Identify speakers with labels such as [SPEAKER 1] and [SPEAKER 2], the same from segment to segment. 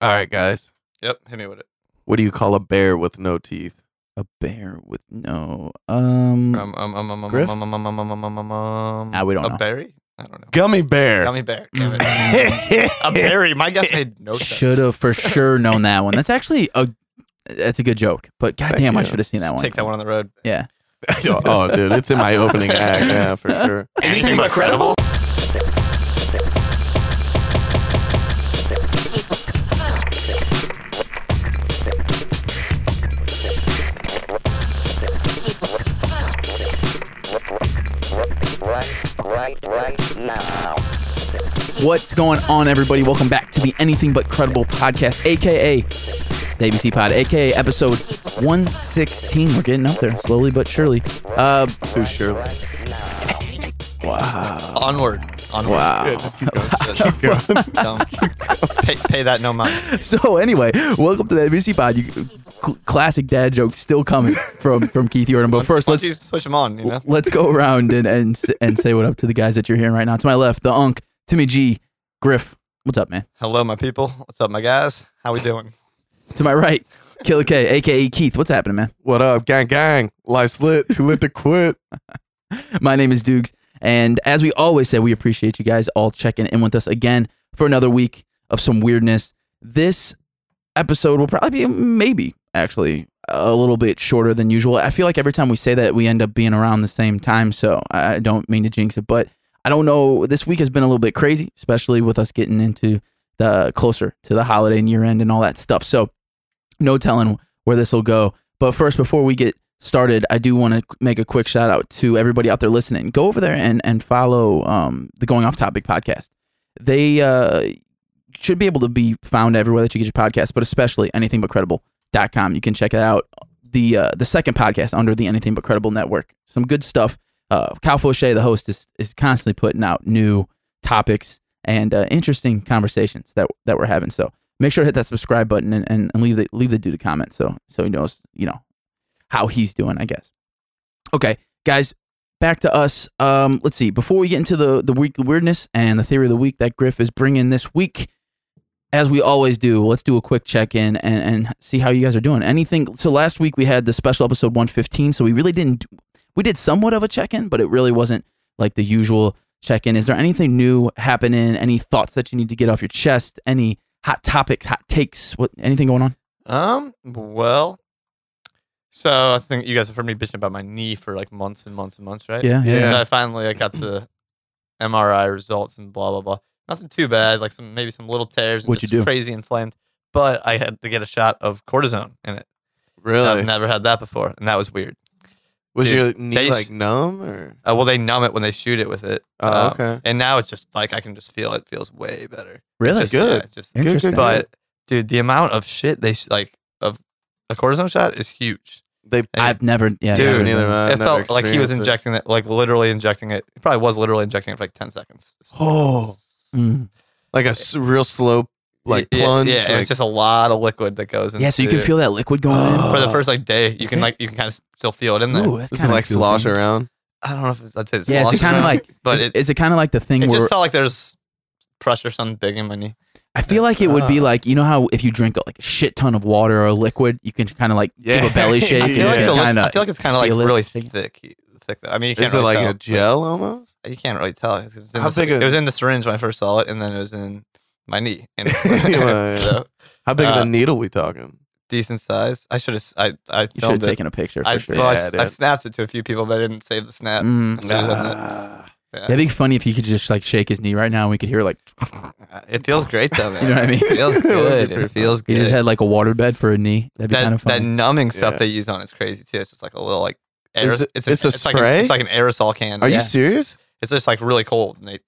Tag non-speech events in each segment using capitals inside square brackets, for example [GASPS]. [SPEAKER 1] All right, guys.
[SPEAKER 2] Yep, hit me with it.
[SPEAKER 1] What do you call a bear with no teeth?
[SPEAKER 3] A bear with no. Um.
[SPEAKER 2] Um, um, um, um, um,
[SPEAKER 3] Griff?
[SPEAKER 2] um, um, um, um, um, um, um, um,
[SPEAKER 3] Ah, we don't
[SPEAKER 2] a
[SPEAKER 3] know.
[SPEAKER 2] berry? I don't know.
[SPEAKER 1] Gummy bear.
[SPEAKER 2] Gummy
[SPEAKER 3] [LAUGHS]
[SPEAKER 2] bear. damn it. a berry. My guess made no sense.
[SPEAKER 3] should have for sure known that
[SPEAKER 2] [LAUGHS]
[SPEAKER 3] one. That's actually a. That's a good joke, but goddamn, I
[SPEAKER 1] you.
[SPEAKER 3] should have seen that one.
[SPEAKER 2] Take that one on the road.
[SPEAKER 3] Yeah.
[SPEAKER 1] [LAUGHS] oh, dude, it's in my opening act. Yeah, for sure.
[SPEAKER 2] Anything but credible?
[SPEAKER 3] What's going on, everybody? Welcome back to the Anything But Credible podcast, aka the ABC Pod, aka episode 116. We're getting up there slowly but surely. Uh,
[SPEAKER 1] Who's Shirley?
[SPEAKER 3] [LAUGHS] wow.
[SPEAKER 2] Onward. Onward.
[SPEAKER 3] Wow.
[SPEAKER 2] Yeah, [LAUGHS]
[SPEAKER 3] [LAUGHS]
[SPEAKER 2] just keep going.
[SPEAKER 1] [LAUGHS]
[SPEAKER 2] Just keep going. Don't- pay, pay that no mind.
[SPEAKER 3] So anyway, welcome to the ABC Pod. You, cl- classic dad joke still coming from from Keith Jordan. But first,
[SPEAKER 2] Why
[SPEAKER 3] let's
[SPEAKER 2] don't you switch them on, you know?
[SPEAKER 3] let's go around and and s- and say what up to the guys that you're hearing right now. To my left, the Unk, Timmy G, Griff. What's up, man?
[SPEAKER 2] Hello, my people. What's up, my guys? How we doing?
[SPEAKER 3] To my right, Killer K, aka Keith. What's happening, man?
[SPEAKER 1] What up, gang, gang? Life's lit. Too lit to quit.
[SPEAKER 3] My name is Dukes, and as we always say, we appreciate you guys all checking in with us again for another week of some weirdness. This episode will probably be maybe actually a little bit shorter than usual. I feel like every time we say that, we end up being around the same time, so I I don't mean to jinx it, but I don't know. This week has been a little bit crazy, especially with us getting into the closer to the holiday and year end and all that stuff. So, no telling where this will go. But first, before we get started, I do want to make a quick shout out to everybody out there listening. Go over there and and follow um, the Going Off Topic podcast. They uh, should be able to be found everywhere that you get your podcast, but especially anythingbutcredible.com. You can check it out. The uh, the second podcast under the Anything But Credible network. Some good stuff. Uh, Kyle Fauché, the host, is is constantly putting out new topics and uh, interesting conversations that that we're having. So make sure to hit that subscribe button and, and, and leave the leave the dude a comment so so he knows you know how he's doing, I guess. Okay, guys, back to us. Um, let's see. Before we get into the the week weirdness and the theory of the week that Griff is bringing this week, as we always do, let's do a quick check in and and see how you guys are doing. Anything? So last week we had the special episode 115, so we really didn't. Do, we did somewhat of a check in, but it really wasn't like the usual check in. Is there anything new happening? Any thoughts that you need to get off your chest? Any hot topics, hot takes? What anything going on?
[SPEAKER 2] Um, well, so I think you guys have heard me bitching about my knee for like months and months and months, right?
[SPEAKER 1] Yeah.
[SPEAKER 2] So I finally I got the MRI results and blah blah blah. Nothing too bad, like some maybe some little tears. And
[SPEAKER 3] What'd you
[SPEAKER 2] just
[SPEAKER 3] do?
[SPEAKER 2] Crazy inflamed, but I had to get a shot of cortisone in it. I've
[SPEAKER 1] Really?
[SPEAKER 2] never had that before, and that was weird.
[SPEAKER 1] Was
[SPEAKER 2] Dude,
[SPEAKER 1] your knee
[SPEAKER 2] they s-
[SPEAKER 1] like numb or?
[SPEAKER 2] Uh, well, they numb it when they shoot it with it.
[SPEAKER 1] Oh,
[SPEAKER 2] Um,
[SPEAKER 1] okay.
[SPEAKER 2] And now it's just like I can just feel it. Feels way better.
[SPEAKER 3] Really
[SPEAKER 2] It's just,
[SPEAKER 1] Good.
[SPEAKER 2] yeah, it's just
[SPEAKER 1] Good, good,
[SPEAKER 3] Interesting.
[SPEAKER 1] good.
[SPEAKER 2] but dude, the amount of shit they sh- like of a cortisone shot is huge.
[SPEAKER 1] They [LAUGHS]
[SPEAKER 2] And
[SPEAKER 3] I've never, yeah,
[SPEAKER 2] Dude,
[SPEAKER 3] never
[SPEAKER 1] neither
[SPEAKER 3] done
[SPEAKER 1] have I.
[SPEAKER 2] it
[SPEAKER 1] never
[SPEAKER 2] felt like he
[SPEAKER 1] experienced
[SPEAKER 2] was
[SPEAKER 1] it.
[SPEAKER 2] injecting it, like literally injecting it. He probably was literally injecting it for like ten seconds.
[SPEAKER 1] Oh.
[SPEAKER 3] that. Mm.
[SPEAKER 1] like a s- real slow like
[SPEAKER 2] Yeah, yeah,
[SPEAKER 1] plunge.
[SPEAKER 2] Yeah, and
[SPEAKER 1] like-
[SPEAKER 2] it's just a lot of liquid that goes. Into
[SPEAKER 3] Yeah, so you can
[SPEAKER 2] it.
[SPEAKER 3] feel that liquid going
[SPEAKER 2] [GASPS]
[SPEAKER 1] Oh,
[SPEAKER 2] for the
[SPEAKER 1] uh,
[SPEAKER 2] first like day. You can
[SPEAKER 3] okay.
[SPEAKER 2] like you can kind of still feel it in
[SPEAKER 3] in.
[SPEAKER 2] there.
[SPEAKER 3] Ooh, that's
[SPEAKER 1] doesn't
[SPEAKER 3] kinda
[SPEAKER 1] like
[SPEAKER 3] goofy.
[SPEAKER 1] slosh around.
[SPEAKER 2] I don't know if it's, that's it.
[SPEAKER 3] Yeah, it's
[SPEAKER 2] sloshing
[SPEAKER 3] kind of
[SPEAKER 2] around,
[SPEAKER 3] like,
[SPEAKER 2] but
[SPEAKER 3] is,
[SPEAKER 2] it,
[SPEAKER 3] is it kind of like the thing
[SPEAKER 2] it
[SPEAKER 3] where
[SPEAKER 2] just felt like there's pressure something big in my knee.
[SPEAKER 3] I feel like it would be
[SPEAKER 2] uh,
[SPEAKER 1] Ah.
[SPEAKER 3] like you know how if you drink like a shit ton of water or a liquid, you can kind of like give
[SPEAKER 1] Yeah.
[SPEAKER 3] a belly
[SPEAKER 1] I
[SPEAKER 2] [LAUGHS]
[SPEAKER 3] shake.
[SPEAKER 2] I
[SPEAKER 3] and
[SPEAKER 2] feel, like
[SPEAKER 3] you
[SPEAKER 2] the,
[SPEAKER 3] can
[SPEAKER 2] li-
[SPEAKER 3] kinda
[SPEAKER 2] I feel like it's kind of like
[SPEAKER 3] feel it.
[SPEAKER 2] really thick. Thick. though. I mean, you can't
[SPEAKER 1] Is it
[SPEAKER 2] really
[SPEAKER 1] like
[SPEAKER 2] tell,
[SPEAKER 1] a gel almost?
[SPEAKER 2] but You can't really tell. 'cause It's in
[SPEAKER 1] How
[SPEAKER 2] the,
[SPEAKER 1] big
[SPEAKER 2] syr-
[SPEAKER 1] a-
[SPEAKER 2] it was in the syringe when I first saw it, and then it was in my knee.
[SPEAKER 1] [LAUGHS]
[SPEAKER 2] And [LAUGHS]
[SPEAKER 1] Yeah.
[SPEAKER 2] so,
[SPEAKER 1] How big of
[SPEAKER 2] Uh,
[SPEAKER 1] a needle we talking?
[SPEAKER 2] decent size. I should have. I I
[SPEAKER 3] You should
[SPEAKER 2] filmed
[SPEAKER 3] have
[SPEAKER 2] it.
[SPEAKER 3] taken a picture for
[SPEAKER 2] I,
[SPEAKER 3] sure.
[SPEAKER 2] well, I
[SPEAKER 1] Yeah,
[SPEAKER 2] s-
[SPEAKER 1] dude.
[SPEAKER 2] I snapped it to a few people, but I didn't save the snap.
[SPEAKER 3] Mm.
[SPEAKER 2] It's better than that.
[SPEAKER 1] Ah.
[SPEAKER 2] Yeah.
[SPEAKER 3] That'd be funny if you could just like shake his knee right now and we could hear like
[SPEAKER 2] Uh, It feels great though, man.
[SPEAKER 3] [LAUGHS] You know what I mean?
[SPEAKER 2] It feels
[SPEAKER 1] It would be
[SPEAKER 2] good.
[SPEAKER 1] pretty
[SPEAKER 2] it feels
[SPEAKER 3] he
[SPEAKER 2] good.
[SPEAKER 3] just had like a water bed for a knee. That'd be
[SPEAKER 2] that,
[SPEAKER 3] kind of
[SPEAKER 2] that
[SPEAKER 3] funny.
[SPEAKER 2] numbing stuff
[SPEAKER 1] Yeah.
[SPEAKER 2] they use on it's crazy too. It's just like a little like
[SPEAKER 1] Is it-
[SPEAKER 2] an-
[SPEAKER 1] it's a
[SPEAKER 2] like an-
[SPEAKER 1] spray?
[SPEAKER 2] it's like an aerosol can.
[SPEAKER 1] Are
[SPEAKER 2] Yeah.
[SPEAKER 1] you serious?
[SPEAKER 2] It's just like really cold and they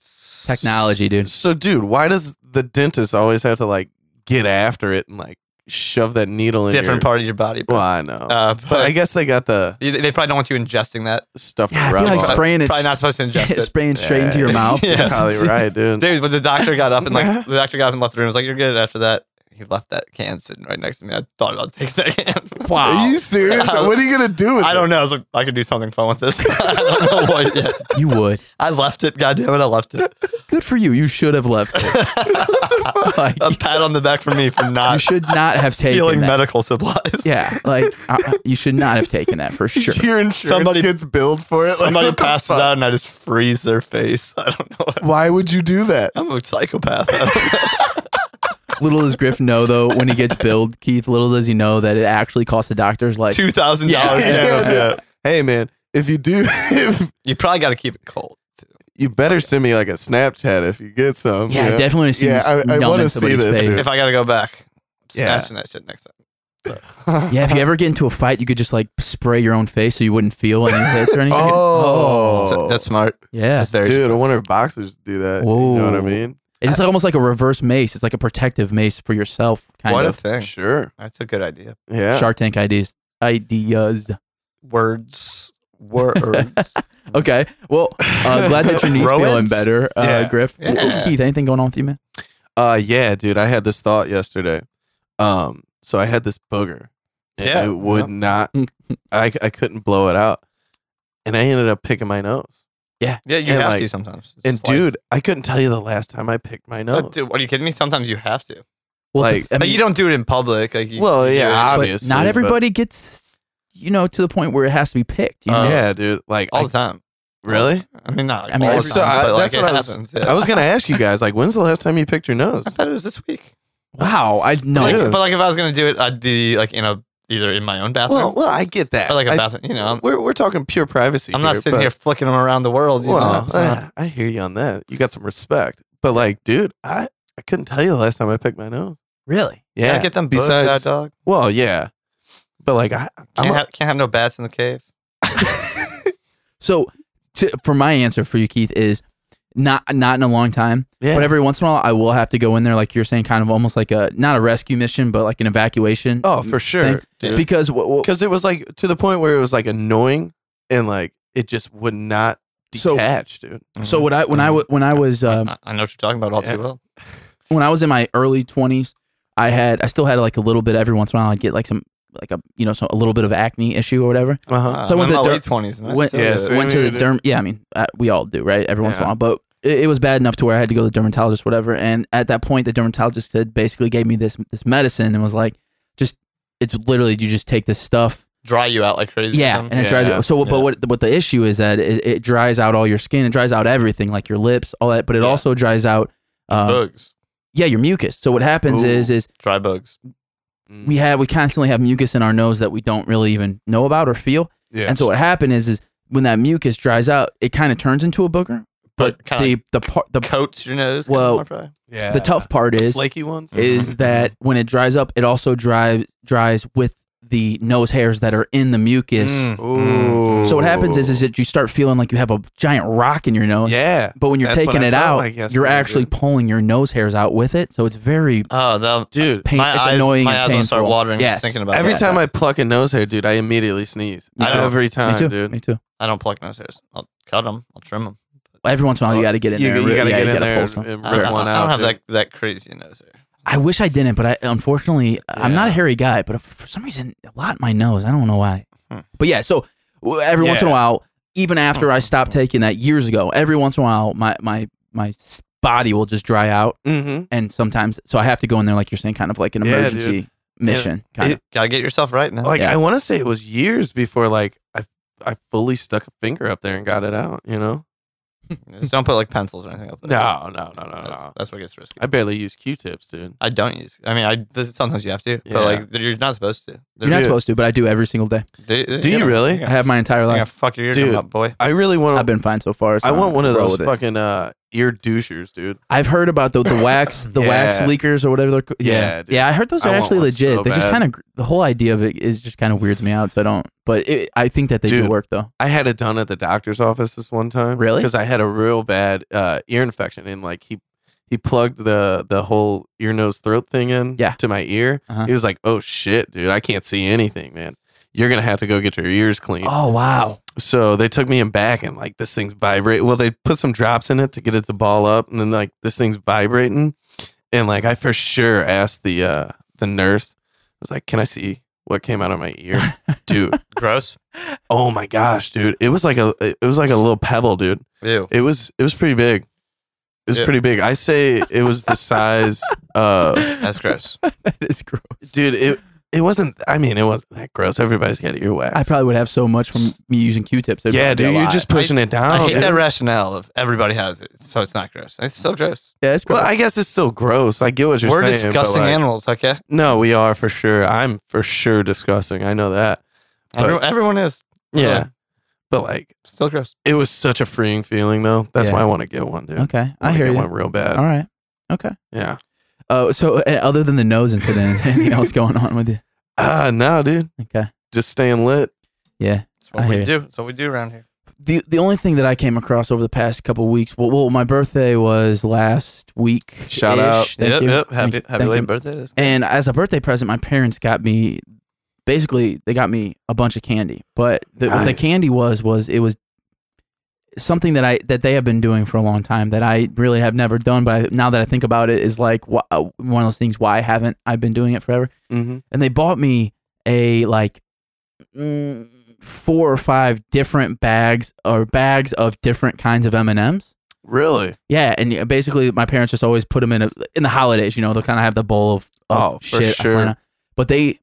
[SPEAKER 3] Technology, dude.
[SPEAKER 1] So, dude, why does the dentist always have to like get after it and like shove that needle in
[SPEAKER 2] different
[SPEAKER 1] your-
[SPEAKER 2] part of your body. bro.
[SPEAKER 1] Well, I know,
[SPEAKER 2] uh,
[SPEAKER 1] but I
[SPEAKER 2] but
[SPEAKER 1] guess they got the
[SPEAKER 2] they they probably don't want you ingesting that.
[SPEAKER 1] stuff
[SPEAKER 3] Yeah, I
[SPEAKER 1] to
[SPEAKER 3] feel
[SPEAKER 1] rub
[SPEAKER 3] like
[SPEAKER 1] on.
[SPEAKER 2] Probably-
[SPEAKER 3] spraying it.
[SPEAKER 2] Probably not
[SPEAKER 3] [LAUGHS]
[SPEAKER 2] supposed to ingest it.
[SPEAKER 3] spraying straight into your
[SPEAKER 1] Yeah.
[SPEAKER 2] [LAUGHS]
[SPEAKER 3] mouth.
[SPEAKER 2] Yeah.
[SPEAKER 1] Probably right, dude.
[SPEAKER 3] [LAUGHS]
[SPEAKER 2] Dude, but the doctor got up and like the doctor got up and left the room. He was like, "You're good after that." he left that can sitting right next to me. I thought about taking that can.
[SPEAKER 1] Are you serious?
[SPEAKER 2] I-
[SPEAKER 1] what are you gonna do with
[SPEAKER 2] I don't know. I was like, I could do something fun with this. [LAUGHS] I don't know what yet.
[SPEAKER 3] You would.
[SPEAKER 2] I left it. God damn it, I left it.
[SPEAKER 3] Good for you. You should have left
[SPEAKER 1] [LAUGHS]
[SPEAKER 3] it. Like,
[SPEAKER 2] [LAUGHS] A pat on the back for me for
[SPEAKER 3] you
[SPEAKER 2] not
[SPEAKER 3] should not have
[SPEAKER 2] stealing
[SPEAKER 3] taken that.
[SPEAKER 2] medical supplies. [LAUGHS]
[SPEAKER 3] Yeah, like uh, uh, you should not have taken that
[SPEAKER 1] [LAUGHS]
[SPEAKER 3] for sure.
[SPEAKER 1] [LAUGHS] Your insurance
[SPEAKER 2] Somebody-
[SPEAKER 1] gets billed for it. Like,
[SPEAKER 2] Somebody
[SPEAKER 1] what the
[SPEAKER 2] passes
[SPEAKER 1] fuck?
[SPEAKER 2] out and I just freeze their face. [LAUGHS] I don't know.
[SPEAKER 1] [LAUGHS]
[SPEAKER 2] What,
[SPEAKER 1] Why would you do that?
[SPEAKER 2] I'm a psychopath.
[SPEAKER 1] [LAUGHS]
[SPEAKER 2] I don't know.
[SPEAKER 3] Little does Griff know though when he gets billed, Keith. Little does he know that it actually costs the doctors like
[SPEAKER 2] Two thousand dollars.
[SPEAKER 1] Yeah. [LAUGHS] Hey man, if you do, [LAUGHS] if
[SPEAKER 2] You probably got to keep it cold.
[SPEAKER 1] you better send me like a Snapchat if you get some.
[SPEAKER 3] yeah,
[SPEAKER 1] you know?
[SPEAKER 3] definitely see.
[SPEAKER 1] Yeah,
[SPEAKER 3] Yeah,
[SPEAKER 1] I- I wanna see this, dude.
[SPEAKER 2] If I got to go back, I'm
[SPEAKER 1] Yeah.
[SPEAKER 2] snatching that shit next time.
[SPEAKER 1] [LAUGHS]
[SPEAKER 3] Yeah, if you ever get into a fight, you could just like spray your own face so you wouldn't feel any hits or anything.
[SPEAKER 1] [LAUGHS] Oh,
[SPEAKER 2] So- that's smart.
[SPEAKER 3] yeah,
[SPEAKER 2] That's very
[SPEAKER 1] dude, I wonder if boxers do that. You know what I
[SPEAKER 3] Whoa.
[SPEAKER 1] mean?
[SPEAKER 3] it's like almost like a reverse mace. It's like a protective mace for yourself, kind
[SPEAKER 2] smart. What a
[SPEAKER 3] of.
[SPEAKER 2] thing.
[SPEAKER 1] Sure.
[SPEAKER 2] That's a good idea.
[SPEAKER 1] Yeah.
[SPEAKER 3] Shark Tank ideas. Ideas.
[SPEAKER 2] Words.
[SPEAKER 1] [LAUGHS]
[SPEAKER 2] Words.
[SPEAKER 3] Okay. Well, uh, glad that your knee's
[SPEAKER 2] Rowan's?
[SPEAKER 3] feeling better, uh,
[SPEAKER 2] Yeah.
[SPEAKER 3] Griff.
[SPEAKER 2] Yeah.
[SPEAKER 3] Keith, anything going on with you, man?
[SPEAKER 1] Uh yeah, dude. I had this thought yesterday. Um, so I had this booger. And
[SPEAKER 2] Yeah.
[SPEAKER 1] It would not I I couldn't blow it out. And I ended up picking my nose.
[SPEAKER 2] yeah, you
[SPEAKER 1] And
[SPEAKER 2] have
[SPEAKER 1] like-
[SPEAKER 2] to sometimes. It's
[SPEAKER 1] And
[SPEAKER 2] just like-
[SPEAKER 1] dude, I couldn't tell you the last time I picked my
[SPEAKER 2] Oh,
[SPEAKER 1] nose.
[SPEAKER 2] dude, are you kidding me? Sometimes you have to.
[SPEAKER 3] Well,
[SPEAKER 1] Like-
[SPEAKER 3] the- I
[SPEAKER 2] but
[SPEAKER 3] mean,
[SPEAKER 2] you don't do it in public. Like you,
[SPEAKER 1] Well,
[SPEAKER 2] you do
[SPEAKER 1] yeah,
[SPEAKER 2] it-
[SPEAKER 1] I-
[SPEAKER 3] but
[SPEAKER 1] obviously,
[SPEAKER 3] not
[SPEAKER 1] but-
[SPEAKER 3] everybody gets, you know, to the point where it has to be picked. You know?
[SPEAKER 2] Uh,
[SPEAKER 1] yeah, dude. Like
[SPEAKER 2] all
[SPEAKER 1] I,
[SPEAKER 2] the time.
[SPEAKER 1] really?
[SPEAKER 2] I mean, not. Like
[SPEAKER 3] I mean,
[SPEAKER 2] all the
[SPEAKER 3] every-
[SPEAKER 2] time,
[SPEAKER 1] So, I-
[SPEAKER 2] but, like,
[SPEAKER 1] that's what
[SPEAKER 2] it
[SPEAKER 1] I was-
[SPEAKER 2] happens, yeah.
[SPEAKER 1] I was gonna ask you guys, like, when's the last time you picked your nose?
[SPEAKER 2] I thought it was this week.
[SPEAKER 3] Wow. I know.
[SPEAKER 2] Like,
[SPEAKER 1] Dude.
[SPEAKER 2] but like, if I was gonna do it, I'd be like in a either in my own bathroom
[SPEAKER 1] Well, well, I get that.
[SPEAKER 2] or like a
[SPEAKER 1] I-
[SPEAKER 2] bathroom. You know, I'm,
[SPEAKER 1] we're we're talking pure privacy.
[SPEAKER 2] I'm not sitting
[SPEAKER 1] but-
[SPEAKER 2] here flicking them around the world. You know,
[SPEAKER 1] Well,
[SPEAKER 2] It's not-
[SPEAKER 1] I, I hear you on that. You got some respect, but like, dude, I I couldn't tell you the last time I picked my nose.
[SPEAKER 3] Really?
[SPEAKER 1] Yeah,
[SPEAKER 2] Gotta get them bugs out,
[SPEAKER 1] besides-
[SPEAKER 2] dog.
[SPEAKER 1] Well, yeah, but like, I I'm
[SPEAKER 2] Can't,
[SPEAKER 1] a-
[SPEAKER 2] have, can't have no bats in the cave.
[SPEAKER 3] So, to, for my answer for you, Keith, is not not in a long time,
[SPEAKER 1] yeah,
[SPEAKER 3] but every once in a while, I will have to go in there, like you're saying, kind of almost like a not a rescue mission, but like an evacuation.
[SPEAKER 1] Oh, for sure, because
[SPEAKER 3] because what, what,
[SPEAKER 1] it was like to the point where it was like annoying and like it just would not
[SPEAKER 3] So-
[SPEAKER 1] detach, dude.
[SPEAKER 3] so what I when
[SPEAKER 1] Mm-hmm.
[SPEAKER 3] I wa- when I was um,
[SPEAKER 2] I, I know what you're talking about all
[SPEAKER 1] Yeah.
[SPEAKER 2] too well.
[SPEAKER 3] when I was in my early twenties, I had I still had like a little bit every once in a while I'd get like some like a you know so a little bit of acne issue or whatever.
[SPEAKER 1] Uh huh.
[SPEAKER 2] Uh,
[SPEAKER 3] So I
[SPEAKER 2] I'm
[SPEAKER 3] went
[SPEAKER 2] in my
[SPEAKER 3] to
[SPEAKER 2] late twenties.
[SPEAKER 3] went-
[SPEAKER 1] Yeah, so-
[SPEAKER 3] Went to the
[SPEAKER 1] Dude.
[SPEAKER 3] derm. Yeah, I mean uh, we all do right every once in a
[SPEAKER 1] Yeah.
[SPEAKER 3] while, but it, it was bad enough to where I had to go to the dermatologist, whatever. And at that point, the dermatologist had basically gave me this this medicine and was like, just it's literally you just take this stuff.
[SPEAKER 2] dry you out like crazy.
[SPEAKER 3] Yeah,
[SPEAKER 2] Um,
[SPEAKER 3] and it
[SPEAKER 1] Yeah.
[SPEAKER 3] dries. So,
[SPEAKER 2] Yeah.
[SPEAKER 3] but what what the issue is that it, it dries out all your skin. It dries out everything, like your lips, all that. But it
[SPEAKER 2] Yeah.
[SPEAKER 3] also dries out. Um,
[SPEAKER 2] bugs,
[SPEAKER 3] yeah, your mucus. So what happens
[SPEAKER 1] Ooh.
[SPEAKER 3] is is
[SPEAKER 2] dry bugs.
[SPEAKER 1] Mm.
[SPEAKER 3] we have we constantly have mucus in our nose that we don't really even know about or feel.
[SPEAKER 1] yeah.
[SPEAKER 3] And so what happened is is when that mucus dries out, it kind of turns into a booger. But
[SPEAKER 2] But kinda
[SPEAKER 3] the the part the
[SPEAKER 2] coats your nose.
[SPEAKER 3] Well,
[SPEAKER 2] kinda more, probably.
[SPEAKER 1] yeah,
[SPEAKER 3] the tough part is
[SPEAKER 1] flaky ones.
[SPEAKER 2] mm-hmm.
[SPEAKER 1] Mm-hmm.
[SPEAKER 3] is that when it dries up, it also dries dries with the nose hairs that are in the mucus.
[SPEAKER 1] Mm-hmm.
[SPEAKER 2] Mm,
[SPEAKER 1] Ooh.
[SPEAKER 3] So what happens is is that you start feeling like you have a giant rock in your nose.
[SPEAKER 1] yeah,
[SPEAKER 3] But when you're
[SPEAKER 1] That's what
[SPEAKER 3] taking
[SPEAKER 1] I
[SPEAKER 3] it
[SPEAKER 1] felt
[SPEAKER 3] out,
[SPEAKER 1] like
[SPEAKER 3] you're
[SPEAKER 1] yesterday,
[SPEAKER 3] actually
[SPEAKER 1] dude.
[SPEAKER 3] pulling your nose hairs out with it. So it's very
[SPEAKER 2] Oh, that,
[SPEAKER 1] dude.
[SPEAKER 3] pain.
[SPEAKER 2] my
[SPEAKER 3] it's
[SPEAKER 2] eyes,
[SPEAKER 3] annoying.
[SPEAKER 2] my
[SPEAKER 3] and
[SPEAKER 2] eyes will start
[SPEAKER 3] painful.
[SPEAKER 2] watering
[SPEAKER 3] Yes.
[SPEAKER 2] just thinking about
[SPEAKER 1] Every
[SPEAKER 2] that.
[SPEAKER 1] time I pluck a nose hair, dude, I immediately sneeze.
[SPEAKER 3] Me too.
[SPEAKER 1] Every time,
[SPEAKER 3] Me too.
[SPEAKER 1] dude.
[SPEAKER 3] Me too.
[SPEAKER 2] I don't pluck nose hairs. I'll cut them. I'll trim them.
[SPEAKER 3] Every once in a while, you
[SPEAKER 1] Oh,
[SPEAKER 3] got to get in
[SPEAKER 1] you,
[SPEAKER 3] there. and
[SPEAKER 1] you
[SPEAKER 3] rip-
[SPEAKER 1] gotta
[SPEAKER 3] yeah,
[SPEAKER 1] get
[SPEAKER 3] you
[SPEAKER 1] in
[SPEAKER 3] gotta
[SPEAKER 1] there
[SPEAKER 3] pull
[SPEAKER 1] and,
[SPEAKER 3] some.
[SPEAKER 1] and
[SPEAKER 2] I
[SPEAKER 1] rip
[SPEAKER 2] don't,
[SPEAKER 1] one
[SPEAKER 2] I
[SPEAKER 1] out.
[SPEAKER 2] don't have
[SPEAKER 1] dude.
[SPEAKER 2] that that crazy nose hair.
[SPEAKER 3] I wish I didn't, but I unfortunately I'm not a
[SPEAKER 1] Yeah.
[SPEAKER 3] hairy guy, but for some reason a lot in my nose. I don't know why.
[SPEAKER 2] Hmm.
[SPEAKER 3] But yeah, so w- every once in a while, even after I stopped
[SPEAKER 1] Hmm.
[SPEAKER 3] taking that years ago, every once in a while my my my s- body will just dry out,
[SPEAKER 1] Mm-hmm.
[SPEAKER 3] and sometimes so I have to go in there like you're saying, kind of like an
[SPEAKER 1] Yeah,
[SPEAKER 3] emergency mission. Kind of.
[SPEAKER 2] Gotta get yourself right, man.
[SPEAKER 1] Like
[SPEAKER 3] Yeah.
[SPEAKER 1] I want to say it was years before like I I fully stuck a finger up there and got it out. You know?
[SPEAKER 2] Just don't put like pencils or anything up there.
[SPEAKER 1] no, no,
[SPEAKER 2] That's, that's where it gets risky.
[SPEAKER 1] I barely use Q-tips, dude.
[SPEAKER 2] I don't use. I mean, I this, sometimes you have to,
[SPEAKER 1] Yeah.
[SPEAKER 2] but like you're not supposed to.
[SPEAKER 3] You're
[SPEAKER 2] They're-
[SPEAKER 3] not
[SPEAKER 1] dude.
[SPEAKER 3] supposed to, but I do every single day.
[SPEAKER 2] they- they-
[SPEAKER 1] Do you
[SPEAKER 2] they're-
[SPEAKER 1] really?
[SPEAKER 2] they're
[SPEAKER 3] I have my entire
[SPEAKER 2] gonna
[SPEAKER 3] life.
[SPEAKER 2] fuck your
[SPEAKER 1] Dude.
[SPEAKER 2] eardrum up, boy.
[SPEAKER 1] I really want.
[SPEAKER 3] I've been fine so far. so
[SPEAKER 1] I want
[SPEAKER 3] I'm
[SPEAKER 1] one of
[SPEAKER 3] roll
[SPEAKER 1] those
[SPEAKER 3] with it.
[SPEAKER 1] fucking uh, ear douchers, dude.
[SPEAKER 3] I've heard about
[SPEAKER 1] [LAUGHS]
[SPEAKER 3] the the wax the wax
[SPEAKER 1] Yeah.
[SPEAKER 3] leakers or whatever they're ca- yeah
[SPEAKER 1] Yeah,
[SPEAKER 3] yeah,
[SPEAKER 1] dude.
[SPEAKER 3] I heard those
[SPEAKER 1] I
[SPEAKER 3] are
[SPEAKER 1] want
[SPEAKER 3] actually
[SPEAKER 1] one
[SPEAKER 3] legit
[SPEAKER 1] so
[SPEAKER 3] they're just
[SPEAKER 1] bad.
[SPEAKER 3] kind of the whole idea of it is just kind of weirds me out so I don't but it, I think that they do
[SPEAKER 1] Dude.
[SPEAKER 3] work though
[SPEAKER 1] I had it done at the doctor's office this one time.
[SPEAKER 3] Really?
[SPEAKER 1] Because I had a real bad uh, ear infection, and like he he plugged the the whole ear, nose, throat thing in
[SPEAKER 3] Yeah.
[SPEAKER 1] to my ear.
[SPEAKER 3] Uh-huh.
[SPEAKER 1] He was like, "Oh shit, dude, I can't see anything, man. You're gonna have to go get your ears cleaned."
[SPEAKER 3] oh wow
[SPEAKER 1] So they took me in back, and like this thing's vibrate. Well, they put some drops in it to get it to ball up, and then like this thing's vibrating. and like I for sure asked the uh the nurse. I was like, "Can I see what came out of my
[SPEAKER 2] [LAUGHS]
[SPEAKER 1] ear, dude?"
[SPEAKER 2] Gross.
[SPEAKER 1] Oh my gosh, dude! It was like a it was like a little pebble, dude.
[SPEAKER 2] Ew.
[SPEAKER 1] It was it was pretty big. It was
[SPEAKER 2] Yeah.
[SPEAKER 1] pretty big. I say it was the size of
[SPEAKER 2] That's
[SPEAKER 1] [LAUGHS]
[SPEAKER 2] gross.
[SPEAKER 3] [LAUGHS] that is gross.
[SPEAKER 1] Oh, dude. It it wasn't. I mean, it wasn't that gross. Everybody's got earwax.
[SPEAKER 3] I probably would have so much from me using Q-tips. It'd
[SPEAKER 1] yeah,
[SPEAKER 3] probably be a
[SPEAKER 1] dude, you're
[SPEAKER 3] lot.
[SPEAKER 1] just pushing it down.
[SPEAKER 2] I hate
[SPEAKER 1] dude.
[SPEAKER 2] that rationale of everybody has it, so it's not gross. It's still gross.
[SPEAKER 3] yeah, it's gross.
[SPEAKER 1] Well, I guess it's still gross. I get what you're
[SPEAKER 2] We're
[SPEAKER 1] saying. but,
[SPEAKER 2] disgusting
[SPEAKER 1] like,
[SPEAKER 2] animals, okay?
[SPEAKER 1] No, we are for sure. I'm for sure disgusting. I know that. But-
[SPEAKER 2] Everyone, everyone is
[SPEAKER 1] Yeah.
[SPEAKER 2] Really?
[SPEAKER 1] But like,
[SPEAKER 2] still gross.
[SPEAKER 1] it was such a freeing feeling, though. That's
[SPEAKER 3] Yeah.
[SPEAKER 1] why I want to get one, dude.
[SPEAKER 3] okay, I
[SPEAKER 1] wanna
[SPEAKER 3] hear
[SPEAKER 1] get
[SPEAKER 3] you.
[SPEAKER 1] one real bad.
[SPEAKER 3] All right. Okay.
[SPEAKER 1] Yeah.
[SPEAKER 3] Uh, so, uh, other than the nose incident, [LAUGHS] is there anything else going on with you?
[SPEAKER 1] Ah, no, dude.
[SPEAKER 3] Okay.
[SPEAKER 1] Just staying lit.
[SPEAKER 3] Yeah.
[SPEAKER 2] That's what
[SPEAKER 3] I
[SPEAKER 2] we
[SPEAKER 3] hear
[SPEAKER 2] do. That's what we do around here.
[SPEAKER 3] the The only thing that I came across over the past couple weeks, well, well, my birthday was last week.
[SPEAKER 1] Shout out.
[SPEAKER 3] Thank
[SPEAKER 2] yep,
[SPEAKER 3] you.
[SPEAKER 2] yep.
[SPEAKER 3] Thank-
[SPEAKER 2] Happy,
[SPEAKER 3] thank
[SPEAKER 2] happy late
[SPEAKER 3] you.
[SPEAKER 2] birthday. That's-
[SPEAKER 3] And as a birthday present, my parents got me basically they got me a bunch of candy. But the, what the
[SPEAKER 1] Nice.
[SPEAKER 3] candy was was it was something that I that they have been doing for a long time that I really have never done. But I, now that I think about it, is like wh- uh, one of those things. Why haven't I been doing it forever?
[SPEAKER 1] Mm-hmm.
[SPEAKER 3] And they bought me a like mm, four or five different bags or bags of different kinds of M and M's.
[SPEAKER 1] Really?
[SPEAKER 3] Yeah, and yeah, basically, my parents just always put them in a, in the holidays. You know, they'll kind of have the bowl of, of
[SPEAKER 1] Oh, for
[SPEAKER 3] shit.
[SPEAKER 1] sure.
[SPEAKER 3] Atlanta. But they,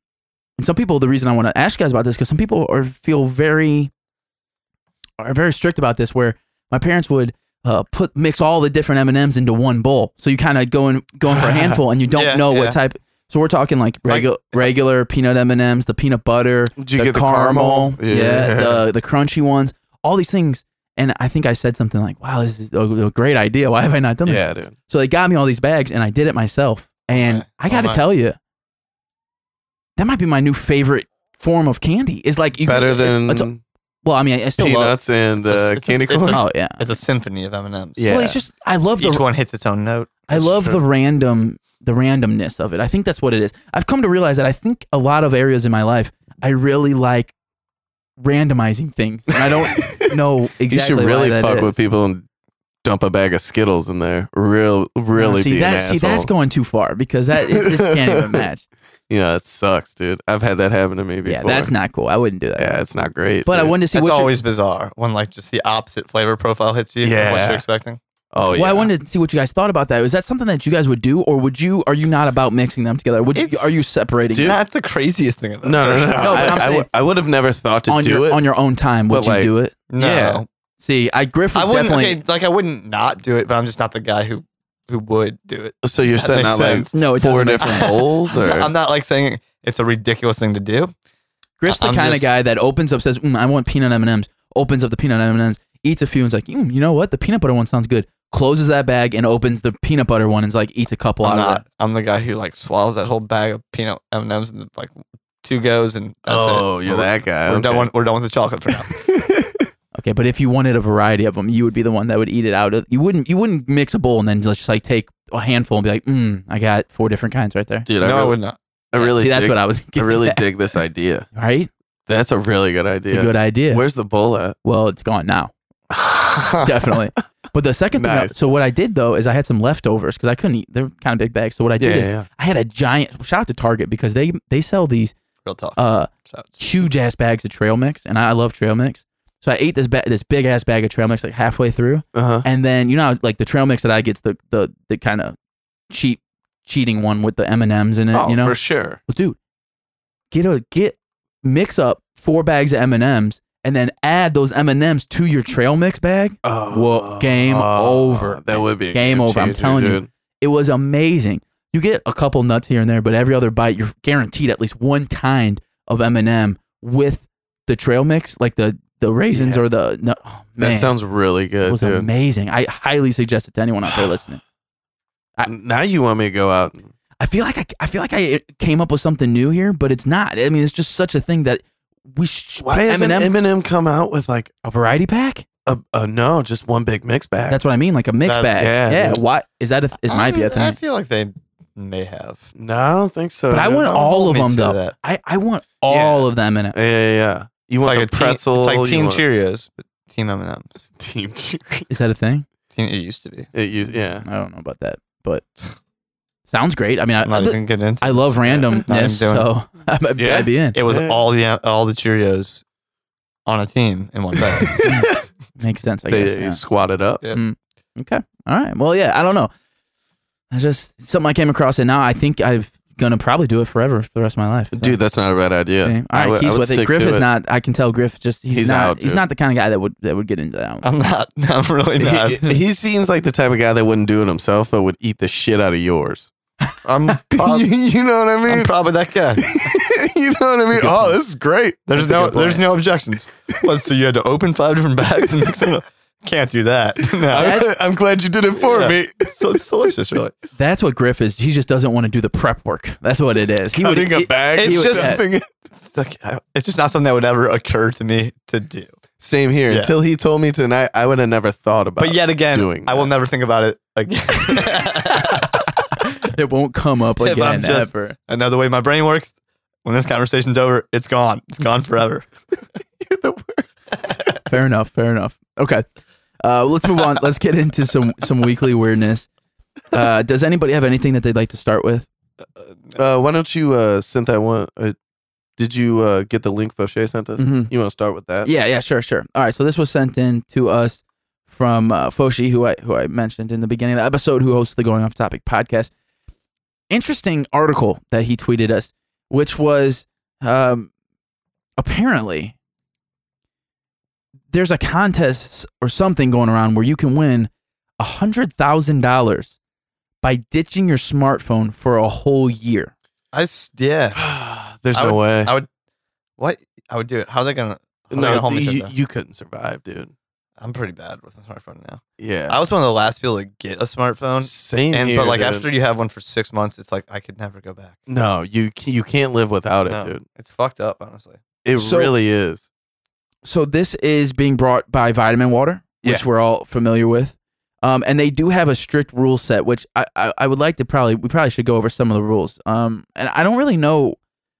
[SPEAKER 3] and some people, the reason I want to ask you guys about this because some people are feel very are very strict about this. Where my parents would uh, put mix all the different M and M's into one bowl, so you kind of going going for a handful, and you don't
[SPEAKER 2] Yeah,
[SPEAKER 3] know
[SPEAKER 2] yeah.
[SPEAKER 3] what type. So we're talking like
[SPEAKER 2] Like-
[SPEAKER 3] regular regular peanut M and M's, the peanut butter,
[SPEAKER 1] Did you get the
[SPEAKER 3] caramel,
[SPEAKER 1] caramel? [LAUGHS]
[SPEAKER 3] yeah, the the crunchy ones, all these things. And I think I said something like, "Wow, this is a, a great idea. Why have I not done this?"
[SPEAKER 1] Yeah, dude.
[SPEAKER 3] So they got me all these bags, and I did it myself. And
[SPEAKER 2] Okay.
[SPEAKER 3] I got to
[SPEAKER 2] Oh, my.
[SPEAKER 3] tell you, that might be my new favorite form of candy. It's like you
[SPEAKER 1] Better than
[SPEAKER 3] it's- well, I mean, I still love.
[SPEAKER 1] peanuts and
[SPEAKER 2] It's a-
[SPEAKER 1] uh,
[SPEAKER 2] it's a-
[SPEAKER 1] candy
[SPEAKER 3] [LAUGHS]
[SPEAKER 2] it's a-
[SPEAKER 1] corn.
[SPEAKER 3] Oh yeah,
[SPEAKER 2] It's a symphony of M&Ms.
[SPEAKER 1] Yeah.
[SPEAKER 3] Well, it's just I love the
[SPEAKER 2] Each one hits its own note.
[SPEAKER 3] I
[SPEAKER 2] It's
[SPEAKER 3] love
[SPEAKER 2] true.
[SPEAKER 3] the random the randomness of it. I think that's what it is. I've come to realize that I think a lot of areas in my life I really like randomizing things. And
[SPEAKER 1] [LAUGHS]
[SPEAKER 3] I don't know
[SPEAKER 1] you
[SPEAKER 3] exactly.
[SPEAKER 1] should really
[SPEAKER 3] why that
[SPEAKER 1] fuck with
[SPEAKER 3] is.
[SPEAKER 1] people and dump a bag of Skittles in there. Real, really
[SPEAKER 3] see
[SPEAKER 1] be an
[SPEAKER 3] that,
[SPEAKER 1] asshole.
[SPEAKER 3] see that's going too far because that it just
[SPEAKER 1] [LAUGHS]
[SPEAKER 3] can't even match.
[SPEAKER 1] you know, it sucks, dude. I've had that happen to me before.
[SPEAKER 3] Yeah, that's not cool. I wouldn't do that.
[SPEAKER 1] Yeah, it's not great.
[SPEAKER 3] but I
[SPEAKER 1] dude.
[SPEAKER 3] wanted to see
[SPEAKER 2] That's
[SPEAKER 3] what your-
[SPEAKER 2] always bizarre when like just the opposite flavor profile hits you. Yeah. What
[SPEAKER 1] Yeah.
[SPEAKER 2] you're expecting.
[SPEAKER 1] Oh, yeah.
[SPEAKER 3] Well, I wanted to see what you guys thought about that. Is that something that you guys would do, or would you? Are you not about mixing them together? Would you,
[SPEAKER 2] It's-
[SPEAKER 3] are you separating
[SPEAKER 2] It's
[SPEAKER 3] them
[SPEAKER 2] not the craziest thing. I've
[SPEAKER 1] No, no,
[SPEAKER 2] ever
[SPEAKER 1] no. no.
[SPEAKER 2] heard.
[SPEAKER 3] No, but
[SPEAKER 1] I,
[SPEAKER 3] I'm
[SPEAKER 1] I,
[SPEAKER 3] saying-
[SPEAKER 1] would- I would have never thought to
[SPEAKER 3] on
[SPEAKER 1] do
[SPEAKER 3] your
[SPEAKER 1] it.
[SPEAKER 3] on your own time? Would
[SPEAKER 1] But,
[SPEAKER 3] you
[SPEAKER 1] like,
[SPEAKER 3] do it?
[SPEAKER 2] [LAUGHS] No.
[SPEAKER 1] Yeah.
[SPEAKER 3] See, I Griff was
[SPEAKER 2] I wouldn't.
[SPEAKER 3] definitely
[SPEAKER 2] Okay, like I wouldn't not do it, but I'm just not the guy who who would do it.
[SPEAKER 1] so you're
[SPEAKER 2] That
[SPEAKER 1] setting
[SPEAKER 2] makes
[SPEAKER 1] out like
[SPEAKER 2] sense.
[SPEAKER 3] No, it
[SPEAKER 1] four
[SPEAKER 3] doesn't make
[SPEAKER 1] different
[SPEAKER 2] sense.
[SPEAKER 1] holes, or
[SPEAKER 2] [LAUGHS] I'm not like saying it's a ridiculous thing to do.
[SPEAKER 3] Griff's the
[SPEAKER 2] I'm
[SPEAKER 3] kind of
[SPEAKER 2] just-
[SPEAKER 3] guy that opens up, says, mm, "I want peanut M and M's." Opens up the peanut M and M's, eats a few, and's like, mm, "You know what? The peanut butter one sounds good." Closes that bag and opens the peanut butter one, and's like, eats a couple
[SPEAKER 2] I'm
[SPEAKER 3] out of
[SPEAKER 2] not.
[SPEAKER 3] that.
[SPEAKER 2] I'm the guy who like swallows that whole bag of peanut M and M's and like two goes and that's
[SPEAKER 1] oh,
[SPEAKER 2] it.
[SPEAKER 1] you're
[SPEAKER 2] we're,
[SPEAKER 1] that guy.
[SPEAKER 2] We're
[SPEAKER 1] okay.
[SPEAKER 2] done. With, we're done with the chocolate for
[SPEAKER 1] [LAUGHS]
[SPEAKER 2] now.
[SPEAKER 3] [LAUGHS] Okay, but if you wanted a variety of them, you would be the one that would eat it out. Of, you wouldn't. You wouldn't mix a bowl and then just like take a handful and be like, mm, "I got four different kinds right there."
[SPEAKER 1] dude. I
[SPEAKER 2] no, I
[SPEAKER 1] really,
[SPEAKER 2] would not.
[SPEAKER 1] I really,
[SPEAKER 3] See, that's
[SPEAKER 1] dig,
[SPEAKER 3] what I was.
[SPEAKER 1] I
[SPEAKER 3] Getting
[SPEAKER 1] really
[SPEAKER 3] [LAUGHS] at,
[SPEAKER 1] dig this idea.
[SPEAKER 3] right.
[SPEAKER 1] That's a really good
[SPEAKER 3] It's
[SPEAKER 1] idea.
[SPEAKER 3] a good idea.
[SPEAKER 1] Where's the bowl
[SPEAKER 3] [LAUGHS]
[SPEAKER 1] at?
[SPEAKER 3] well, it's
[SPEAKER 1] [LAUGHS]
[SPEAKER 3] gone now, definitely. But the second thing, I-
[SPEAKER 1] Nice.
[SPEAKER 3] so what I did though is I had some leftovers because I couldn't eat. They're kind of big bags. So what I
[SPEAKER 1] Yeah,
[SPEAKER 3] did
[SPEAKER 1] yeah,
[SPEAKER 3] is
[SPEAKER 1] yeah.
[SPEAKER 3] I had a giant shout out to Target because they they sell these
[SPEAKER 2] Real talk.
[SPEAKER 3] uh
[SPEAKER 2] Shouts.
[SPEAKER 3] huge ass bags of trail mix, and I, I love trail mix. So I ate this ba- this big ass bag of trail mix like halfway through,
[SPEAKER 1] Uh-huh.
[SPEAKER 3] and then you know how, like the trail mix that I gets the the the kind of cheap cheating one with the M and M's in it.
[SPEAKER 1] oh,
[SPEAKER 3] you know,
[SPEAKER 1] for sure.
[SPEAKER 3] well, dude, get a get mix up four bags of M and M's, and then add those M and M's to your trail mix bag.
[SPEAKER 1] Oh,
[SPEAKER 3] Well, game over.
[SPEAKER 1] That would be a
[SPEAKER 3] Game over, I'm
[SPEAKER 1] changer,
[SPEAKER 3] telling you.
[SPEAKER 1] dude.
[SPEAKER 3] It was amazing. You get a couple nuts here and there, but every other bite, you're guaranteed at least one kind of M and M with the trail mix, like the the raisins
[SPEAKER 1] Yeah.
[SPEAKER 3] or the nut. Oh, man,
[SPEAKER 1] That sounds really
[SPEAKER 3] it
[SPEAKER 1] good,
[SPEAKER 3] was
[SPEAKER 1] dude.
[SPEAKER 3] amazing. I highly suggest it to
[SPEAKER 1] [SIGHS]
[SPEAKER 3] anyone out there listening. I-
[SPEAKER 1] now you want me to go out. and-
[SPEAKER 3] I feel like I, I feel like I uh, came up with something new here, but it's not. I mean, it's just such a thing that we should
[SPEAKER 1] Why hasn't
[SPEAKER 3] M&M
[SPEAKER 1] Eminem come out with like
[SPEAKER 3] a variety pack.
[SPEAKER 1] a, a no, just one big mix bag?
[SPEAKER 3] That's what I mean, like a mix
[SPEAKER 2] That's-
[SPEAKER 3] bag.
[SPEAKER 1] yeah,
[SPEAKER 3] Yeah,
[SPEAKER 1] dude.
[SPEAKER 3] What is that? A, it might be
[SPEAKER 2] I- I
[SPEAKER 3] a thing.
[SPEAKER 2] feel like they may have.
[SPEAKER 1] no, I don't think so.
[SPEAKER 3] But I
[SPEAKER 1] dude.
[SPEAKER 3] want
[SPEAKER 2] Don't
[SPEAKER 3] all
[SPEAKER 2] hold
[SPEAKER 3] of
[SPEAKER 2] me
[SPEAKER 3] them,
[SPEAKER 2] to
[SPEAKER 3] though.
[SPEAKER 2] that.
[SPEAKER 3] I, I want all of them in it.
[SPEAKER 1] Yeah, yeah, yeah. You
[SPEAKER 2] It's
[SPEAKER 1] want
[SPEAKER 2] like a
[SPEAKER 1] the pretzel?
[SPEAKER 2] Team, it's like
[SPEAKER 1] you
[SPEAKER 2] Team
[SPEAKER 1] want-
[SPEAKER 2] Cheerios, but Team M and M's.
[SPEAKER 1] [LAUGHS] Team cheer. [LAUGHS]
[SPEAKER 3] Is that a thing?
[SPEAKER 2] Team it used to be.
[SPEAKER 3] [LAUGHS]
[SPEAKER 1] It, you, yeah.
[SPEAKER 3] I don't know about that, but Sounds great. I mean, I,
[SPEAKER 2] I'm not
[SPEAKER 3] I,
[SPEAKER 2] even getting into
[SPEAKER 3] I love
[SPEAKER 2] this.
[SPEAKER 3] randomness,
[SPEAKER 2] doing it.
[SPEAKER 3] so [LAUGHS] I'd,
[SPEAKER 1] Yeah.
[SPEAKER 3] I'd be in.
[SPEAKER 2] It was
[SPEAKER 1] Yeah.
[SPEAKER 2] all the all the Cheerios on a team in one
[SPEAKER 1] [LAUGHS]
[SPEAKER 2] bag.
[SPEAKER 3] Makes sense. Mm, I
[SPEAKER 1] they
[SPEAKER 3] guess. yeah.
[SPEAKER 1] squatted up.
[SPEAKER 3] Okay. All right. Well, yeah. I don't know. That's just something I came across, and now I think I'm gonna probably do it forever for the rest of my life. So,
[SPEAKER 1] Dude, that's not a bad idea.
[SPEAKER 3] okay.
[SPEAKER 1] I
[SPEAKER 3] All right.
[SPEAKER 1] would- I
[SPEAKER 3] Keith's
[SPEAKER 1] would
[SPEAKER 3] with it.
[SPEAKER 1] stick
[SPEAKER 3] Griff
[SPEAKER 1] to
[SPEAKER 3] is
[SPEAKER 1] it.
[SPEAKER 3] not. I can tell. Griff just he's,
[SPEAKER 1] He's
[SPEAKER 3] not.
[SPEAKER 1] out,
[SPEAKER 3] he's
[SPEAKER 1] dude. Uh.
[SPEAKER 3] not the kind of guy that would that would get into that. One.
[SPEAKER 2] I'm not. [LAUGHS] I'm really
[SPEAKER 1] [LAUGHS]
[SPEAKER 2] not.
[SPEAKER 1] He, he seems like the type of guy that wouldn't do it himself, but would eat the shit out of yours. [LAUGHS]
[SPEAKER 2] I'm,
[SPEAKER 1] you,
[SPEAKER 2] prob-
[SPEAKER 1] you know what I
[SPEAKER 2] I'm
[SPEAKER 1] mean?
[SPEAKER 2] probably that guy.
[SPEAKER 1] [LAUGHS] you know what I mean? Oh, this is great.
[SPEAKER 2] There's
[SPEAKER 3] That's a
[SPEAKER 2] no
[SPEAKER 3] good point.
[SPEAKER 2] there's no objections. What, so you had to open five different bags and mix it up. Can't do that. [LAUGHS] No.
[SPEAKER 1] I'm, I'm glad you did it for
[SPEAKER 2] Yeah.
[SPEAKER 1] me.
[SPEAKER 2] So it's delicious, really.
[SPEAKER 3] That's what Griff is. He just doesn't want to do the prep work. That's what it is. He would.
[SPEAKER 1] Cutting a
[SPEAKER 3] it-
[SPEAKER 1] bag.
[SPEAKER 2] it's
[SPEAKER 1] and
[SPEAKER 2] just-
[SPEAKER 1] stuffing it.
[SPEAKER 2] It's, like, I- it's just not something that would ever occur to me to do.
[SPEAKER 1] Same here.
[SPEAKER 2] Yeah.
[SPEAKER 1] Until he told me tonight, I would have never thought about.
[SPEAKER 2] But yet again,
[SPEAKER 1] doing
[SPEAKER 2] I will never think about it again. [LAUGHS]
[SPEAKER 3] it won't
[SPEAKER 1] [LAUGHS]
[SPEAKER 3] come up
[SPEAKER 2] If I'm
[SPEAKER 3] again
[SPEAKER 2] just-
[SPEAKER 3] ever.
[SPEAKER 2] I know the way my brain works. When this conversation's over, it's gone. It's gone forever.
[SPEAKER 3] Fair enough. Fair enough. Okay. Uh, let's move on. Let's get into some some weekly weirdness. Uh, does anybody have anything that they'd like to start with?
[SPEAKER 1] Uh, why don't you uh, send that one? Uh, did you uh, get the link Fauché sent us?
[SPEAKER 3] Mhm.
[SPEAKER 1] You want to start with that?
[SPEAKER 3] Yeah, yeah, sure, sure. All right, so this was sent in to us from uh, Foshi, who I who I mentioned in the beginning of the episode, who hosts the Going Off Topic podcast. Interesting article that he tweeted us, which was um, apparently there's a contest or something going around where you can win a hundred thousand dollars by ditching your smartphone for a whole year.
[SPEAKER 2] I s- yeah.
[SPEAKER 1] [SIGHS] There's
[SPEAKER 2] I
[SPEAKER 1] no way.
[SPEAKER 2] I would. What? I would do it. How are they gonna? How no,
[SPEAKER 1] no,
[SPEAKER 2] gonna hold me to
[SPEAKER 1] you,
[SPEAKER 2] that?
[SPEAKER 1] you couldn't survive, dude.
[SPEAKER 2] I'm pretty bad with my smartphone now.
[SPEAKER 1] Yeah.
[SPEAKER 2] I was one of the last people to get a smartphone,
[SPEAKER 1] Same
[SPEAKER 2] and
[SPEAKER 1] here.
[SPEAKER 2] but like
[SPEAKER 1] dude.
[SPEAKER 2] after you have one for six months, it's like I could never go back.
[SPEAKER 1] no, you c- you can't live without it,
[SPEAKER 2] No,
[SPEAKER 1] dude.
[SPEAKER 2] It's fucked up, honestly.
[SPEAKER 1] It
[SPEAKER 3] So-
[SPEAKER 1] really is.
[SPEAKER 3] so this is being brought by Vitamin Water, which
[SPEAKER 1] Yeah.
[SPEAKER 3] we're all familiar with. Um, and they do have a strict rule set, which I, I, I would like to probably we probably should go over some of the rules. Um, and I don't really know.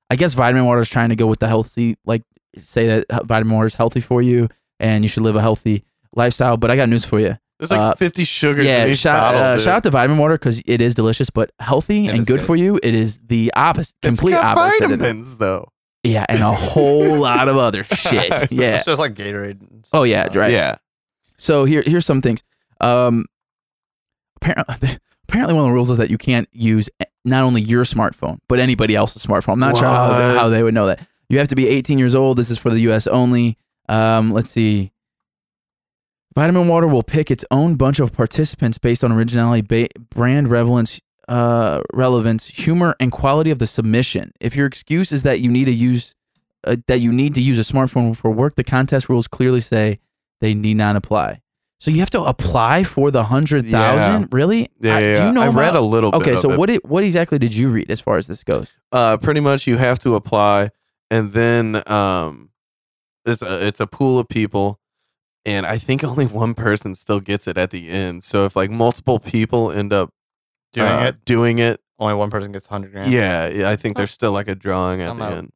[SPEAKER 3] I guess Vitamin Water is trying to go with the healthy, like say that he- Vitamin Water is healthy for you and you should live a healthy lifestyle. But I got news for you.
[SPEAKER 1] There's like
[SPEAKER 3] Uh,
[SPEAKER 1] 50 sugars in
[SPEAKER 3] yeah,
[SPEAKER 1] each
[SPEAKER 3] shout,
[SPEAKER 1] bottle.
[SPEAKER 3] uh,
[SPEAKER 1] dude.
[SPEAKER 3] shout out to Vitamin Water because it is delicious, but healthy
[SPEAKER 2] It
[SPEAKER 3] and
[SPEAKER 2] is
[SPEAKER 3] good,
[SPEAKER 2] good.
[SPEAKER 3] for you. It is the opposite, complete
[SPEAKER 1] it's got
[SPEAKER 3] opposite. of that.
[SPEAKER 1] vitamins, though.
[SPEAKER 3] Yeah, and a whole lot of
[SPEAKER 2] [LAUGHS]
[SPEAKER 3] other shit. Yeah.
[SPEAKER 2] It's just like Gatorade. and
[SPEAKER 3] Oh
[SPEAKER 2] stuff
[SPEAKER 3] yeah,
[SPEAKER 2] now.
[SPEAKER 3] right.
[SPEAKER 1] Yeah.
[SPEAKER 3] So here, here's some things. Um, apparently, [LAUGHS] apparently one of the rules is that you can't use not only your smartphone but anybody else's smartphone. I'm not sure how they,
[SPEAKER 1] What?
[SPEAKER 3] how they would know that. You have to be 18 years old. This is for the U.S. only. Um, let's see. Vitamin Water will pick its own bunch of participants based on originality, ba- brand relevance, uh, relevance, humor, and quality of the submission. If your excuse is that you need to use uh, that you need to use a smartphone for work, the contest rules clearly say they need not apply. So you have to apply for the hundred thousand, really?
[SPEAKER 1] Yeah. yeah,
[SPEAKER 3] I, Do
[SPEAKER 1] yeah.
[SPEAKER 3] you know
[SPEAKER 1] I
[SPEAKER 3] about-
[SPEAKER 1] read a little bit.
[SPEAKER 3] Okay, so
[SPEAKER 1] of it.
[SPEAKER 3] what did, what exactly did you read as far as this goes?
[SPEAKER 1] uh, pretty much you have to apply and then um it's a it's a pool of people and i think [LAUGHS] only one person still gets it at the end so if like multiple people end up
[SPEAKER 2] Doing
[SPEAKER 1] uh,
[SPEAKER 2] it,
[SPEAKER 1] doing it
[SPEAKER 2] only one person gets 100 grand.
[SPEAKER 1] yeah, yeah i think there's still like a drawing at
[SPEAKER 2] I'm
[SPEAKER 1] the
[SPEAKER 2] out.
[SPEAKER 1] end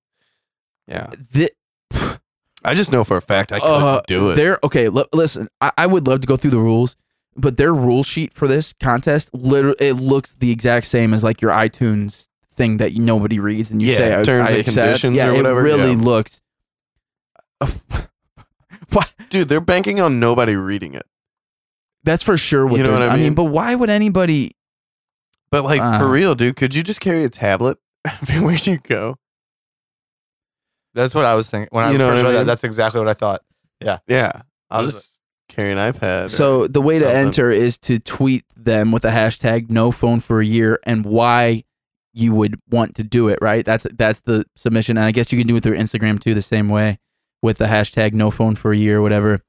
[SPEAKER 1] yeah
[SPEAKER 3] Thi-
[SPEAKER 1] i just know for a fact i couldn't
[SPEAKER 3] uh,
[SPEAKER 1] do it
[SPEAKER 3] There, okay. L- listen, I, I would love to go through the rules, but their rule sheet for this contest, literally, it looks the exact same as like your iTunes thing that you, nobody reads and you
[SPEAKER 1] Yeah,
[SPEAKER 3] say I-
[SPEAKER 1] terms
[SPEAKER 3] I
[SPEAKER 1] and
[SPEAKER 3] accept.
[SPEAKER 1] conditions
[SPEAKER 3] Yeah,
[SPEAKER 1] or whatever,
[SPEAKER 3] It really
[SPEAKER 1] yeah.
[SPEAKER 3] looks. uh, [LAUGHS] Why-
[SPEAKER 1] dude they're banking on nobody reading it
[SPEAKER 3] That's for sure. What
[SPEAKER 1] You know
[SPEAKER 3] they're-
[SPEAKER 1] what I
[SPEAKER 3] I mean,
[SPEAKER 1] mean?
[SPEAKER 3] but why would anybody?
[SPEAKER 1] but like
[SPEAKER 3] Wow.
[SPEAKER 1] for real dude could you just carry a tablet [LAUGHS] everywhere you go
[SPEAKER 2] That's what I was thinking when
[SPEAKER 1] You
[SPEAKER 2] I
[SPEAKER 1] know what I
[SPEAKER 2] first read that.
[SPEAKER 1] mean?
[SPEAKER 2] That's exactly what I thought.
[SPEAKER 1] yeah i'll
[SPEAKER 2] There's
[SPEAKER 1] just carry an ipad or-
[SPEAKER 3] So the way to
[SPEAKER 1] something.
[SPEAKER 3] enter is to tweet them with a hashtag no phone for a year and why you would want to do it, right? That's that's the submission. And I guess you can do it through Instagram too, the same way with the hashtag no phone for a year or whatever.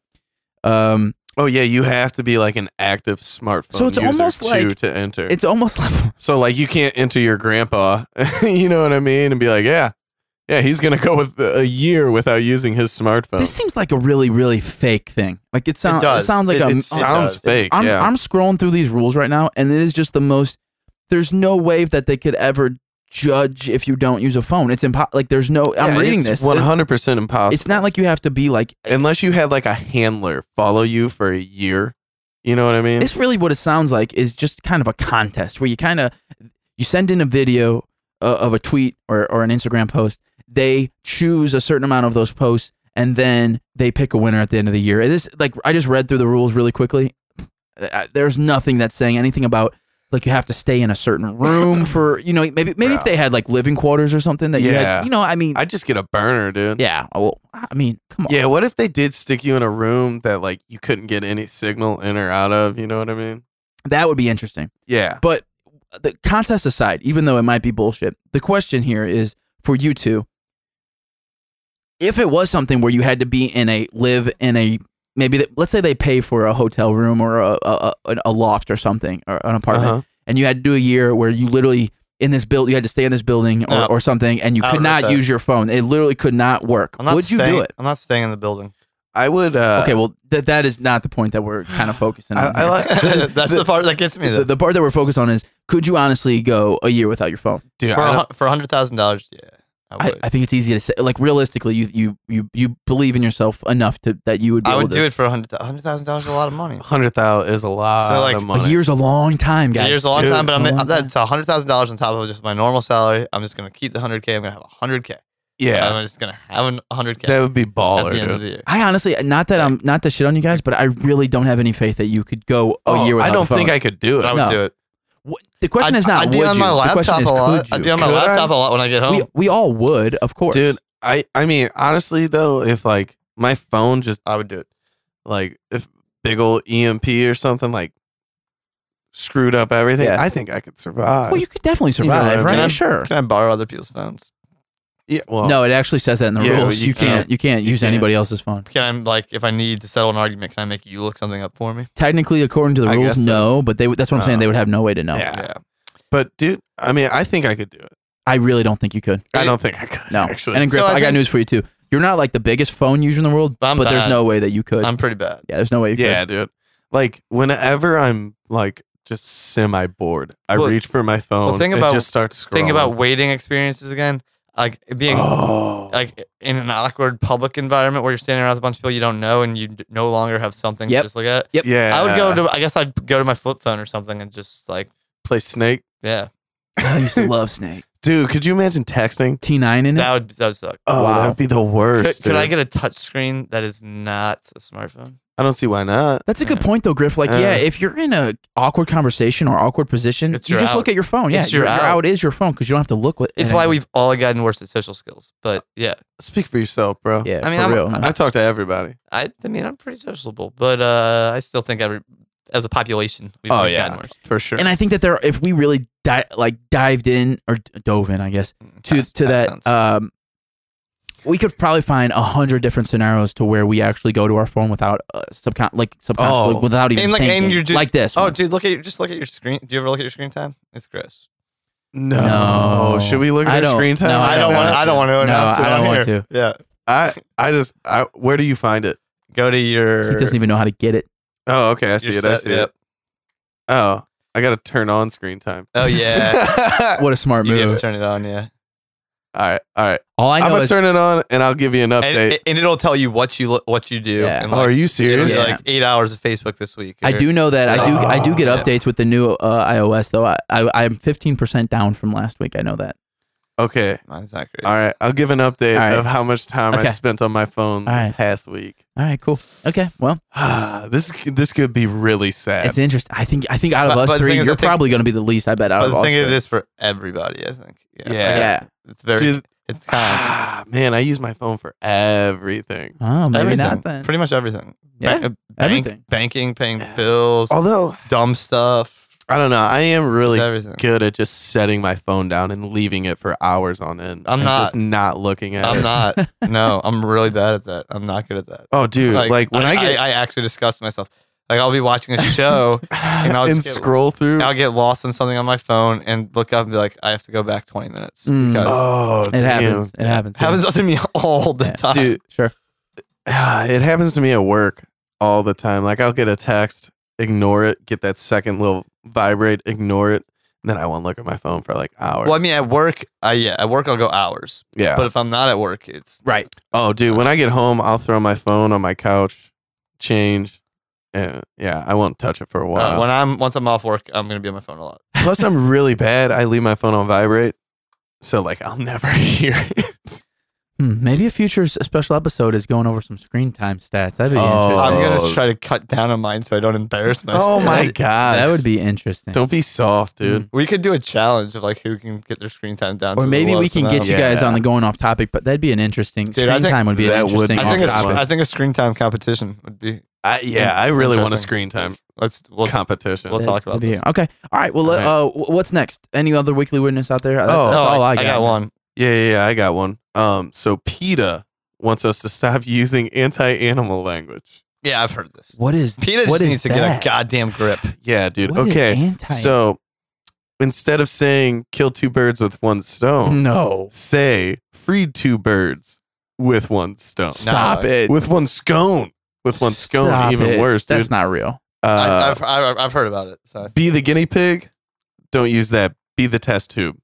[SPEAKER 3] Um
[SPEAKER 1] oh yeah you have to be like an active smartphone
[SPEAKER 3] So it's
[SPEAKER 1] user
[SPEAKER 3] almost
[SPEAKER 1] too
[SPEAKER 3] like-
[SPEAKER 1] to enter
[SPEAKER 3] it's almost like
[SPEAKER 1] So like you can't enter your grandpa, [LAUGHS] you know what I mean, and be like, yeah, yeah, he's gonna go with a year without using his smartphone.
[SPEAKER 3] this seems like a really, really fake thing. Like it sounds Oh, it,
[SPEAKER 2] does.
[SPEAKER 3] sounds like
[SPEAKER 1] it,
[SPEAKER 3] a
[SPEAKER 1] it sounds
[SPEAKER 2] does.
[SPEAKER 1] fake.
[SPEAKER 3] I'm,
[SPEAKER 1] yeah,
[SPEAKER 3] I'm scrolling through these rules right now, and it is just the most. There's no way that they could ever judge if you don't use a phone. It's impo- like there's no. I'm
[SPEAKER 1] Yeah,
[SPEAKER 3] reading
[SPEAKER 1] it's
[SPEAKER 3] this.
[SPEAKER 1] One hundred percent impossible.
[SPEAKER 3] It's not like you have to be like.
[SPEAKER 1] unless you had like a handler follow you for a year. You know what I mean?
[SPEAKER 3] It's really what it sounds like is just kind of a contest where you kind of You send in a video uh, of a tweet or, or an Instagram post. They choose a certain amount of those posts, and then they pick a winner at the end of the year. This like I just read through the rules really quickly. Uh, There's nothing that's saying anything about like you have to stay in a certain
[SPEAKER 1] [LAUGHS]
[SPEAKER 3] room for you know maybe maybe if
[SPEAKER 1] Bro.
[SPEAKER 3] they had like living quarters or something that you
[SPEAKER 1] Yeah.
[SPEAKER 3] had you know I mean
[SPEAKER 1] I just get a burner, dude.
[SPEAKER 3] yeah well I mean come on
[SPEAKER 1] Yeah, what if they did stick you in a room that like you couldn't get any signal in or out of? You know what I mean?
[SPEAKER 3] that would be interesting.
[SPEAKER 1] Yeah.
[SPEAKER 3] But the contest aside, even though it might be bullshit, the question here is for you two. If it was something where you had to be in a live in a maybe that, let's say they pay for a hotel room or a a, a, a loft or something or an apartment,
[SPEAKER 1] Uh-huh.
[SPEAKER 3] and you had to do a year where you literally in this build you had to stay in this building or,
[SPEAKER 2] No.
[SPEAKER 3] or something, and you
[SPEAKER 2] I
[SPEAKER 3] could
[SPEAKER 2] don't know if
[SPEAKER 3] not
[SPEAKER 2] that-
[SPEAKER 3] use your phone. It literally could not work.
[SPEAKER 2] I'm not
[SPEAKER 3] Would you
[SPEAKER 2] staying,
[SPEAKER 3] do it?
[SPEAKER 2] I'm not staying in the building.
[SPEAKER 1] I would. Uh,
[SPEAKER 3] okay, well that that is not the point that
[SPEAKER 2] [SIGHS]
[SPEAKER 3] we're kind of focusing
[SPEAKER 1] I,
[SPEAKER 3] on.
[SPEAKER 1] I
[SPEAKER 3] here. [LAUGHS]
[SPEAKER 1] like,
[SPEAKER 2] [LAUGHS] That's the, part that gets me. Though.
[SPEAKER 3] the, the part that we're focused on is could you honestly go a year without your phone?
[SPEAKER 1] dude.
[SPEAKER 2] for
[SPEAKER 1] I
[SPEAKER 2] a,
[SPEAKER 1] don't-
[SPEAKER 2] hun- for hundred thousand dollars, yeah, I
[SPEAKER 3] I,
[SPEAKER 2] would. I,
[SPEAKER 3] I think it's easy to say. Like realistically, you you you you believe in yourself enough to that you would. Be able
[SPEAKER 2] would
[SPEAKER 3] to-
[SPEAKER 2] do it for a hundred thousand dollars. Is a lot of money.
[SPEAKER 1] hundred thousand is a lot
[SPEAKER 2] So, like,
[SPEAKER 1] of
[SPEAKER 3] A
[SPEAKER 1] money.
[SPEAKER 3] year's a long time, guys.
[SPEAKER 2] Years a long
[SPEAKER 1] dude,
[SPEAKER 2] time, but I'm,
[SPEAKER 3] a long
[SPEAKER 2] that's a hundred thousand dollars on top of just my normal salary. I'm just gonna keep the hundred k. I'm gonna have a hundred k.
[SPEAKER 1] yeah,
[SPEAKER 2] I'm just gonna have a hundred k
[SPEAKER 1] that would be
[SPEAKER 2] Oh, at the
[SPEAKER 1] baller.
[SPEAKER 2] end
[SPEAKER 1] dude.
[SPEAKER 2] of the year.
[SPEAKER 3] I honestly, not that I'm not to shit on you guys, but I really don't have any faith that you could go a
[SPEAKER 1] Oh,
[SPEAKER 3] year without.
[SPEAKER 1] I don't think I could do it.
[SPEAKER 2] But I would
[SPEAKER 3] No.
[SPEAKER 2] do it.
[SPEAKER 3] the question
[SPEAKER 2] I,
[SPEAKER 3] is not
[SPEAKER 2] I do
[SPEAKER 3] would
[SPEAKER 2] it on
[SPEAKER 3] you.
[SPEAKER 2] my
[SPEAKER 3] the
[SPEAKER 2] laptop
[SPEAKER 3] question is
[SPEAKER 2] a lot.
[SPEAKER 3] could
[SPEAKER 2] I
[SPEAKER 3] you.
[SPEAKER 2] do it on my
[SPEAKER 1] Could I?
[SPEAKER 2] laptop a lot when I get home.
[SPEAKER 3] we, we all would, of course,
[SPEAKER 1] dude. I I mean, honestly though, if like my phone just, I would do it. Like if big old EMP or something like screwed up everything,
[SPEAKER 3] Yeah.
[SPEAKER 1] I think I could survive.
[SPEAKER 3] Well, you could definitely
[SPEAKER 1] know what I
[SPEAKER 3] survive,
[SPEAKER 1] mean?
[SPEAKER 3] right?
[SPEAKER 2] Can I-
[SPEAKER 3] sure.
[SPEAKER 2] Can I borrow other people's phones?
[SPEAKER 1] yeah, well,
[SPEAKER 3] No, it actually says that in the
[SPEAKER 1] Yeah,
[SPEAKER 3] rules.
[SPEAKER 1] well, you
[SPEAKER 3] You, can't,
[SPEAKER 1] can't.
[SPEAKER 3] You can't
[SPEAKER 1] You
[SPEAKER 3] use
[SPEAKER 1] can't.
[SPEAKER 3] anybody else's phone.
[SPEAKER 2] Can I like if I need to settle an argument? Can I make you look something up for me?
[SPEAKER 3] Technically, according to the
[SPEAKER 1] I
[SPEAKER 3] rules,
[SPEAKER 1] guess so.
[SPEAKER 3] no. But they would- that's what I'm saying.
[SPEAKER 1] Uh,
[SPEAKER 3] They would have no way to know.
[SPEAKER 1] yeah. But dude, I mean, I think I could do it.
[SPEAKER 3] I really don't think you could.
[SPEAKER 1] I
[SPEAKER 2] It-
[SPEAKER 1] don't think I could.
[SPEAKER 3] No.
[SPEAKER 1] actually.
[SPEAKER 3] And then Griff,
[SPEAKER 2] So
[SPEAKER 3] I,
[SPEAKER 2] I
[SPEAKER 3] got
[SPEAKER 2] think-
[SPEAKER 3] news for you too. You're not like the biggest phone user in the world,
[SPEAKER 2] But I'm
[SPEAKER 3] but there's
[SPEAKER 2] bad.
[SPEAKER 3] no way that you could.
[SPEAKER 2] I'm pretty bad.
[SPEAKER 3] yeah, there's no way you
[SPEAKER 1] yeah, dude. Like whenever I'm like just semi bored, I
[SPEAKER 2] Well-
[SPEAKER 1] reach for my phone.
[SPEAKER 2] think
[SPEAKER 1] and
[SPEAKER 2] about-
[SPEAKER 1] just start scrolling.
[SPEAKER 2] Think about waiting experiences again. Like being
[SPEAKER 1] oh,
[SPEAKER 2] like in an awkward public environment where you're standing around with a bunch of people you don't know and you d- no longer have something
[SPEAKER 3] Yep.
[SPEAKER 2] to just look at.
[SPEAKER 3] yep.
[SPEAKER 1] yeah.
[SPEAKER 2] I would go to I guess I'd go to my flip phone or something and just like
[SPEAKER 1] play Snake.
[SPEAKER 2] yeah
[SPEAKER 3] could. I used to love [LAUGHS] Snake.
[SPEAKER 1] Dude, could you imagine texting?
[SPEAKER 3] T9 in it.
[SPEAKER 2] that would that would suck.
[SPEAKER 1] Oh,
[SPEAKER 3] Wow.
[SPEAKER 1] that would be the
[SPEAKER 2] Could,
[SPEAKER 1] worst.
[SPEAKER 2] could I
[SPEAKER 1] dude.
[SPEAKER 2] get a touch screen that is not a smartphone?
[SPEAKER 1] I don't see why not.
[SPEAKER 3] That's a good point though, Griff. Like,
[SPEAKER 1] Uh.
[SPEAKER 3] yeah, if you're in a awkward conversation or awkward position,
[SPEAKER 2] It's
[SPEAKER 3] you
[SPEAKER 2] your
[SPEAKER 3] just
[SPEAKER 2] out.
[SPEAKER 3] look at your phone. Yeah,
[SPEAKER 2] It's your
[SPEAKER 3] out.
[SPEAKER 2] out.
[SPEAKER 3] is your phone because you don't have to look what.
[SPEAKER 2] It's
[SPEAKER 3] at
[SPEAKER 2] why
[SPEAKER 3] anything.
[SPEAKER 2] we've all gotten worse at social skills. But
[SPEAKER 3] Oh.
[SPEAKER 2] yeah,
[SPEAKER 1] Speak for yourself, bro.
[SPEAKER 3] Yeah,
[SPEAKER 2] I mean,
[SPEAKER 3] for
[SPEAKER 2] I'm-
[SPEAKER 3] real.
[SPEAKER 1] I talk to everybody.
[SPEAKER 2] I I mean I'm pretty sociable, but uh, I still think every as a population we've
[SPEAKER 1] Oh
[SPEAKER 2] we've
[SPEAKER 1] yeah,
[SPEAKER 2] gotten worse.
[SPEAKER 1] for sure.
[SPEAKER 3] and I think that there, if we really di- like dived in or d- dove in, I guess to
[SPEAKER 2] Past-
[SPEAKER 3] to
[SPEAKER 2] past
[SPEAKER 3] that,
[SPEAKER 2] tense.
[SPEAKER 3] um, we could probably find a hundred different scenarios to where we actually go to our phone without uh, subcon like subconsciously
[SPEAKER 1] Oh.
[SPEAKER 3] without even
[SPEAKER 2] And, like, and
[SPEAKER 3] thinking,
[SPEAKER 2] you're ju-
[SPEAKER 3] like this.
[SPEAKER 2] oh
[SPEAKER 3] one.
[SPEAKER 2] dude, look at your, just look at your screen. Do you ever look at your screen time? It's gross.
[SPEAKER 1] no.
[SPEAKER 3] No.
[SPEAKER 1] should we look at
[SPEAKER 3] I
[SPEAKER 1] our
[SPEAKER 3] don't-
[SPEAKER 1] screen time?
[SPEAKER 3] no, Oh, I
[SPEAKER 2] I
[SPEAKER 3] don't
[SPEAKER 2] don't want.
[SPEAKER 3] wanna-
[SPEAKER 2] I don't want to
[SPEAKER 3] No,
[SPEAKER 2] announce it
[SPEAKER 3] I don't
[SPEAKER 2] on
[SPEAKER 3] want
[SPEAKER 2] here. Yeah,
[SPEAKER 1] I I just I. Where do you find it?
[SPEAKER 2] go to your.
[SPEAKER 3] he doesn't even know how to get it.
[SPEAKER 1] Oh, okay. I see
[SPEAKER 2] Your
[SPEAKER 1] it. I
[SPEAKER 2] set-
[SPEAKER 1] see
[SPEAKER 2] yep.
[SPEAKER 1] it. Oh, I got to turn on screen time. [LAUGHS]
[SPEAKER 3] [LAUGHS]
[SPEAKER 2] Oh yeah,
[SPEAKER 3] What a smart
[SPEAKER 2] Uh, you do have
[SPEAKER 3] move!
[SPEAKER 2] to turn it on. Yeah,
[SPEAKER 1] all right. All right.
[SPEAKER 3] All I
[SPEAKER 1] I'm
[SPEAKER 3] know
[SPEAKER 1] gonna
[SPEAKER 3] is
[SPEAKER 1] turn it on and I'll give you an
[SPEAKER 2] and,
[SPEAKER 1] update.
[SPEAKER 2] it- and it'll tell you what you lo- what you do.
[SPEAKER 3] Yeah.
[SPEAKER 2] And
[SPEAKER 1] oh, are
[SPEAKER 2] like,
[SPEAKER 1] you
[SPEAKER 2] it was
[SPEAKER 1] serious?
[SPEAKER 3] Yeah.
[SPEAKER 2] like eight hours of Facebook this week.
[SPEAKER 3] I
[SPEAKER 2] or-
[SPEAKER 3] do know that I do I do get
[SPEAKER 1] Oh.
[SPEAKER 3] updates with the new uh, iOS though. I, I I'm 15 percent down from last week. I know that.
[SPEAKER 1] Okay.
[SPEAKER 2] Mine's not great.
[SPEAKER 1] All right. I'll give an update
[SPEAKER 3] All right.
[SPEAKER 1] of how much time I
[SPEAKER 3] Okay.
[SPEAKER 1] spent on my phone
[SPEAKER 3] All right.
[SPEAKER 1] the past week. [SIGHS]
[SPEAKER 3] All right, cool. Okay, well,
[SPEAKER 1] this this could be really sad.
[SPEAKER 3] it's interesting. I think I think out of
[SPEAKER 2] But-
[SPEAKER 3] us
[SPEAKER 2] but the
[SPEAKER 3] three,
[SPEAKER 2] thing is, I
[SPEAKER 3] you're
[SPEAKER 2] think-
[SPEAKER 3] probably going to be the least. I bet out
[SPEAKER 2] But
[SPEAKER 3] of
[SPEAKER 2] the
[SPEAKER 3] all.
[SPEAKER 2] thing is, it
[SPEAKER 3] three.
[SPEAKER 2] is for everybody. I think.
[SPEAKER 1] Yeah.
[SPEAKER 2] Yeah. Like,
[SPEAKER 3] yeah.
[SPEAKER 2] It's very.
[SPEAKER 1] [SIGHS] Dude,
[SPEAKER 2] it's kind of.
[SPEAKER 1] ah, man, I use my phone for everything.
[SPEAKER 3] Oh, maybe
[SPEAKER 2] everything.
[SPEAKER 3] not then.
[SPEAKER 2] Pretty much everything.
[SPEAKER 3] Yeah,
[SPEAKER 2] Bank-
[SPEAKER 3] everything.
[SPEAKER 2] Banking, paying bills,
[SPEAKER 1] Although
[SPEAKER 2] dumb stuff.
[SPEAKER 1] I don't know, I am
[SPEAKER 2] just
[SPEAKER 1] really
[SPEAKER 2] everything.
[SPEAKER 1] good at just setting my phone down and leaving it for hours on end.
[SPEAKER 2] I'm
[SPEAKER 1] and
[SPEAKER 2] not.
[SPEAKER 1] just not looking at it.
[SPEAKER 2] I'm not. No, I'm really bad at that. I'm not good at that.
[SPEAKER 1] Oh, dude! Like, when I, get
[SPEAKER 2] I, actually disgust myself. Like I'll be watching
[SPEAKER 1] [LAUGHS]
[SPEAKER 2] a show
[SPEAKER 1] [SIGHS] and,
[SPEAKER 2] and I'll just get-
[SPEAKER 1] scroll through.
[SPEAKER 2] and I'll get lost in something on my phone and look up and be like, I have to go back 20 minutes
[SPEAKER 3] Mm.
[SPEAKER 2] because
[SPEAKER 1] oh,
[SPEAKER 3] It
[SPEAKER 1] damn.
[SPEAKER 3] happens. It happens.
[SPEAKER 2] it happens to me [LAUGHS] all the
[SPEAKER 3] Yeah.
[SPEAKER 2] time.
[SPEAKER 1] dude.
[SPEAKER 3] Sure.
[SPEAKER 1] [SIGHS] It happens to me at work all the time. Like I'll get a text, ignore it, get that second little vibrate, ignore it, and then I won't look at my phone for like hours.
[SPEAKER 2] Well, I mean, at work, I yeah, at work I'll go hours,
[SPEAKER 1] yeah.
[SPEAKER 2] but if I'm not at work, it's uh,
[SPEAKER 3] Right.
[SPEAKER 1] oh, dude, when I get home, I'll throw my phone on my couch, change, And yeah, I won't touch it for a while.
[SPEAKER 2] Uh, when I'm once I'm off work, I'm gonna be on my phone a lot.
[SPEAKER 1] Plus, I'm really bad. I leave my phone on vibrate, so like I'll never [LAUGHS] hear it.
[SPEAKER 3] Hmm, maybe a future s- special episode is going over some screen time stats. That'd be
[SPEAKER 1] Oh,
[SPEAKER 3] interesting.
[SPEAKER 2] I'm
[SPEAKER 1] Oh.
[SPEAKER 2] gonna try to cut down on mine so I don't embarrass myself.
[SPEAKER 1] oh my gosh,
[SPEAKER 3] that would be interesting.
[SPEAKER 1] Don't be soft, dude.
[SPEAKER 2] [LAUGHS] We could do a challenge of like who can get their screen time down.
[SPEAKER 3] or
[SPEAKER 2] to the
[SPEAKER 3] maybe we
[SPEAKER 2] lowest
[SPEAKER 3] can
[SPEAKER 2] amount.
[SPEAKER 3] get you guys on the going off topic, but that'd be an interesting
[SPEAKER 2] Dude, I
[SPEAKER 3] screen
[SPEAKER 2] think-
[SPEAKER 3] time would be
[SPEAKER 1] that
[SPEAKER 3] an
[SPEAKER 1] would
[SPEAKER 3] interesting.
[SPEAKER 1] be-
[SPEAKER 2] I think a,
[SPEAKER 1] off
[SPEAKER 2] sc-
[SPEAKER 1] topic.
[SPEAKER 2] I think a screen time competition would be.
[SPEAKER 1] I, yeah, I really want a
[SPEAKER 2] Interesting.
[SPEAKER 1] screen time
[SPEAKER 2] Let's we'll,
[SPEAKER 1] competition.
[SPEAKER 2] we'll talk about this.
[SPEAKER 3] Okay. All right. Well, let- uh, wh- what's next? Any other weekly witness out there? That's,
[SPEAKER 1] Oh,
[SPEAKER 3] that's
[SPEAKER 2] No,
[SPEAKER 3] all I,
[SPEAKER 2] I got one.
[SPEAKER 1] yeah, yeah, yeah, I got one. Um, so PETA wants us to stop [LAUGHS] using anti-animal language.
[SPEAKER 2] Yeah, I've heard this.
[SPEAKER 3] What is
[SPEAKER 2] Peter
[SPEAKER 3] what
[SPEAKER 2] just
[SPEAKER 3] is
[SPEAKER 2] needs to get
[SPEAKER 3] that?
[SPEAKER 2] a goddamn grip.
[SPEAKER 1] Yeah, dude.
[SPEAKER 3] What is
[SPEAKER 1] okay,
[SPEAKER 3] anti-
[SPEAKER 1] so instead of saying "kill two birds with one stone,"
[SPEAKER 3] no.
[SPEAKER 1] say "freed two birds with one stone."
[SPEAKER 3] Stop
[SPEAKER 2] No,
[SPEAKER 3] it.
[SPEAKER 1] with one scone. With one scone,
[SPEAKER 3] Stop
[SPEAKER 1] even
[SPEAKER 3] it.
[SPEAKER 1] worse, dude.
[SPEAKER 3] That's not real.
[SPEAKER 2] I,
[SPEAKER 1] uh,
[SPEAKER 2] I've, I've I've heard about it. So I-
[SPEAKER 1] be the guinea pig. Don't use that. Be the test
[SPEAKER 3] [LAUGHS]
[SPEAKER 1] tube.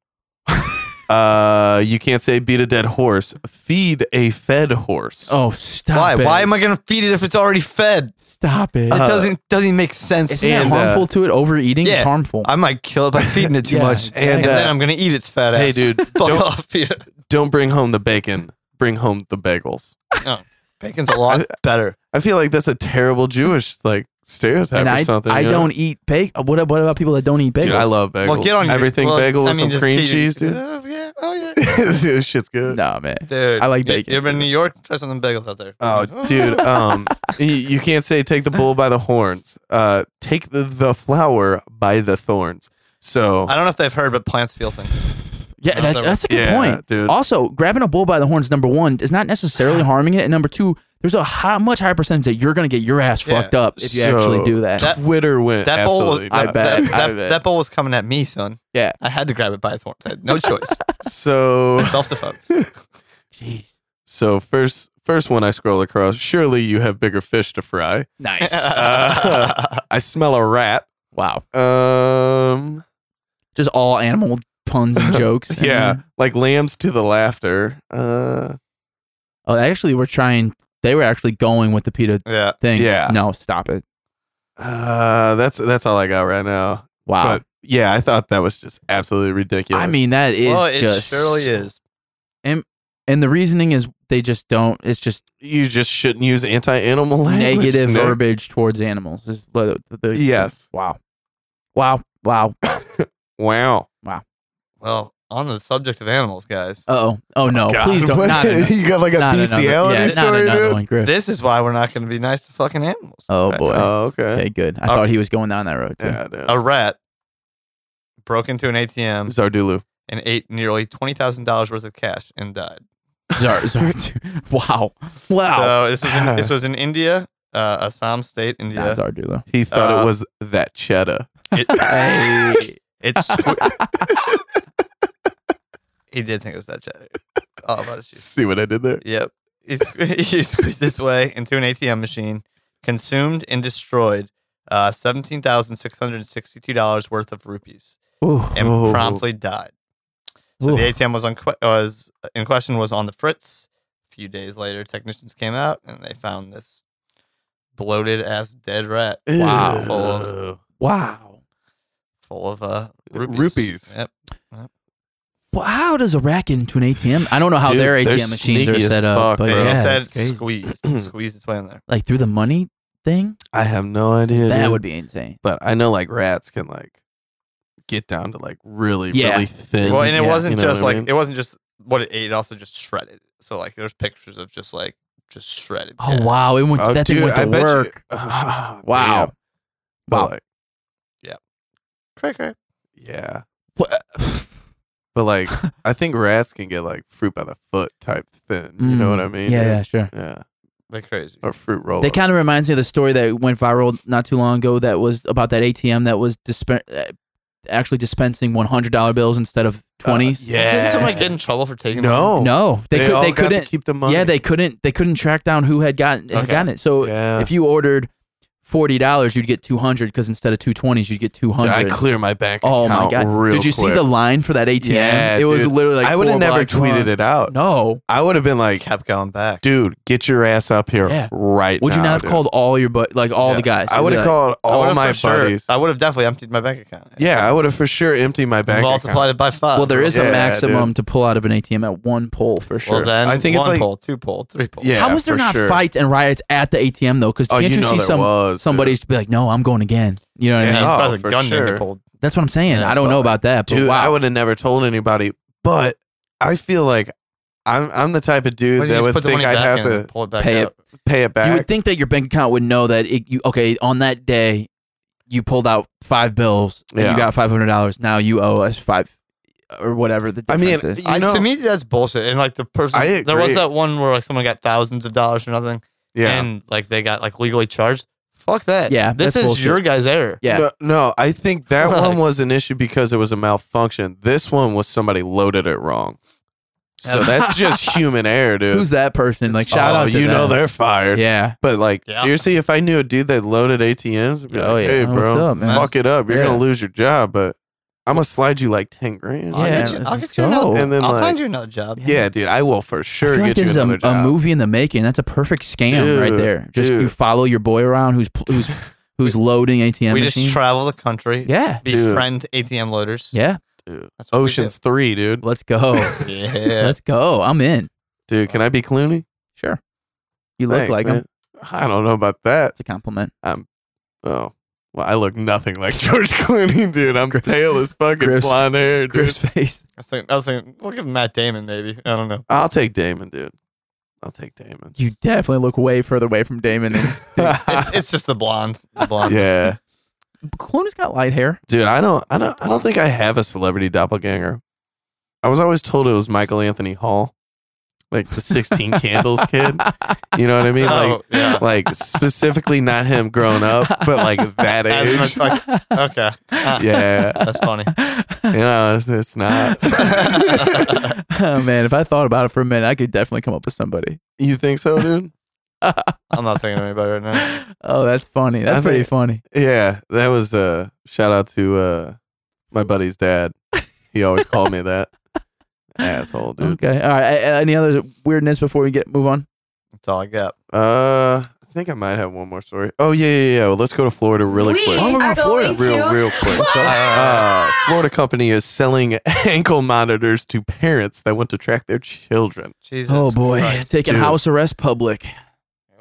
[SPEAKER 1] uh, you can't say beat a dead horse. Feed a fed horse.
[SPEAKER 3] Oh, stop
[SPEAKER 2] why?
[SPEAKER 3] it.
[SPEAKER 2] Why am I gonna feed it if it's already fed?
[SPEAKER 3] Stop it.
[SPEAKER 2] It
[SPEAKER 1] Uh,
[SPEAKER 2] doesn't doesn't make sense.
[SPEAKER 3] Isn't that
[SPEAKER 1] and, uh,
[SPEAKER 3] harmful to it? Overeating is
[SPEAKER 2] yeah,
[SPEAKER 3] harmful.
[SPEAKER 2] I might kill it by feeding it too
[SPEAKER 3] [LAUGHS] Yeah,
[SPEAKER 2] much,
[SPEAKER 3] exactly.
[SPEAKER 2] and,
[SPEAKER 1] And, uh,
[SPEAKER 2] then I'm gonna eat its fat
[SPEAKER 1] hey,
[SPEAKER 2] ass.
[SPEAKER 1] dude,
[SPEAKER 2] [LAUGHS] fuck
[SPEAKER 1] don't
[SPEAKER 2] off, Peter.
[SPEAKER 1] don't bring home the bacon. Bring home the bagels.
[SPEAKER 2] Bacon's a lot better.
[SPEAKER 1] I feel like that's a terrible Jewish like stereotype
[SPEAKER 3] and
[SPEAKER 1] or
[SPEAKER 3] I,
[SPEAKER 1] something.
[SPEAKER 3] I
[SPEAKER 1] you know?
[SPEAKER 3] don't eat bagel. What, what about people that don't eat bagels?
[SPEAKER 1] Dude, I love bagels.
[SPEAKER 2] Well, get on your-
[SPEAKER 1] everything
[SPEAKER 2] well,
[SPEAKER 1] bagel
[SPEAKER 2] I
[SPEAKER 1] with some
[SPEAKER 2] mean, just
[SPEAKER 1] cream
[SPEAKER 2] feed it-
[SPEAKER 1] cheese, dude.
[SPEAKER 2] Oh, [LAUGHS] yeah. Oh yeah.
[SPEAKER 1] [LAUGHS]
[SPEAKER 2] [LAUGHS]
[SPEAKER 1] This Shit's good.
[SPEAKER 3] Nah, man.
[SPEAKER 2] Dude,
[SPEAKER 3] I like
[SPEAKER 2] you-
[SPEAKER 3] bacon.
[SPEAKER 2] You ever been in New York? Try some of them bagels out there.
[SPEAKER 1] Oh,
[SPEAKER 2] [LAUGHS]
[SPEAKER 1] dude. Um, y- you can't say take the bull by the horns. Uh, take the, the flower by the thorns. So
[SPEAKER 2] I don't know if they've heard, but plants
[SPEAKER 1] [LAUGHS]
[SPEAKER 2] feel things.
[SPEAKER 3] Yeah,
[SPEAKER 2] No,
[SPEAKER 3] that,
[SPEAKER 2] that-
[SPEAKER 3] that's a good
[SPEAKER 1] yeah,
[SPEAKER 3] point.
[SPEAKER 1] dude.
[SPEAKER 3] Also, grabbing a bull by the horns, number one, is
[SPEAKER 1] [SIGHS]
[SPEAKER 3] not necessarily harming it. And number two, there's a high, much higher percentage that you're going to get your ass
[SPEAKER 2] Yeah.
[SPEAKER 3] fucked up if you
[SPEAKER 1] So-
[SPEAKER 3] actually do that.
[SPEAKER 2] That-
[SPEAKER 1] Twitter went.
[SPEAKER 2] That bowl was.
[SPEAKER 1] absolutely
[SPEAKER 2] that-
[SPEAKER 3] I bet,
[SPEAKER 2] That,
[SPEAKER 3] I
[SPEAKER 2] that-
[SPEAKER 3] bet.
[SPEAKER 2] that bowl was coming at me, son.
[SPEAKER 3] yeah.
[SPEAKER 2] I had to grab it by its horns. I had no
[SPEAKER 1] [LAUGHS]
[SPEAKER 2] choice.
[SPEAKER 1] nuts. So
[SPEAKER 2] Self defense.
[SPEAKER 3] [LAUGHS] Jeez.
[SPEAKER 1] so first first one I scroll across. Surely you have bigger fish to fry.
[SPEAKER 2] [LAUGHS]
[SPEAKER 3] Nice.
[SPEAKER 1] [LAUGHS] Uh, I smell a rat.
[SPEAKER 3] wow.
[SPEAKER 1] Um,
[SPEAKER 3] Just all animal puns
[SPEAKER 1] [LAUGHS]
[SPEAKER 3] and jokes. and
[SPEAKER 1] yeah,
[SPEAKER 3] then-
[SPEAKER 1] like lambs to the laughter. Uh,
[SPEAKER 3] oh, they actually, we're trying. They were actually going with the PETA
[SPEAKER 2] Yeah.
[SPEAKER 3] thing.
[SPEAKER 1] Yeah.
[SPEAKER 3] No, stop it.
[SPEAKER 1] uh, that's that's all I got right now.
[SPEAKER 3] Wow.
[SPEAKER 1] But yeah, I thought that was just absolutely ridiculous.
[SPEAKER 3] I mean, that is
[SPEAKER 2] well, it
[SPEAKER 3] just.
[SPEAKER 2] surely is.
[SPEAKER 3] And the reasoning is they just don't. It's just
[SPEAKER 1] you just shouldn't use anti-animal language.
[SPEAKER 3] negative
[SPEAKER 1] Nick.
[SPEAKER 3] verbiage towards animals. Is the, the, the-
[SPEAKER 1] Yes.
[SPEAKER 3] Wow. Wow. Wow. Uh
[SPEAKER 1] Wow.
[SPEAKER 2] Well, on the subject of animals, guys,
[SPEAKER 3] oh. Oh no.
[SPEAKER 1] God,
[SPEAKER 3] Please
[SPEAKER 1] [LAUGHS]
[SPEAKER 3] don't.
[SPEAKER 1] what-
[SPEAKER 3] Not another-
[SPEAKER 1] you got like a
[SPEAKER 3] not another-
[SPEAKER 1] bestiality
[SPEAKER 3] yeah, not
[SPEAKER 1] story,
[SPEAKER 3] another
[SPEAKER 1] dude.
[SPEAKER 3] one, Griff.
[SPEAKER 2] this is why we're not going to be nice to fucking animals.
[SPEAKER 3] Oh,
[SPEAKER 2] Right.
[SPEAKER 3] boy.
[SPEAKER 1] Oh, okay.
[SPEAKER 3] Okay, good. I
[SPEAKER 2] Oh.
[SPEAKER 3] thought he was going down that road. too.
[SPEAKER 1] Yeah, dude.
[SPEAKER 2] A rat broke into an ATM
[SPEAKER 1] Zardulu.
[SPEAKER 2] and ate nearly twenty thousand dollars worth of cash and died.
[SPEAKER 3] [LAUGHS] Zar, zar, too. wow. Wow.
[SPEAKER 2] So this was
[SPEAKER 3] [SIGHS]
[SPEAKER 2] in, this was in India, uh, Assam state, India.
[SPEAKER 1] [LAUGHS]
[SPEAKER 3] Not Zardulo.
[SPEAKER 1] He thought
[SPEAKER 2] Uh,
[SPEAKER 1] it was that cheddar.
[SPEAKER 2] It,
[SPEAKER 3] [LAUGHS] Hey.
[SPEAKER 2] it
[SPEAKER 3] [LAUGHS]
[SPEAKER 2] squi- he did think it was that cheddar. All about
[SPEAKER 3] [LAUGHS]
[SPEAKER 2] a shoe.
[SPEAKER 1] See what I did there?
[SPEAKER 2] Yep. He, [LAUGHS] squ- he squeezed his way into an ATM machine, consumed and destroyed uh, seventeen thousand six hundred sixty-two dollars worth of rupees,
[SPEAKER 3] Ooh.
[SPEAKER 2] and
[SPEAKER 1] Oh.
[SPEAKER 2] promptly died. So the
[SPEAKER 3] Ooh.
[SPEAKER 2] ATM was on que- was in question was on the fritz. A few days later, technicians came out and they found this bloated ass dead rat.
[SPEAKER 3] Wow.
[SPEAKER 2] Full of
[SPEAKER 3] Wow.
[SPEAKER 2] full of uh rupees.
[SPEAKER 1] Rupees.
[SPEAKER 2] Yep.
[SPEAKER 3] Well, how does a rack get into an ATM? I don't know how
[SPEAKER 1] Dude,
[SPEAKER 3] their
[SPEAKER 1] they're
[SPEAKER 3] ATM machines are
[SPEAKER 1] sneaky as
[SPEAKER 3] set up,
[SPEAKER 1] fuck,
[SPEAKER 3] but
[SPEAKER 1] bro.
[SPEAKER 2] they
[SPEAKER 3] yeah,
[SPEAKER 2] said
[SPEAKER 3] it's crazy. [CLEARS THROAT]
[SPEAKER 2] squeezed, squeezed its way in there.
[SPEAKER 3] like through the money thing.
[SPEAKER 1] I have no idea.
[SPEAKER 3] that
[SPEAKER 1] dude.
[SPEAKER 3] would be insane.
[SPEAKER 1] But I know like rats can like get down to like really,
[SPEAKER 3] Yeah.
[SPEAKER 1] really thin.
[SPEAKER 2] Well, and it
[SPEAKER 3] yeah,
[SPEAKER 2] wasn't
[SPEAKER 1] you know
[SPEAKER 2] just
[SPEAKER 1] what I
[SPEAKER 2] like
[SPEAKER 1] mean?
[SPEAKER 2] it wasn't just what it ate. It also just shredded. So like, there's pictures of just like just shredded.
[SPEAKER 3] Oh
[SPEAKER 2] cash.
[SPEAKER 3] wow, it went
[SPEAKER 1] Oh,
[SPEAKER 3] that thing
[SPEAKER 1] dude,
[SPEAKER 3] went to
[SPEAKER 1] I bet you- [LAUGHS]
[SPEAKER 3] work. [LAUGHS] Wow.
[SPEAKER 1] Damn. But,
[SPEAKER 3] Wow.
[SPEAKER 1] like,
[SPEAKER 2] Cray, cray.
[SPEAKER 1] yeah.
[SPEAKER 3] What- [SIGHS]
[SPEAKER 1] But
[SPEAKER 3] [LAUGHS]
[SPEAKER 1] like I think rats can get like fruit by the foot type thin. You know what I
[SPEAKER 3] Mm,
[SPEAKER 1] mean?
[SPEAKER 3] Yeah, yeah, sure.
[SPEAKER 1] Yeah. Oh,
[SPEAKER 2] They're crazy.
[SPEAKER 1] Or fruit roll.
[SPEAKER 3] That kind of reminds me of the story that went viral not too long ago. That was about that ATM that was dispen- uh, actually dispensing one hundred dollar bills instead
[SPEAKER 1] Uh,
[SPEAKER 3] of
[SPEAKER 1] [LAUGHS]
[SPEAKER 3] twenties.
[SPEAKER 1] yeah.
[SPEAKER 2] Didn't somebody get in trouble for taking? money?
[SPEAKER 1] no.
[SPEAKER 3] No, they, could,
[SPEAKER 1] oh, all
[SPEAKER 3] they
[SPEAKER 1] got to
[SPEAKER 3] couldn't.
[SPEAKER 1] keep the money.
[SPEAKER 3] Yeah, they couldn't. They couldn't track down who had gotten had
[SPEAKER 2] Okay.
[SPEAKER 3] gotten it. So
[SPEAKER 1] Yeah.
[SPEAKER 3] if you ordered forty dollars, you'd get two hundred because instead of two twenties, you'd get two hundred.
[SPEAKER 1] I clear my bank account.
[SPEAKER 3] Oh my god!
[SPEAKER 1] Real
[SPEAKER 3] Did you see
[SPEAKER 1] quick.
[SPEAKER 3] the line for that ATM?
[SPEAKER 1] Yeah,
[SPEAKER 3] it was
[SPEAKER 1] dude.
[SPEAKER 3] literally like
[SPEAKER 1] I would have
[SPEAKER 3] four
[SPEAKER 1] never
[SPEAKER 3] blocks long.
[SPEAKER 1] tweeted it out.
[SPEAKER 3] No,
[SPEAKER 1] I would have been like,
[SPEAKER 2] kept going back.
[SPEAKER 1] dude, get your ass up here
[SPEAKER 3] Yeah.
[SPEAKER 1] right
[SPEAKER 3] would
[SPEAKER 1] now.
[SPEAKER 3] you not have
[SPEAKER 1] dude."
[SPEAKER 3] called all your but like all
[SPEAKER 2] Yeah.
[SPEAKER 3] the guys?
[SPEAKER 1] I
[SPEAKER 3] You'd
[SPEAKER 1] would
[SPEAKER 3] be
[SPEAKER 1] have
[SPEAKER 3] like,
[SPEAKER 1] called
[SPEAKER 2] I would've
[SPEAKER 1] all
[SPEAKER 2] for
[SPEAKER 1] my
[SPEAKER 2] sure-
[SPEAKER 1] buddies.
[SPEAKER 2] I would have definitely emptied my bank account.
[SPEAKER 1] yeah, I would have for sure emptied my bank
[SPEAKER 2] multiplied
[SPEAKER 1] account.
[SPEAKER 2] it by five.
[SPEAKER 3] Well, there is
[SPEAKER 1] Yeah,
[SPEAKER 3] a
[SPEAKER 1] dude.
[SPEAKER 3] maximum to pull out of an ATM at one pull for sure.
[SPEAKER 2] Well, then
[SPEAKER 1] I think it's
[SPEAKER 2] one
[SPEAKER 1] like-
[SPEAKER 2] poll, two poll, three poll.
[SPEAKER 1] Yeah.
[SPEAKER 3] How was there
[SPEAKER 1] for
[SPEAKER 3] not
[SPEAKER 1] sure.
[SPEAKER 3] fights and riots at the ATM though? Because
[SPEAKER 1] Oh,
[SPEAKER 3] can't
[SPEAKER 1] you know
[SPEAKER 3] see
[SPEAKER 1] there
[SPEAKER 3] some
[SPEAKER 1] was, dude.
[SPEAKER 3] somebody's to be like, "No, I'm going again." You know what
[SPEAKER 2] Yeah,
[SPEAKER 3] I mean?
[SPEAKER 1] Yeah.
[SPEAKER 2] it's
[SPEAKER 1] Oh,
[SPEAKER 2] probably a
[SPEAKER 1] for
[SPEAKER 2] gun
[SPEAKER 1] sure.
[SPEAKER 2] nigga pulled.
[SPEAKER 3] That's what I'm saying.
[SPEAKER 2] Yeah,
[SPEAKER 3] I don't
[SPEAKER 2] but-
[SPEAKER 3] know about that, but
[SPEAKER 1] Dude,
[SPEAKER 3] wow.
[SPEAKER 1] I would have never told anybody, but I feel like I'm I'm the type of
[SPEAKER 2] Why
[SPEAKER 1] dude
[SPEAKER 2] didn't you
[SPEAKER 1] that
[SPEAKER 2] just
[SPEAKER 1] would
[SPEAKER 2] put the
[SPEAKER 1] think
[SPEAKER 2] money
[SPEAKER 1] I'd
[SPEAKER 2] back
[SPEAKER 1] have
[SPEAKER 2] in
[SPEAKER 1] to
[SPEAKER 2] and pull it back
[SPEAKER 3] pay it.
[SPEAKER 2] out?
[SPEAKER 1] pay it back.
[SPEAKER 3] You would think that your bank account would know that it, you okay on that day you pulled out five bills and
[SPEAKER 1] Yeah.
[SPEAKER 3] you got five hundred dollars. Now you owe us five or whatever the
[SPEAKER 1] I mean,
[SPEAKER 3] difference is.
[SPEAKER 1] you
[SPEAKER 2] I-
[SPEAKER 1] know,
[SPEAKER 2] to me, that's bullshit. And like the person,
[SPEAKER 1] I
[SPEAKER 2] there was
[SPEAKER 1] agree.
[SPEAKER 2] that one where like someone got thousands of dollars for nothing,
[SPEAKER 1] yeah.
[SPEAKER 2] and like they got like legally charged. Fuck that.
[SPEAKER 3] Yeah,
[SPEAKER 2] this is
[SPEAKER 3] that's bullshit.
[SPEAKER 2] your guy's error.
[SPEAKER 3] Yeah.
[SPEAKER 1] No, no, I think that
[SPEAKER 2] Like-
[SPEAKER 1] one was an issue because it was a malfunction. This one was somebody loaded it wrong. So
[SPEAKER 3] [LAUGHS]
[SPEAKER 1] that's just human error, dude.
[SPEAKER 3] Who's that person? Like
[SPEAKER 1] Oh,
[SPEAKER 3] shout out to
[SPEAKER 1] you know
[SPEAKER 3] them.
[SPEAKER 1] they're fired.
[SPEAKER 3] Yeah.
[SPEAKER 1] But like
[SPEAKER 2] Yeah.
[SPEAKER 1] seriously, if I knew a dude that loaded ATMs, I'd be like,
[SPEAKER 3] Oh, yeah.
[SPEAKER 1] hey
[SPEAKER 3] What's
[SPEAKER 1] bro,
[SPEAKER 3] up, man?"
[SPEAKER 1] fuck it up. You're
[SPEAKER 3] Yeah.
[SPEAKER 1] gonna lose your job, but I'm gonna slide you like ten grand.
[SPEAKER 2] I'll
[SPEAKER 3] Oh, Yeah,
[SPEAKER 2] get you, I'll
[SPEAKER 3] let's
[SPEAKER 2] get you another.
[SPEAKER 3] go.
[SPEAKER 1] And then,
[SPEAKER 2] I'll
[SPEAKER 1] like-
[SPEAKER 2] find you another job.
[SPEAKER 1] Yeah, dude, I will for sure
[SPEAKER 3] I feel like
[SPEAKER 1] get you
[SPEAKER 3] this is a,
[SPEAKER 1] another job.
[SPEAKER 3] a movie in the making. That's a perfect scam right
[SPEAKER 1] Dude,
[SPEAKER 3] there. Just you
[SPEAKER 1] dude.
[SPEAKER 3] follow your boy around who's pl-
[SPEAKER 1] [LAUGHS]
[SPEAKER 3] who's who's loading ATM
[SPEAKER 2] we
[SPEAKER 3] machines.
[SPEAKER 2] just travel the country,
[SPEAKER 3] yeah.
[SPEAKER 1] Dude.
[SPEAKER 2] befriend ATM loaders.
[SPEAKER 3] Yeah.
[SPEAKER 1] Dude.
[SPEAKER 2] That's what we
[SPEAKER 1] Ocean's three, dude.
[SPEAKER 3] [LAUGHS] Well,
[SPEAKER 1] [LAUGHS]
[SPEAKER 3] Let's go.
[SPEAKER 2] do. Yeah.
[SPEAKER 3] [LAUGHS] Let's go. I'm in.
[SPEAKER 1] Dude, can I be Clooney?
[SPEAKER 3] Sure. You look
[SPEAKER 1] Thanks,
[SPEAKER 3] like
[SPEAKER 1] man.
[SPEAKER 3] him.
[SPEAKER 1] I don't know about that.
[SPEAKER 3] It's a compliment.
[SPEAKER 1] Oh. Well, I look nothing like [LAUGHS] George Clooney, dude. I'm
[SPEAKER 3] Chris-
[SPEAKER 1] pale as fucking
[SPEAKER 3] Chris-
[SPEAKER 1] blonde hair, dude.
[SPEAKER 3] Chris face.
[SPEAKER 2] I was thinking, I was thinking, we'll give Matt Damon maybe. I don't know.
[SPEAKER 1] I'll take Damon, dude. I'll take Damon. [LAUGHS]
[SPEAKER 3] You definitely look way further away from Damon than
[SPEAKER 2] It's, it's just the blonde.
[SPEAKER 1] [LAUGHS]
[SPEAKER 2] The blonde.
[SPEAKER 1] yeah.
[SPEAKER 3] Clooney's got light hair.
[SPEAKER 1] Dude, I don't I don't I don't think I have a celebrity doppelganger. I was always told it was Michael Anthony Hall. Like the 16 candles kid. You know what I mean? Like
[SPEAKER 2] [LAUGHS] Oh, yeah.
[SPEAKER 1] like specifically not him grown up, but
[SPEAKER 2] [LAUGHS]
[SPEAKER 1] like that
[SPEAKER 2] As an
[SPEAKER 1] age.
[SPEAKER 2] adult. Okay. Ah,
[SPEAKER 1] [LAUGHS] yeah.
[SPEAKER 2] [LAUGHS] That's funny.
[SPEAKER 1] You know, it's, it's
[SPEAKER 2] [LAUGHS]
[SPEAKER 1] not.
[SPEAKER 3] [LAUGHS] oh man, if I thought about it for a minute, I could definitely come up with somebody.
[SPEAKER 1] you think so, dude?
[SPEAKER 2] I'm not thinking of anybody right now.
[SPEAKER 3] Oh, that's funny. That's
[SPEAKER 1] I
[SPEAKER 3] pretty
[SPEAKER 1] think-
[SPEAKER 3] funny.
[SPEAKER 1] Yeah, that was uh shout out to uh my buddy's dad. He always called me that. Asshole, dude.
[SPEAKER 3] Okay. All right. A- a- Any other weirdness before we get move on?
[SPEAKER 2] That's all I got.
[SPEAKER 1] Uh I think I might have one more story. Oh yeah, yeah, yeah. Well, let's go to Florida really
[SPEAKER 4] We
[SPEAKER 1] quick.
[SPEAKER 4] Oh, we're going are to Florida. going
[SPEAKER 1] real
[SPEAKER 4] to
[SPEAKER 1] real quick. Uh, Florida company is selling [LAUGHS] ankle monitors to parents that want to track their children.
[SPEAKER 2] Jesus.
[SPEAKER 3] oh boy,
[SPEAKER 2] Christ.
[SPEAKER 3] taking
[SPEAKER 1] Dude.
[SPEAKER 3] house arrest public.
[SPEAKER 2] Here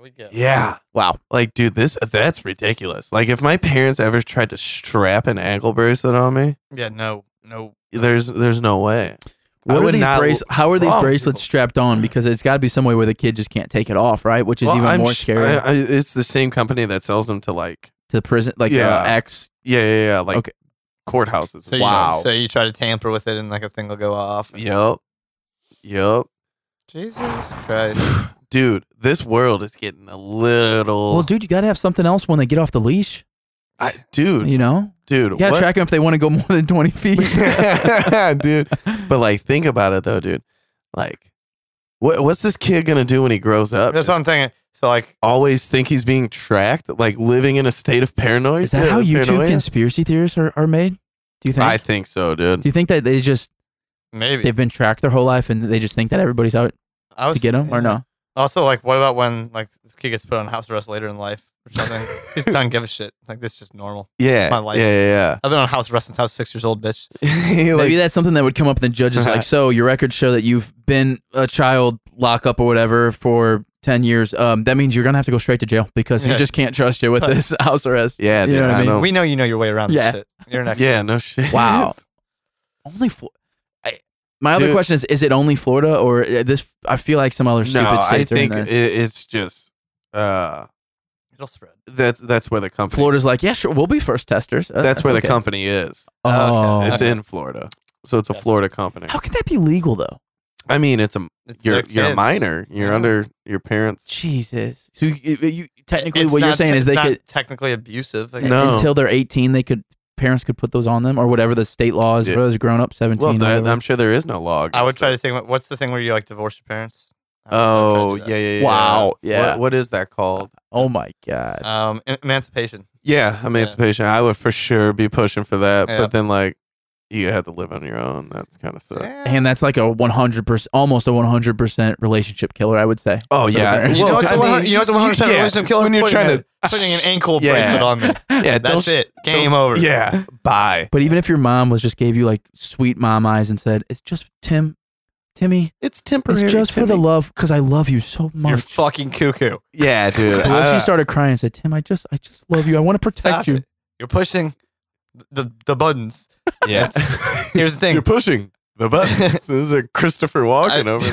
[SPEAKER 2] we go.
[SPEAKER 1] Yeah.
[SPEAKER 3] Wow.
[SPEAKER 1] Like, dude, this that's ridiculous. Like if my parents ever tried to strap an ankle bracelet on me,
[SPEAKER 2] Yeah. No. No.
[SPEAKER 1] there's there's no way. I
[SPEAKER 3] What are
[SPEAKER 1] would
[SPEAKER 3] these
[SPEAKER 1] not-
[SPEAKER 3] brace- how are these
[SPEAKER 1] Oh.
[SPEAKER 3] bracelets strapped on? Because it's got to be some way where the kid just can't take it off, right? Which is
[SPEAKER 1] Well,
[SPEAKER 3] even
[SPEAKER 1] I'm
[SPEAKER 3] more
[SPEAKER 1] sh-
[SPEAKER 3] scary
[SPEAKER 1] I- I- it's the same company that sells them to like,
[SPEAKER 3] to prison, like
[SPEAKER 1] Yeah.
[SPEAKER 3] uh, ex.
[SPEAKER 1] yeah, yeah, yeah, like
[SPEAKER 3] Okay.
[SPEAKER 1] courthouses.
[SPEAKER 2] So you,
[SPEAKER 1] wow.
[SPEAKER 2] So you try to tamper with it and like a thing will go off.
[SPEAKER 1] yep. Yep.
[SPEAKER 2] Jesus
[SPEAKER 1] [LAUGHS]
[SPEAKER 2] Christ.
[SPEAKER 1] [SIGHS] Dude, this world is getting a little.
[SPEAKER 3] Well, dude, you got to have something else when they get off the leash.
[SPEAKER 1] I, dude,
[SPEAKER 3] You know,
[SPEAKER 1] dude,
[SPEAKER 3] you got to
[SPEAKER 1] what- [LAUGHS]
[SPEAKER 3] track them if they want to go [LAUGHS] more than twenty feet.
[SPEAKER 1] dude. But like, think about it though, dude. Like, what what's this kid gonna do when he grows up?
[SPEAKER 2] That's what I'm
[SPEAKER 1] Just
[SPEAKER 2] thinking. So like
[SPEAKER 1] always think he's being tracked, like living in a state of paranoia.
[SPEAKER 3] Is that how YouTube
[SPEAKER 1] paranoia?
[SPEAKER 3] conspiracy theories are, are made? Do you think?
[SPEAKER 1] I think so, dude.
[SPEAKER 3] Do you think that they just
[SPEAKER 2] maybe
[SPEAKER 3] they've been tracked their whole life and they just think that everybody's out
[SPEAKER 2] I
[SPEAKER 3] to get them or no?
[SPEAKER 2] Also, like, what about when like this kid gets put on house arrest later in life or something?
[SPEAKER 1] [LAUGHS]
[SPEAKER 2] He's done give a shit. Like this is just normal.
[SPEAKER 1] yeah,
[SPEAKER 2] my life.
[SPEAKER 1] yeah, yeah,
[SPEAKER 2] I've been on house arrest since I was six years old, bitch.
[SPEAKER 1] yeah. [LAUGHS] He, like,
[SPEAKER 3] Maybe that's something that would come up in the
[SPEAKER 1] [LAUGHS]
[SPEAKER 3] judges like, so your records show that you've been a child lockup or whatever for ten years. Um, that means you're gonna have to go straight to jail because we
[SPEAKER 2] Yeah.
[SPEAKER 3] just can't
[SPEAKER 1] [LAUGHS]
[SPEAKER 3] trust you with this house arrest.
[SPEAKER 1] yeah,
[SPEAKER 3] You
[SPEAKER 1] dude,
[SPEAKER 3] know what I
[SPEAKER 1] I
[SPEAKER 3] mean?
[SPEAKER 1] don't-
[SPEAKER 2] We know you know your way around
[SPEAKER 3] Yeah.
[SPEAKER 2] this shit. You're next.
[SPEAKER 1] [LAUGHS] yeah, no shit. [LAUGHS]
[SPEAKER 3] Wow. Only for I, my other
[SPEAKER 1] Dude.
[SPEAKER 3] question is: Is it only Florida or uh, this? I feel like some other stupid
[SPEAKER 1] no, I
[SPEAKER 3] states are in
[SPEAKER 1] think it,
[SPEAKER 3] this.
[SPEAKER 1] it's just uh
[SPEAKER 2] It'll spread.
[SPEAKER 1] that's that's where the company
[SPEAKER 3] Florida's like, yeah, sure, we'll be first testers. Uh,
[SPEAKER 1] that's, where
[SPEAKER 3] okay.
[SPEAKER 1] the company is.
[SPEAKER 3] Oh,
[SPEAKER 1] It's
[SPEAKER 2] Okay.
[SPEAKER 1] in Florida. So it's a
[SPEAKER 2] Gotcha.
[SPEAKER 1] Florida company.
[SPEAKER 3] how could that be legal though?
[SPEAKER 1] I mean, it's a
[SPEAKER 2] It's
[SPEAKER 1] you're
[SPEAKER 2] their
[SPEAKER 1] you're a
[SPEAKER 2] kids.
[SPEAKER 1] minor. You're
[SPEAKER 2] Yeah.
[SPEAKER 1] under your parents.
[SPEAKER 3] Jesus. So you, you- you- technically,
[SPEAKER 2] It's
[SPEAKER 3] what you're
[SPEAKER 2] not
[SPEAKER 3] saying
[SPEAKER 2] te-
[SPEAKER 3] is they
[SPEAKER 2] it's not
[SPEAKER 3] could
[SPEAKER 2] technically abusive. I guess.
[SPEAKER 1] No.
[SPEAKER 3] until they're 18, they could parents could put those on them or whatever the state law is.
[SPEAKER 1] Yeah.
[SPEAKER 3] Whether it's grown up 17.
[SPEAKER 1] Well,
[SPEAKER 3] or
[SPEAKER 1] that,
[SPEAKER 3] whatever.
[SPEAKER 1] I'm sure there is no law.
[SPEAKER 2] I would
[SPEAKER 1] against
[SPEAKER 2] try
[SPEAKER 1] it.
[SPEAKER 2] to think. about- What's the thing where you like divorce your parents? I don't know
[SPEAKER 1] Oh
[SPEAKER 2] if I tried to
[SPEAKER 1] yeah, yeah, yeah.
[SPEAKER 3] Wow,
[SPEAKER 1] What-
[SPEAKER 3] yeah.
[SPEAKER 1] what is that called?
[SPEAKER 3] Oh my god.
[SPEAKER 2] do that. Um, em- emancipation.
[SPEAKER 1] Yeah, emancipation. I would for sure be pushing for that.
[SPEAKER 2] Yeah.
[SPEAKER 1] But then like you have to live on your own. That's kind of stuff.
[SPEAKER 2] Yeah.
[SPEAKER 3] And that's like a 100%, almost a 100% relationship killer, I would say.
[SPEAKER 1] Oh yeah.
[SPEAKER 3] You
[SPEAKER 2] You know
[SPEAKER 1] Well,
[SPEAKER 2] what's
[SPEAKER 1] I
[SPEAKER 2] a one-
[SPEAKER 1] mean,
[SPEAKER 2] you know what's a 100%
[SPEAKER 1] yeah,
[SPEAKER 2] relationship killer?
[SPEAKER 1] when you're
[SPEAKER 2] Putting
[SPEAKER 1] trying
[SPEAKER 2] a- putting an ankle
[SPEAKER 1] [LAUGHS] Yeah.
[SPEAKER 2] bracelet on me.
[SPEAKER 1] Yeah, don't s-
[SPEAKER 2] That's it. Game
[SPEAKER 1] don't-
[SPEAKER 2] over.
[SPEAKER 1] Yeah. Bye.
[SPEAKER 3] But even if your mom was just gave you like sweet mom eyes and said, "It's just Tim, Timmy,
[SPEAKER 1] It's temporary.
[SPEAKER 3] it's just for the
[SPEAKER 1] Timmy.
[SPEAKER 3] love because I love you so much."
[SPEAKER 2] You're fucking cuckoo.
[SPEAKER 1] Yeah, dude.
[SPEAKER 3] And [LAUGHS] what if
[SPEAKER 1] I- uh,
[SPEAKER 3] she started crying and said, "Tim, I just, I just love you. I want to protect
[SPEAKER 2] Stop
[SPEAKER 3] you."
[SPEAKER 2] it. You're pushing the the buttons.
[SPEAKER 1] yeah.
[SPEAKER 2] [LAUGHS]
[SPEAKER 1] [LAUGHS]
[SPEAKER 2] Here's the thing.
[SPEAKER 1] You're pushing the button.
[SPEAKER 2] [LAUGHS]
[SPEAKER 1] [LAUGHS] this is a Christopher Walken
[SPEAKER 2] I- [LAUGHS]
[SPEAKER 1] over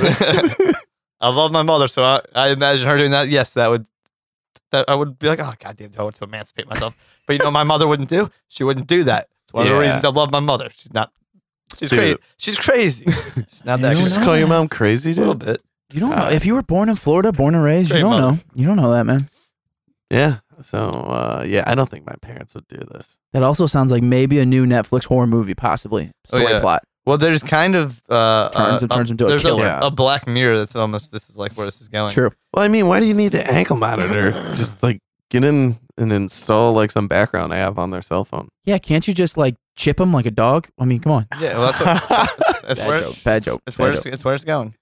[SPEAKER 1] [LAUGHS] there.
[SPEAKER 2] I love my mother, so I, I imagine her doing that. Yes, that would that I would be like, oh goddamn, I want to emancipate myself.
[SPEAKER 1] [LAUGHS]
[SPEAKER 2] But you know, my mother wouldn't do. She wouldn't do that. It's one of
[SPEAKER 1] Yeah.
[SPEAKER 2] the reasons I love my mother. She's not. She's
[SPEAKER 1] Dude.
[SPEAKER 2] crazy.
[SPEAKER 1] [LAUGHS]
[SPEAKER 2] She's crazy. She's not that.
[SPEAKER 3] You
[SPEAKER 1] just
[SPEAKER 3] know
[SPEAKER 1] call your
[SPEAKER 3] that.
[SPEAKER 1] mom crazy,
[SPEAKER 2] a little
[SPEAKER 1] dude.
[SPEAKER 2] bit.
[SPEAKER 3] You don't know
[SPEAKER 1] God.
[SPEAKER 3] if you were born in Florida, born and raised.
[SPEAKER 2] Great
[SPEAKER 3] you don't
[SPEAKER 2] mother.
[SPEAKER 3] know. You don't know that, man.
[SPEAKER 1] Yeah. So uh, yeah, I don't think my parents would do this.
[SPEAKER 3] That also sounds like maybe a new Netflix horror movie, possibly
[SPEAKER 2] Oh,
[SPEAKER 3] story
[SPEAKER 2] yeah.
[SPEAKER 3] plot.
[SPEAKER 2] Well, there's kind of uh,
[SPEAKER 3] Turns and
[SPEAKER 2] uh,
[SPEAKER 3] turns into a
[SPEAKER 2] there's
[SPEAKER 3] killer.
[SPEAKER 1] Yeah.
[SPEAKER 2] a Black Mirror. That's almost this is like where this is going.
[SPEAKER 3] True.
[SPEAKER 1] Well, I mean, why do you need the ankle
[SPEAKER 2] [LAUGHS]
[SPEAKER 1] monitor? just like get in and install like some background app on their cell phone.
[SPEAKER 3] Yeah, can't you just like chip him like a dog? I mean, come on.
[SPEAKER 2] Yeah. Well,
[SPEAKER 1] [LAUGHS]
[SPEAKER 2] that's
[SPEAKER 3] [LAUGHS]
[SPEAKER 2] what. That's,
[SPEAKER 3] Bad
[SPEAKER 2] where.
[SPEAKER 3] joke. Bad joke.
[SPEAKER 2] That's
[SPEAKER 3] bad
[SPEAKER 2] where
[SPEAKER 3] joke.
[SPEAKER 2] it's, it's where it's going.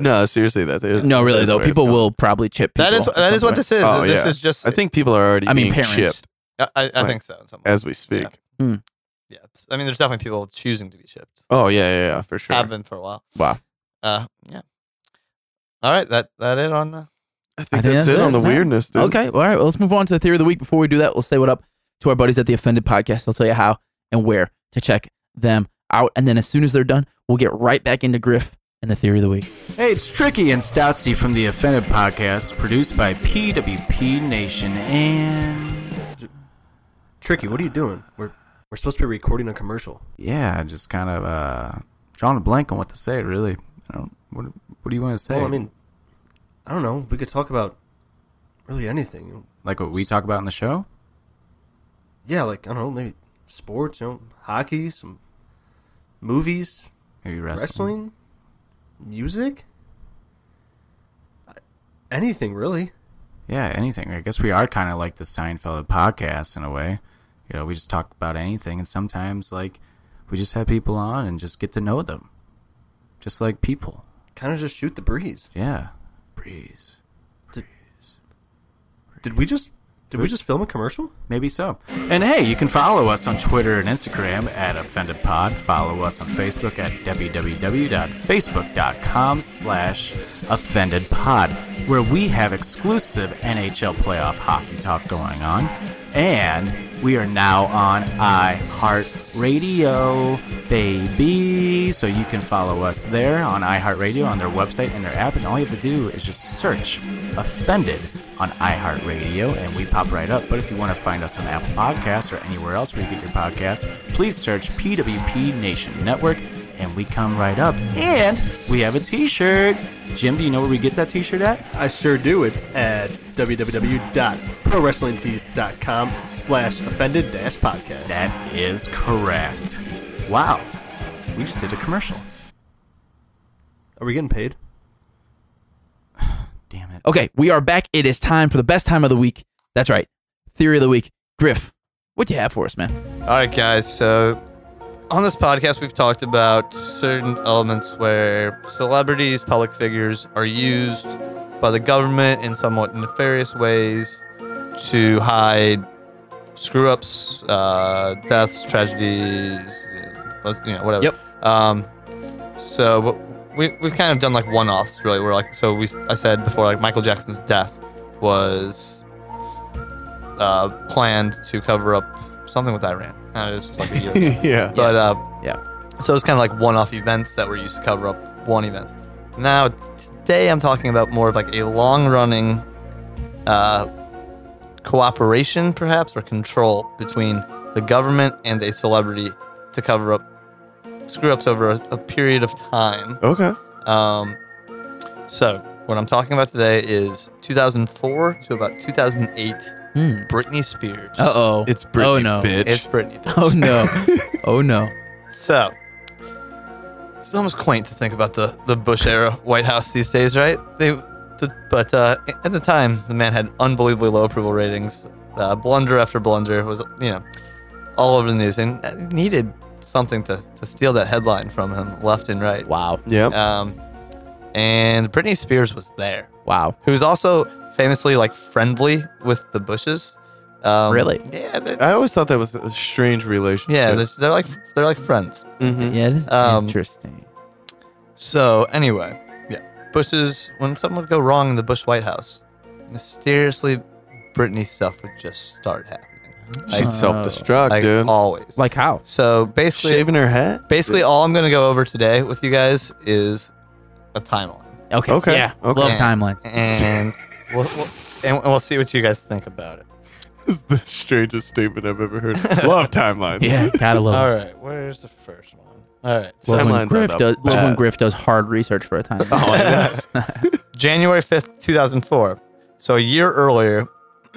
[SPEAKER 1] No, seriously, that is
[SPEAKER 3] No, really
[SPEAKER 1] that's
[SPEAKER 3] though,
[SPEAKER 1] where it's
[SPEAKER 3] people
[SPEAKER 1] going.
[SPEAKER 3] will probably chip. People
[SPEAKER 2] That is
[SPEAKER 3] at
[SPEAKER 2] that
[SPEAKER 3] some
[SPEAKER 2] is what
[SPEAKER 3] point.
[SPEAKER 2] this is.
[SPEAKER 1] Oh,
[SPEAKER 2] this
[SPEAKER 1] yeah.
[SPEAKER 2] is just.
[SPEAKER 1] I think people are already.
[SPEAKER 3] I mean,
[SPEAKER 1] being
[SPEAKER 3] parents.
[SPEAKER 1] chipped
[SPEAKER 2] I, I, I
[SPEAKER 1] Right.
[SPEAKER 2] think so. In some way.
[SPEAKER 1] as we speak.
[SPEAKER 3] Hmm.
[SPEAKER 2] Yeah. I mean, there's definitely people choosing to be shipped.
[SPEAKER 1] Oh yeah, yeah, yeah, for sure.
[SPEAKER 2] Have been for a while.
[SPEAKER 3] Wow.
[SPEAKER 2] Uh, yeah. All right. That that it on. Uh,
[SPEAKER 1] I think
[SPEAKER 3] think
[SPEAKER 1] that's,
[SPEAKER 3] that's
[SPEAKER 1] it,
[SPEAKER 3] it.
[SPEAKER 1] on the
[SPEAKER 3] Yeah.
[SPEAKER 1] weirdness, dude.
[SPEAKER 3] Okay. All right. Well, let's move on to the theory of the week. Before we do that, we'll say what up to our buddies at the Offended Podcast. They'll tell you how and where to check them out. And then as soon as they're done, we'll get right back into Griff and the theory of the week.
[SPEAKER 4] Hey, it's Tricky and Stoutsy from the Offended Podcast, produced by PWP Nation and.
[SPEAKER 5] Tricky, what are you doing? We're we're supposed to be recording a commercial.
[SPEAKER 4] Yeah, just kind of uh, drawing a blank on what to say, really. I don't, what, what do you want to say?
[SPEAKER 5] Well, Oh, I mean, I don't know. We could talk about really anything.
[SPEAKER 4] like what we talk about in the show?
[SPEAKER 5] Yeah, like I don't know, maybe sports, you know, hockey, some movies,
[SPEAKER 4] Maybe wrestling?
[SPEAKER 5] wrestling, music, I- anything really.
[SPEAKER 4] Yeah, anything. I guess we are kind of like the Seinfeld podcast in a way. You know, we just talk about anything, and sometimes, like, we just have people on and just get to know them. Just like people.
[SPEAKER 5] Kind of just shoot the breeze.
[SPEAKER 4] Yeah. Breeze.
[SPEAKER 5] Did-
[SPEAKER 4] Breeze.
[SPEAKER 5] Did we just did we just film a commercial?
[SPEAKER 4] Maybe so. And hey, you can follow us on Twitter and Instagram at OffendedPod. Follow us on Facebook at www.facebook.com slash OffendedPod, where we have exclusive NHL playoff hockey talk going on. And we are now on iHeartRadio, baby. So you can follow us there on iHeartRadio, on their website and their app. And all you have to do is just search Offended on iHeartRadio, and we pop right up. But if you want to find us on Apple Podcasts or anywhere else where you get your podcasts, please search PWP Nation Network, and we come right up. And we have a T-shirt. Jim, do you know where we get that T-shirt at?
[SPEAKER 5] I sure do. It's at www.prowrestlingtees.com slash offended dash podcast.
[SPEAKER 4] That is correct. Wow, we just did a commercial.
[SPEAKER 5] Are we getting paid?
[SPEAKER 4] Damn it.
[SPEAKER 3] Okay, we are back. It is time for the best time of the week. That's right. Theory of the week. Griff, what do you have for us, man?
[SPEAKER 2] All right, guys. So on this podcast, we've talked about certain elements where celebrities, public figures, are used by the government in somewhat nefarious ways to hide screw ups, uh, deaths, tragedies, uh, you know, whatever. Yep. Um, so what- we, we've kind of done like one offs, really. We're like, so we, I said before, like Michael Jackson's death was uh, planned to cover up something with Iran. Uh, this was like a year [LAUGHS] ago.
[SPEAKER 1] yeah.
[SPEAKER 2] But uh,
[SPEAKER 3] Yeah.
[SPEAKER 2] so it's kind of like one-off events that were used to cover up one event. Now today I'm talking about more of like a long-running uh, cooperation, perhaps, or control between the government and a celebrity to cover up screw-ups over a, a period of time.
[SPEAKER 1] Okay.
[SPEAKER 2] Um, so what I'm talking about today is 2004 to about 2008.
[SPEAKER 3] Hmm.
[SPEAKER 2] Britney Spears.
[SPEAKER 3] Uh oh.
[SPEAKER 1] It's Britney,
[SPEAKER 3] [LAUGHS] Oh no.
[SPEAKER 1] bitch.
[SPEAKER 2] It's Britney. bitch.
[SPEAKER 3] Oh no. oh no.
[SPEAKER 2] So, It's almost quaint to think about the, the Bush era White House these days, right? They, the, but uh, at the time, the man had unbelievably low approval ratings. Uh, blunder after blunder was, you know, all over the news, and uh, needed something to, to steal that headline from him, left and right.
[SPEAKER 3] Wow.
[SPEAKER 1] Yep.
[SPEAKER 2] Um, and Britney Spears was there,
[SPEAKER 3] Wow.
[SPEAKER 2] who's also famously like friendly with the Bushes. Um,
[SPEAKER 3] Really?
[SPEAKER 2] Yeah. that's-
[SPEAKER 1] I always thought that was a strange relationship.
[SPEAKER 2] Yeah, they're, they're like they're like friends.
[SPEAKER 1] Mhm.
[SPEAKER 3] Yeah, it is
[SPEAKER 2] Um,
[SPEAKER 3] interesting.
[SPEAKER 2] So anyway, yeah, Bush's when something would go wrong in the Bush White House, mysteriously, Britney stuff would just start happening.
[SPEAKER 1] Mm-hmm. She's
[SPEAKER 3] Oh.
[SPEAKER 1] self-destruct,
[SPEAKER 2] Like
[SPEAKER 1] dude.
[SPEAKER 2] always.
[SPEAKER 3] Like how?
[SPEAKER 2] so basically,
[SPEAKER 1] Shaving her head. [LAUGHS]
[SPEAKER 2] basically all I'm gonna go over today with you guys is a timeline,
[SPEAKER 3] Okay.
[SPEAKER 1] Okay,
[SPEAKER 3] Yeah.
[SPEAKER 1] okay.
[SPEAKER 3] Love
[SPEAKER 2] [LAUGHS]
[SPEAKER 3] timelines.
[SPEAKER 1] [LAUGHS]
[SPEAKER 2] and we'll, we'll, and we'll see what you guys think about it.
[SPEAKER 1] is the strangest statement I've ever heard. Love timelines.
[SPEAKER 3] Yeah. Gotta
[SPEAKER 1] Oh.
[SPEAKER 3] love.
[SPEAKER 2] All
[SPEAKER 3] it.
[SPEAKER 2] right, where's the first one? All right, so
[SPEAKER 3] Love when
[SPEAKER 1] Timelines are
[SPEAKER 3] Griff
[SPEAKER 1] the
[SPEAKER 3] does. Love when
[SPEAKER 1] best.
[SPEAKER 3] Griff does hard research for a time.
[SPEAKER 1] Oh, I know.
[SPEAKER 2] January 5th, 2004. So a year earlier, [CLEARS THROAT]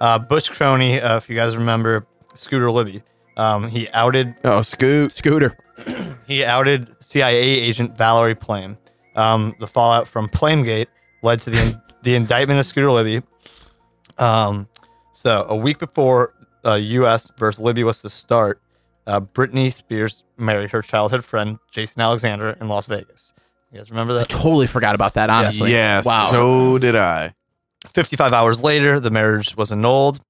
[SPEAKER 2] uh, Bush crony, uh, if you guys remember, Scooter Libby, um, he outed
[SPEAKER 1] Oh, Scoot.
[SPEAKER 3] Scooter.
[SPEAKER 2] he outed CIA agent Valerie Plame. Um, the fallout from Plamegate led to the [LAUGHS] the indictment of Scooter Libby. Um, so a week before uh, U.S. versus Libby was to start, uh, Britney Spears married her childhood friend Jason Alexander in Las Vegas. You guys remember
[SPEAKER 3] I
[SPEAKER 2] that?
[SPEAKER 3] totally forgot about that. Honestly.
[SPEAKER 1] yeah.
[SPEAKER 3] Wow.
[SPEAKER 1] So did I.
[SPEAKER 2] 55 hours later, the marriage was annulled.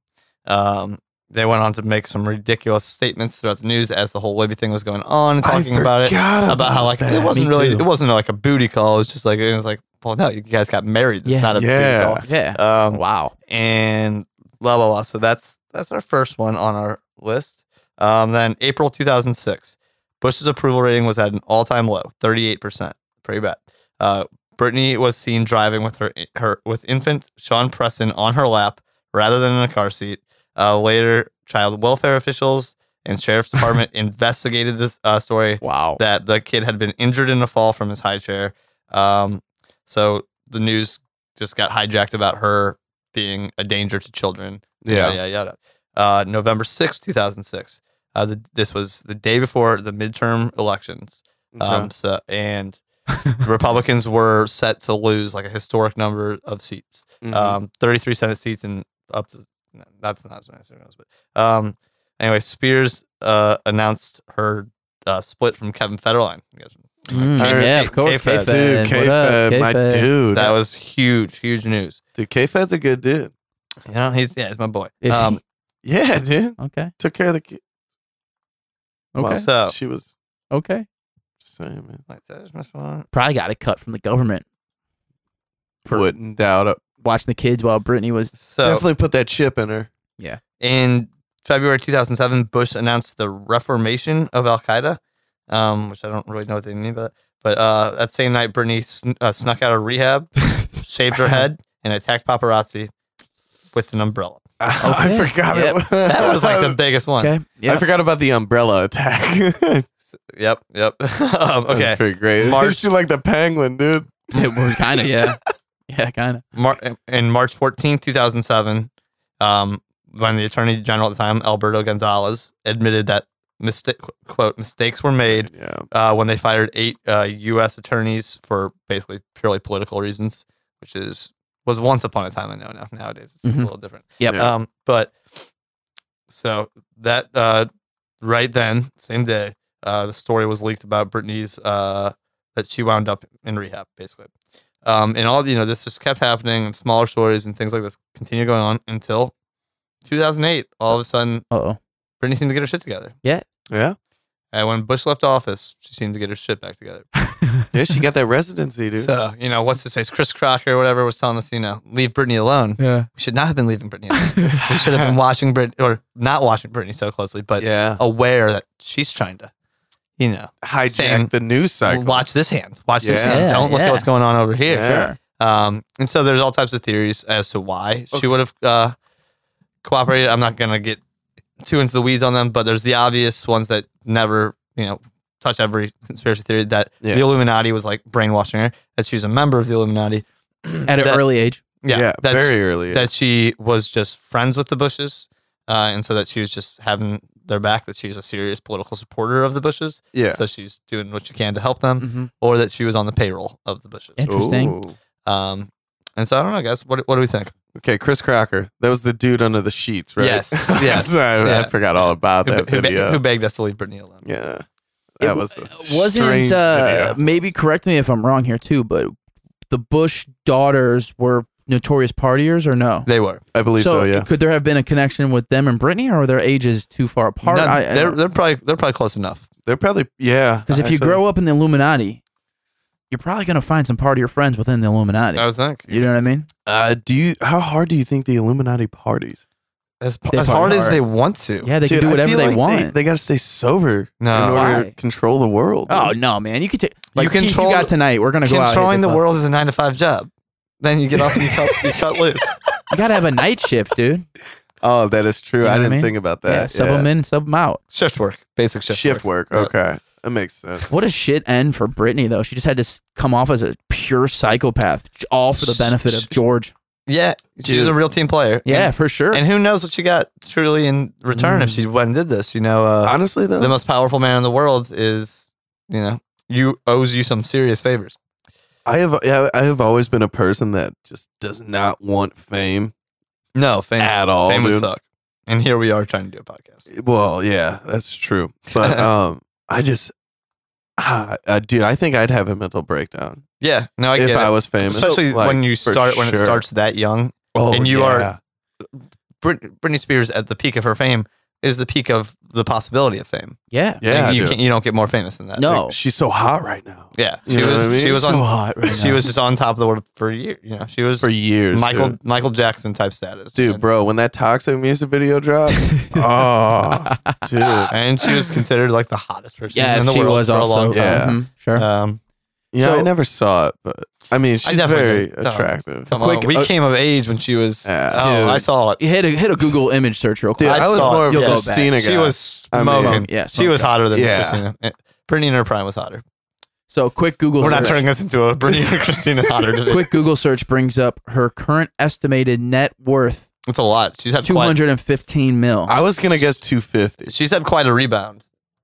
[SPEAKER 2] Um, they went on to make some ridiculous statements throughout the news as the whole Libby thing was going on, talking
[SPEAKER 1] I
[SPEAKER 2] about it,
[SPEAKER 1] forgot
[SPEAKER 2] about, how like
[SPEAKER 1] that.
[SPEAKER 2] it wasn't
[SPEAKER 3] Me
[SPEAKER 2] really,
[SPEAKER 3] too.
[SPEAKER 2] it wasn't like a booty call. It was just like it was like, well, no, you guys got married. It's
[SPEAKER 3] Yeah.
[SPEAKER 2] not a
[SPEAKER 1] Yeah.
[SPEAKER 2] booty
[SPEAKER 3] Yeah.
[SPEAKER 2] call. Um,
[SPEAKER 3] wow.
[SPEAKER 2] and blah blah blah. So that's that's our first one on our list. Um, then April 2006, Bush's approval rating was at an all-time low, 38 percent, pretty bad. Uh, Brittany was seen driving with her her with infant Sean Preston on her lap rather than in a car seat. Uh, later, child welfare officials and sheriff's department [LAUGHS] investigated this uh, story
[SPEAKER 3] Wow.
[SPEAKER 2] that the kid had been injured in a fall from his high chair. Um, so the news just got hijacked about her being a danger to children.
[SPEAKER 1] Yeah.
[SPEAKER 2] Yada, yada, yada. Uh, November sixth, two 2006. Uh, the, this was the day before the midterm elections. Um, so, and the Republicans were set to lose like a historic number of seats
[SPEAKER 1] Mhm.
[SPEAKER 2] um, 33 Senate seats and up to no, that's not as many as everyone else, but um, anyway, Spears uh, announced her uh, split from Kevin Federline. You guys-
[SPEAKER 3] Mm,
[SPEAKER 2] K-
[SPEAKER 3] yeah,
[SPEAKER 2] K-
[SPEAKER 3] of course.
[SPEAKER 2] K-Fed.
[SPEAKER 1] dude,
[SPEAKER 3] K-Fed. What up,
[SPEAKER 1] K-Fed, my
[SPEAKER 3] K-Fed?
[SPEAKER 1] dude.
[SPEAKER 2] That was huge, huge news.
[SPEAKER 1] dude, K-Fed's a good dude.
[SPEAKER 2] You know, [LAUGHS] he's yeah, he's my boy.
[SPEAKER 3] Is
[SPEAKER 2] um,
[SPEAKER 1] Yeah, dude.
[SPEAKER 3] Okay.
[SPEAKER 1] Took care of the kid.
[SPEAKER 3] Okay.
[SPEAKER 1] Well,
[SPEAKER 2] So-
[SPEAKER 1] she was
[SPEAKER 3] Okay.
[SPEAKER 1] just saying, man.
[SPEAKER 2] like, that is my spot.
[SPEAKER 3] Probably got it cut from the government. For-
[SPEAKER 1] Wouldn't doubt it.
[SPEAKER 3] Watching the kids while Brittany was.
[SPEAKER 2] So
[SPEAKER 1] Definitely put that chip in her. [LAUGHS]
[SPEAKER 2] in February 2007, Bush announced the reformation of Al Qaeda, um, which I don't really know what they mean by that. But uh, that same night, Brittany sn- uh, snuck out of rehab, shaved her head, and attacked paparazzi with an umbrella.
[SPEAKER 1] I [LAUGHS]
[SPEAKER 3] Okay.
[SPEAKER 1] forgot
[SPEAKER 3] Yep.
[SPEAKER 1] it.
[SPEAKER 2] That was
[SPEAKER 1] [LAUGHS]
[SPEAKER 2] like
[SPEAKER 1] Uh,
[SPEAKER 2] the biggest one.
[SPEAKER 3] Okay.
[SPEAKER 1] I
[SPEAKER 3] Yeah.
[SPEAKER 1] forgot about the umbrella attack. [LAUGHS] That
[SPEAKER 2] Yep, yep. [LAUGHS] um,
[SPEAKER 1] was
[SPEAKER 2] okay.
[SPEAKER 1] pretty great. [LAUGHS]
[SPEAKER 2] March-
[SPEAKER 1] she like the penguin, dude.
[SPEAKER 3] [LAUGHS] it was kind of yeah. Yeah, kind of.
[SPEAKER 2] Mar- in March 14, 2007, um, when the Attorney General at the time, Alberto Gonzalez, admitted that mistake quote mistakes were made
[SPEAKER 1] Yeah.
[SPEAKER 2] uh, when they fired eight uh, U.S. attorneys for basically purely political reasons, which is was once upon a time. I know now nowadays it's, it's
[SPEAKER 3] Mhm.
[SPEAKER 2] a little different.
[SPEAKER 3] Yep.
[SPEAKER 1] Yeah.
[SPEAKER 2] Um, but so that uh, right then, same day, uh, the story was leaked about Brittany's uh, that she wound up in rehab, basically. Um, and all you know, this just kept happening, and smaller stories and things like this continue going on until 2008. All of a sudden,
[SPEAKER 3] Uh oh.
[SPEAKER 2] Brittany seemed to get her shit together.
[SPEAKER 1] Yeah.
[SPEAKER 2] And when Bush left office, she seemed to get her shit back together.
[SPEAKER 1] Yeah, she got that residency, dude.
[SPEAKER 2] So, you know, what's his face? Chris Crocker or whatever was telling us, you know, leave Britney alone.
[SPEAKER 3] Yeah.
[SPEAKER 2] We should not have been leaving Britney
[SPEAKER 3] [LAUGHS]
[SPEAKER 2] alone. we should have been watching Britney or not watching Britney so closely,
[SPEAKER 1] [LAUGHS]
[SPEAKER 2] but
[SPEAKER 1] yeah.
[SPEAKER 2] aware that she's trying to, you know,
[SPEAKER 1] Hijack
[SPEAKER 2] saying-
[SPEAKER 1] the news cycle.
[SPEAKER 2] watch this hand. Watch this
[SPEAKER 1] Yeah.
[SPEAKER 2] hand.
[SPEAKER 3] Yeah,
[SPEAKER 2] Don't look
[SPEAKER 3] yeah.
[SPEAKER 2] at what's going on over here.
[SPEAKER 1] Yeah.
[SPEAKER 2] Um, and so there's all types of theories as to why she would have uh, cooperated. I'm not going to get too into the weeds on them, but there's the obvious ones that never, you know, touch every conspiracy theory that
[SPEAKER 1] Yeah.
[SPEAKER 2] the Illuminati was like brainwashing her, that she was a member of the Illuminati.
[SPEAKER 3] At an
[SPEAKER 2] That-
[SPEAKER 3] early age.
[SPEAKER 2] Yeah, that's,
[SPEAKER 1] very early.
[SPEAKER 2] that she was just friends with the Bushes, uh, and so that she was just having their back that she's a serious political supporter of the Bushes.
[SPEAKER 1] Yeah. Mm-hmm.
[SPEAKER 2] So she's doing what she can to help them,
[SPEAKER 3] Mhm.
[SPEAKER 2] or that she was on the payroll of the Bushes.
[SPEAKER 3] And- Interesting.
[SPEAKER 1] Ooh.
[SPEAKER 2] Um, and so I don't know, guys. What, what do we think?
[SPEAKER 1] Okay, Chris Crocker. That was the dude under the sheets, right? [LAUGHS]
[SPEAKER 2] Yes, yes,
[SPEAKER 1] Sorry, I,
[SPEAKER 2] yeah.
[SPEAKER 1] forgot all about
[SPEAKER 2] Who,
[SPEAKER 1] that
[SPEAKER 2] who,
[SPEAKER 1] video.
[SPEAKER 2] who begged us to leave Brittany alone?
[SPEAKER 1] yeah.
[SPEAKER 3] It
[SPEAKER 1] That
[SPEAKER 3] w-
[SPEAKER 1] was a strange
[SPEAKER 3] wasn't uh,
[SPEAKER 1] video.
[SPEAKER 3] maybe correct me if I'm wrong here too, but the Bush daughters were notorious partiers or no?
[SPEAKER 2] They were.
[SPEAKER 1] I believe so, yeah.
[SPEAKER 3] could there have been a connection with them and Brittany, or are their ages too far apart?
[SPEAKER 2] None- they're they're probably they're probably close enough.
[SPEAKER 1] They're probably yeah.
[SPEAKER 3] because if you grow up in the Illuminati, you're probably gonna find some partier friends within the Illuminati.
[SPEAKER 2] I would think
[SPEAKER 3] you know what I mean?
[SPEAKER 1] uh, do you how hard do you think the Illuminati parties?
[SPEAKER 2] as,
[SPEAKER 3] They
[SPEAKER 2] as hard
[SPEAKER 3] probably
[SPEAKER 2] as
[SPEAKER 3] are.
[SPEAKER 2] they want to.
[SPEAKER 3] Yeah, they can do whatever they
[SPEAKER 1] They,
[SPEAKER 3] want. Oh.
[SPEAKER 1] gotta stay sober
[SPEAKER 2] No.
[SPEAKER 1] in order
[SPEAKER 3] Why?
[SPEAKER 1] to control the world.
[SPEAKER 3] oh no, man! You could take like
[SPEAKER 2] You
[SPEAKER 3] you Keith,
[SPEAKER 2] control-
[SPEAKER 3] You got tonight. We're gonna go out. and hit
[SPEAKER 2] Controlling the
[SPEAKER 3] club.
[SPEAKER 2] world is a nine to five job. Then you get off and you cut, you
[SPEAKER 1] [LAUGHS]
[SPEAKER 2] cut loose.
[SPEAKER 3] You gotta have a night shift, dude.
[SPEAKER 1] Oh, that is true.
[SPEAKER 3] You know
[SPEAKER 1] I
[SPEAKER 3] what I
[SPEAKER 1] didn't
[SPEAKER 3] mean?
[SPEAKER 1] think about
[SPEAKER 3] yeah,
[SPEAKER 1] that.
[SPEAKER 3] sub them in, sub them out.
[SPEAKER 2] Shift work, basic shift.
[SPEAKER 1] Shift, work.
[SPEAKER 2] Yeah.
[SPEAKER 1] Okay. That makes sense.
[SPEAKER 3] What a shit end for Brittany, though. She just had to s- come off as a pure psychopath, j- all for the benefit of George.
[SPEAKER 2] Yeah, she's
[SPEAKER 1] Dude.
[SPEAKER 2] a real team player.
[SPEAKER 3] Yeah,
[SPEAKER 2] And,
[SPEAKER 3] for sure.
[SPEAKER 2] and who knows what she got truly in return
[SPEAKER 1] Mm.
[SPEAKER 2] if she went and did this? You know, uh,
[SPEAKER 1] Honestly though,
[SPEAKER 2] the most powerful man in the world is, you know, you owes you some serious favors.
[SPEAKER 1] I have I I have always been a person that just does not want fame
[SPEAKER 2] No, fame
[SPEAKER 1] at all.
[SPEAKER 2] fame would
[SPEAKER 1] dude.
[SPEAKER 2] suck. And here we are trying to do a podcast.
[SPEAKER 1] Well, yeah, that's true.
[SPEAKER 2] [LAUGHS]
[SPEAKER 1] But um, I just, ah, uh, dude, I think I'd have a mental breakdown
[SPEAKER 2] Yeah, no, I get
[SPEAKER 1] if
[SPEAKER 2] it.
[SPEAKER 1] I was famous.
[SPEAKER 2] Especially
[SPEAKER 1] Like,
[SPEAKER 2] when you
[SPEAKER 1] for
[SPEAKER 2] start when it
[SPEAKER 1] sure.
[SPEAKER 2] starts that young.
[SPEAKER 1] Oh,
[SPEAKER 2] and you
[SPEAKER 1] yeah.
[SPEAKER 2] Brit- Britney Spears at the peak of her fame is the peak of the possibility of fame.
[SPEAKER 3] yeah.
[SPEAKER 1] yeah,
[SPEAKER 2] Like, you
[SPEAKER 1] dude.
[SPEAKER 2] can't, you don't get more famous than that.
[SPEAKER 3] No.
[SPEAKER 1] she's so hot right now.
[SPEAKER 2] Yeah,
[SPEAKER 1] You
[SPEAKER 2] she
[SPEAKER 1] know
[SPEAKER 2] was
[SPEAKER 1] what I mean?
[SPEAKER 2] she was
[SPEAKER 1] so
[SPEAKER 2] on
[SPEAKER 1] hot right
[SPEAKER 2] she
[SPEAKER 1] now.
[SPEAKER 2] was just on top of the world for a year. You know, she was
[SPEAKER 1] for years,
[SPEAKER 2] Michael
[SPEAKER 1] dude.
[SPEAKER 2] Michael Jackson type status,
[SPEAKER 1] Dude,
[SPEAKER 2] And-
[SPEAKER 1] bro, when that toxic music video
[SPEAKER 2] [LAUGHS]
[SPEAKER 1] dropped, oh, dude, yeah,
[SPEAKER 2] And she was considered like the hottest person
[SPEAKER 3] yeah,
[SPEAKER 2] in
[SPEAKER 3] if
[SPEAKER 2] the
[SPEAKER 3] she
[SPEAKER 2] world
[SPEAKER 3] was
[SPEAKER 2] for
[SPEAKER 3] also.
[SPEAKER 2] a long time.
[SPEAKER 1] Yeah.
[SPEAKER 3] Mhm, sure.
[SPEAKER 2] Um,
[SPEAKER 1] I
[SPEAKER 3] So-
[SPEAKER 1] never saw it, but I mean, she's
[SPEAKER 2] definitely
[SPEAKER 1] very
[SPEAKER 2] did. Don't.
[SPEAKER 1] attractive.
[SPEAKER 2] come
[SPEAKER 3] Quick-
[SPEAKER 2] on, we
[SPEAKER 3] uh,
[SPEAKER 2] came of age when she was.
[SPEAKER 1] Yeah.
[SPEAKER 2] oh,
[SPEAKER 3] Dude.
[SPEAKER 2] I saw it.
[SPEAKER 3] You hit a hit a Google image search real
[SPEAKER 1] Dude,
[SPEAKER 3] quick.
[SPEAKER 1] I,
[SPEAKER 2] I
[SPEAKER 1] was
[SPEAKER 2] saw
[SPEAKER 1] more
[SPEAKER 2] it.
[SPEAKER 1] of
[SPEAKER 3] You'll
[SPEAKER 1] a
[SPEAKER 3] go back.
[SPEAKER 1] Christina guy.
[SPEAKER 2] She was
[SPEAKER 1] I mean-
[SPEAKER 2] smoking.
[SPEAKER 3] yeah,
[SPEAKER 2] she was hotter than
[SPEAKER 1] Yeah.
[SPEAKER 2] Christina. Eh, Brittany in her prime was hotter.
[SPEAKER 3] So quick Google.
[SPEAKER 2] We're not
[SPEAKER 3] search.
[SPEAKER 2] turning this into a Brittany
[SPEAKER 3] [LAUGHS]
[SPEAKER 2] or Christina hotter. debate.
[SPEAKER 3] Quick Google search brings up her current estimated net worth
[SPEAKER 2] It's a lot. She's had
[SPEAKER 3] two
[SPEAKER 2] quite,
[SPEAKER 3] hundred and fifteen mil.
[SPEAKER 1] I was gonna guess two fifty.
[SPEAKER 2] She's had quite a rebound.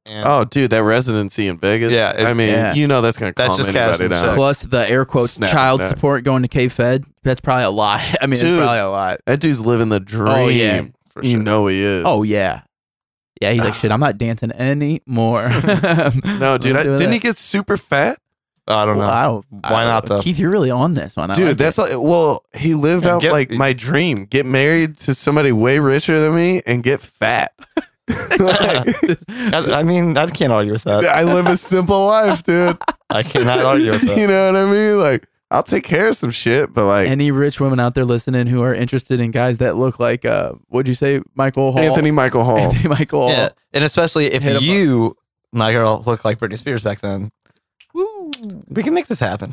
[SPEAKER 2] And
[SPEAKER 1] Oh, dude, that residency in Vegas.
[SPEAKER 2] Yeah, it's-
[SPEAKER 1] I mean,
[SPEAKER 3] Yeah.
[SPEAKER 1] you know that's gonna
[SPEAKER 2] That's
[SPEAKER 1] calm
[SPEAKER 2] just
[SPEAKER 1] anybody
[SPEAKER 2] cashing checks.
[SPEAKER 1] down.
[SPEAKER 3] Plus the air quotes
[SPEAKER 1] Snap
[SPEAKER 3] child
[SPEAKER 1] back.
[SPEAKER 3] support going to K Fed. That's probably a lot. [LAUGHS] I mean,
[SPEAKER 1] Dude.
[SPEAKER 3] it's probably a lot.
[SPEAKER 1] That dude's living the dream.
[SPEAKER 3] Oh, yeah.
[SPEAKER 2] for
[SPEAKER 1] You know he is.
[SPEAKER 3] Oh yeah,
[SPEAKER 2] [SIGHS]
[SPEAKER 3] yeah. He's like, shit. I'm not
[SPEAKER 2] [LAUGHS]
[SPEAKER 3] dancing anymore. [LAUGHS]
[SPEAKER 1] no, dude! I, didn't he get super fat,
[SPEAKER 2] I don't know.
[SPEAKER 3] I don't.
[SPEAKER 2] Why
[SPEAKER 3] I
[SPEAKER 2] not, though?
[SPEAKER 3] Keith, you're really on this one, I
[SPEAKER 1] dude?
[SPEAKER 3] like
[SPEAKER 1] that's like, well, he lived
[SPEAKER 2] Yeah,
[SPEAKER 1] out
[SPEAKER 2] get-
[SPEAKER 1] like my dream: get married to somebody way richer than me and get fat. [LAUGHS] Like,
[SPEAKER 2] [LAUGHS]
[SPEAKER 3] it.
[SPEAKER 2] I, I mean, I can't argue with that.
[SPEAKER 1] I live a simple life, dude.
[SPEAKER 2] I cannot argue
[SPEAKER 3] [LAUGHS]
[SPEAKER 1] [LAUGHS]
[SPEAKER 2] with
[SPEAKER 1] you
[SPEAKER 2] that.
[SPEAKER 1] know what I mean? Like, I'll take care of some shit, but like
[SPEAKER 3] Any rich women out there listening who are interested in guys that look like, uh, what'd you say, Michael Hall?
[SPEAKER 1] Anthony Michael Hall.
[SPEAKER 3] [LAUGHS] Anthony Michael Hall.
[SPEAKER 2] Yeah, and especially if
[SPEAKER 3] Hit 'em up.
[SPEAKER 2] you, my girl, look like Britney Spears back then, we can make this happen.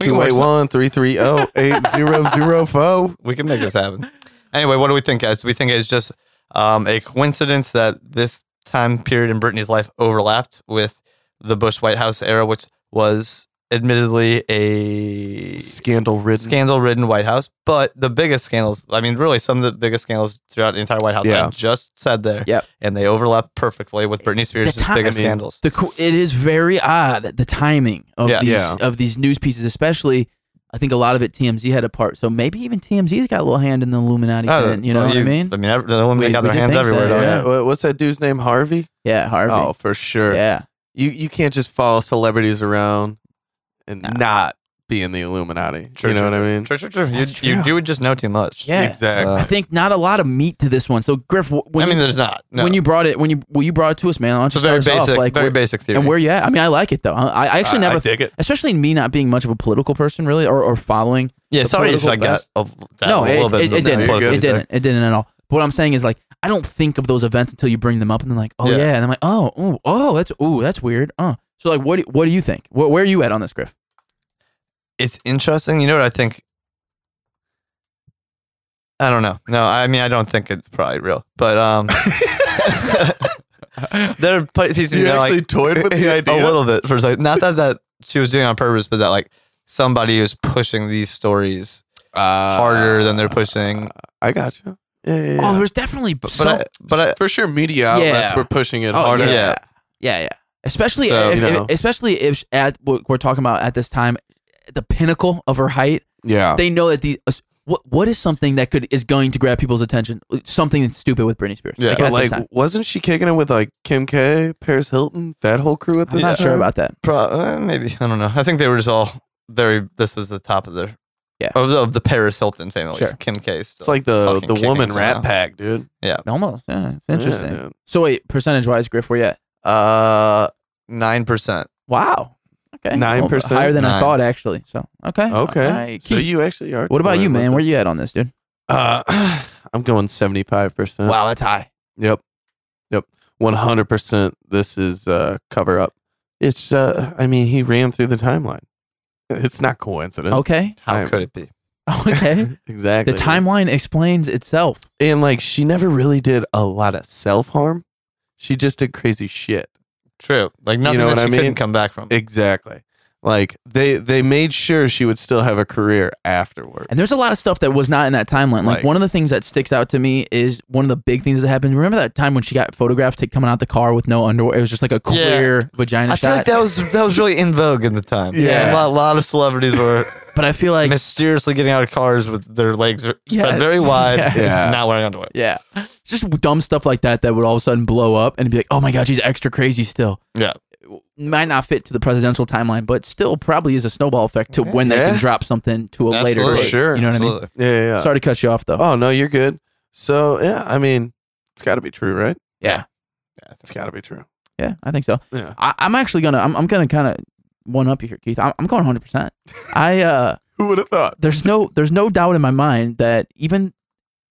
[SPEAKER 2] We can work
[SPEAKER 1] 281
[SPEAKER 2] some-
[SPEAKER 1] 330 8004.
[SPEAKER 2] We can make this happen. Anyway, what do we think, guys? Do we think it's just um, a coincidence that this time period in Britney's life overlapped with the Bush White House era, which was admittedly a
[SPEAKER 1] Scandal ridden.
[SPEAKER 2] Mm-hmm. scandal ridden White House, but the biggest scandals, I mean, really some of the biggest scandals throughout the entire White House,
[SPEAKER 1] Yeah.
[SPEAKER 2] I just said there.
[SPEAKER 3] Yep.
[SPEAKER 2] And they overlap perfectly with Britney Spears'
[SPEAKER 3] time-
[SPEAKER 2] biggest
[SPEAKER 1] I mean,
[SPEAKER 2] scandals.
[SPEAKER 3] The co- it is very odd the timing of
[SPEAKER 2] Yeah.
[SPEAKER 3] these
[SPEAKER 1] Yeah.
[SPEAKER 3] of these news pieces, especially. I think a lot of it TMZ had a part, so maybe even TMZ's got a little hand in the Illuminati.
[SPEAKER 2] Oh,
[SPEAKER 3] pen, you know what I mean?
[SPEAKER 2] I mean, every- the women
[SPEAKER 3] We-
[SPEAKER 2] got
[SPEAKER 3] we
[SPEAKER 2] their
[SPEAKER 3] do
[SPEAKER 2] hands
[SPEAKER 3] think so,
[SPEAKER 2] everywhere.
[SPEAKER 1] Oh,
[SPEAKER 2] don't
[SPEAKER 1] yeah. What- What's that dude's name? Harvey?
[SPEAKER 3] yeah, Harvey.
[SPEAKER 1] Oh, for sure.
[SPEAKER 3] yeah.
[SPEAKER 1] You you can't just follow celebrities around and
[SPEAKER 3] No.
[SPEAKER 1] not be in the Illuminati.
[SPEAKER 2] True,
[SPEAKER 1] you know
[SPEAKER 2] true,
[SPEAKER 1] what I
[SPEAKER 2] they?
[SPEAKER 1] mean?
[SPEAKER 2] True, true, true. You,
[SPEAKER 3] That's
[SPEAKER 2] you,
[SPEAKER 3] true.
[SPEAKER 2] you would just know too much.
[SPEAKER 3] Yeah.
[SPEAKER 1] Exactly.
[SPEAKER 3] I think not a lot of meat to this one. So Griff, wh- when
[SPEAKER 2] I mean,
[SPEAKER 3] you,
[SPEAKER 2] there's not. No.
[SPEAKER 3] when you brought it, when you well, you brought it to us, man. Why don't
[SPEAKER 2] it's
[SPEAKER 3] you
[SPEAKER 2] a very
[SPEAKER 3] start us
[SPEAKER 2] basic,
[SPEAKER 3] off, like
[SPEAKER 2] very
[SPEAKER 3] where-
[SPEAKER 2] basic theory.
[SPEAKER 3] and where you at? I mean, I like it though. I, I actually never,
[SPEAKER 1] dig it.
[SPEAKER 3] especially me not being much of a political person, really, or, or following.
[SPEAKER 2] yeah,
[SPEAKER 3] the
[SPEAKER 2] sorry if I
[SPEAKER 3] political
[SPEAKER 2] got a, that
[SPEAKER 3] no,
[SPEAKER 2] a little
[SPEAKER 3] it,
[SPEAKER 2] bit.
[SPEAKER 3] it, it didn't.
[SPEAKER 1] you're good.
[SPEAKER 3] It didn't. It didn't at all. But what I'm saying is like I don't think of those events until you bring them up, and then like, oh
[SPEAKER 2] Yeah.
[SPEAKER 3] yeah, and I'm like, oh, ooh, oh, that's ooh, that's weird. Uh. So like, what do- what do you think? Where, where are you at on this, Griff?
[SPEAKER 2] It's interesting. You know what I think? I don't know. No, I mean, I don't think it's probably real, but um, [LAUGHS] there are pl- pieces of
[SPEAKER 1] You
[SPEAKER 2] me that, like,
[SPEAKER 1] actually toyed [LAUGHS] with the idea.
[SPEAKER 2] a little bit for a second. Not that that she was doing it on purpose, but that like somebody is pushing these stories
[SPEAKER 1] Uh,
[SPEAKER 2] harder than they're pushing
[SPEAKER 1] I got you. Yeah, yeah,
[SPEAKER 3] Oh,
[SPEAKER 1] yeah.
[SPEAKER 3] there's definitely but,
[SPEAKER 2] But I, but I,
[SPEAKER 1] for sure, media outlets
[SPEAKER 3] Yeah.
[SPEAKER 1] were pushing it
[SPEAKER 3] Oh,
[SPEAKER 1] harder.
[SPEAKER 3] yeah.
[SPEAKER 2] Yeah.
[SPEAKER 3] yeah, yeah. Especially
[SPEAKER 2] So,
[SPEAKER 3] if,
[SPEAKER 1] you know.
[SPEAKER 3] if- especially if sh- at what we're talking about at this time, the pinnacle of her height.
[SPEAKER 1] Yeah.
[SPEAKER 3] They know that these. What what is something that could is going to grab people's attention? Uh, Something that's stupid with Britney Spears.
[SPEAKER 2] Yeah.
[SPEAKER 3] like,
[SPEAKER 1] But
[SPEAKER 3] at this
[SPEAKER 1] Oh, like,
[SPEAKER 3] time.
[SPEAKER 1] wasn't she kicking it with like Kim K, Paris Hilton, that whole crew at
[SPEAKER 3] I'm
[SPEAKER 1] this
[SPEAKER 3] not sure
[SPEAKER 1] time?
[SPEAKER 3] about that.
[SPEAKER 2] pro, uh, maybe I don't know. I think they were just all very. This was the top of their
[SPEAKER 3] Yeah.
[SPEAKER 2] of the, of the Paris Hilton family.
[SPEAKER 3] Sure.
[SPEAKER 2] Kim K. Still
[SPEAKER 1] It's like the
[SPEAKER 2] fucking
[SPEAKER 1] the
[SPEAKER 2] kicking
[SPEAKER 1] woman
[SPEAKER 2] some
[SPEAKER 1] Rat
[SPEAKER 2] out.
[SPEAKER 1] Pack, dude.
[SPEAKER 3] Almost. Yeah, it's
[SPEAKER 1] Yeah,
[SPEAKER 3] interesting.
[SPEAKER 1] dude.
[SPEAKER 3] so wait, percentage wise, Griff, where you at?
[SPEAKER 2] Uh, nine percent.
[SPEAKER 3] Wow. Okay.
[SPEAKER 1] 9%?
[SPEAKER 3] higher than I
[SPEAKER 2] Nine.
[SPEAKER 3] thought actually. So okay.
[SPEAKER 1] Okay.
[SPEAKER 3] All right.
[SPEAKER 1] So
[SPEAKER 3] Keith,
[SPEAKER 1] you actually are.
[SPEAKER 3] what about
[SPEAKER 1] toying
[SPEAKER 3] you,
[SPEAKER 1] with
[SPEAKER 3] man? Where
[SPEAKER 1] this.
[SPEAKER 3] you at on this, dude?
[SPEAKER 1] Uh, [CLEARS THROAT] I'm going seventy five percent.
[SPEAKER 3] that's high.
[SPEAKER 1] Yep. Yep. One hundred percent. This is uh, cover up. It's. Uh, I mean, he ran through the timeline. It's not coincidence.
[SPEAKER 3] Okay. [LAUGHS]
[SPEAKER 2] How
[SPEAKER 1] I'm-
[SPEAKER 2] could it be?
[SPEAKER 3] Okay.
[SPEAKER 1] [LAUGHS] exactly.
[SPEAKER 3] the timeline explains itself.
[SPEAKER 1] and like she never really did a lot of self harm. She just did crazy shit.
[SPEAKER 2] True. Like nothing
[SPEAKER 1] know
[SPEAKER 2] that
[SPEAKER 1] what
[SPEAKER 2] she
[SPEAKER 1] I mean?
[SPEAKER 2] couldn't come back from.
[SPEAKER 1] Exactly. Like they they made sure she would still have a career afterward.
[SPEAKER 3] And there's a lot of stuff that was not in that timeline. Like
[SPEAKER 1] Right.
[SPEAKER 3] one of the things that sticks out to me is one of the big things that happened. Remember that time when she got photographed t- coming out the car with no underwear? It was just like a clear vagina
[SPEAKER 2] I
[SPEAKER 3] shot.
[SPEAKER 2] feel like that was that was really in vogue in the time.
[SPEAKER 1] Yeah.
[SPEAKER 2] a lot, lot of celebrities were
[SPEAKER 3] but I feel like
[SPEAKER 2] mysteriously getting out of cars with their legs spread
[SPEAKER 3] Yeah.
[SPEAKER 2] very wide,
[SPEAKER 3] Yeah.
[SPEAKER 2] and just
[SPEAKER 1] Yeah.
[SPEAKER 2] not wearing underwear.
[SPEAKER 3] yeah, It's just dumb stuff like that that would all of a sudden blow up and be like, oh my god, she's extra crazy still.
[SPEAKER 2] Yeah.
[SPEAKER 3] might not fit to the presidential timeline, but still probably is a snowball effect to when they
[SPEAKER 1] Yeah.
[SPEAKER 3] can drop something to a later
[SPEAKER 2] Absolutely.
[SPEAKER 3] date.
[SPEAKER 1] Sure.
[SPEAKER 3] you know what I mean.
[SPEAKER 2] Absolutely.
[SPEAKER 1] yeah, yeah, yeah.
[SPEAKER 3] Sorry to cut you off though.
[SPEAKER 1] Oh no, you're good. So yeah, I mean, it's got to be true, right?
[SPEAKER 3] Yeah.
[SPEAKER 1] It's got to be true.
[SPEAKER 3] Yeah, I think so.
[SPEAKER 1] Yeah.
[SPEAKER 3] I, I'm actually gonna I'm, I'm gonna kind of one up you here, Keith. I'm, I'm going 100. percent I uh,
[SPEAKER 1] Who would have thought?
[SPEAKER 3] there's no there's no doubt in my mind that even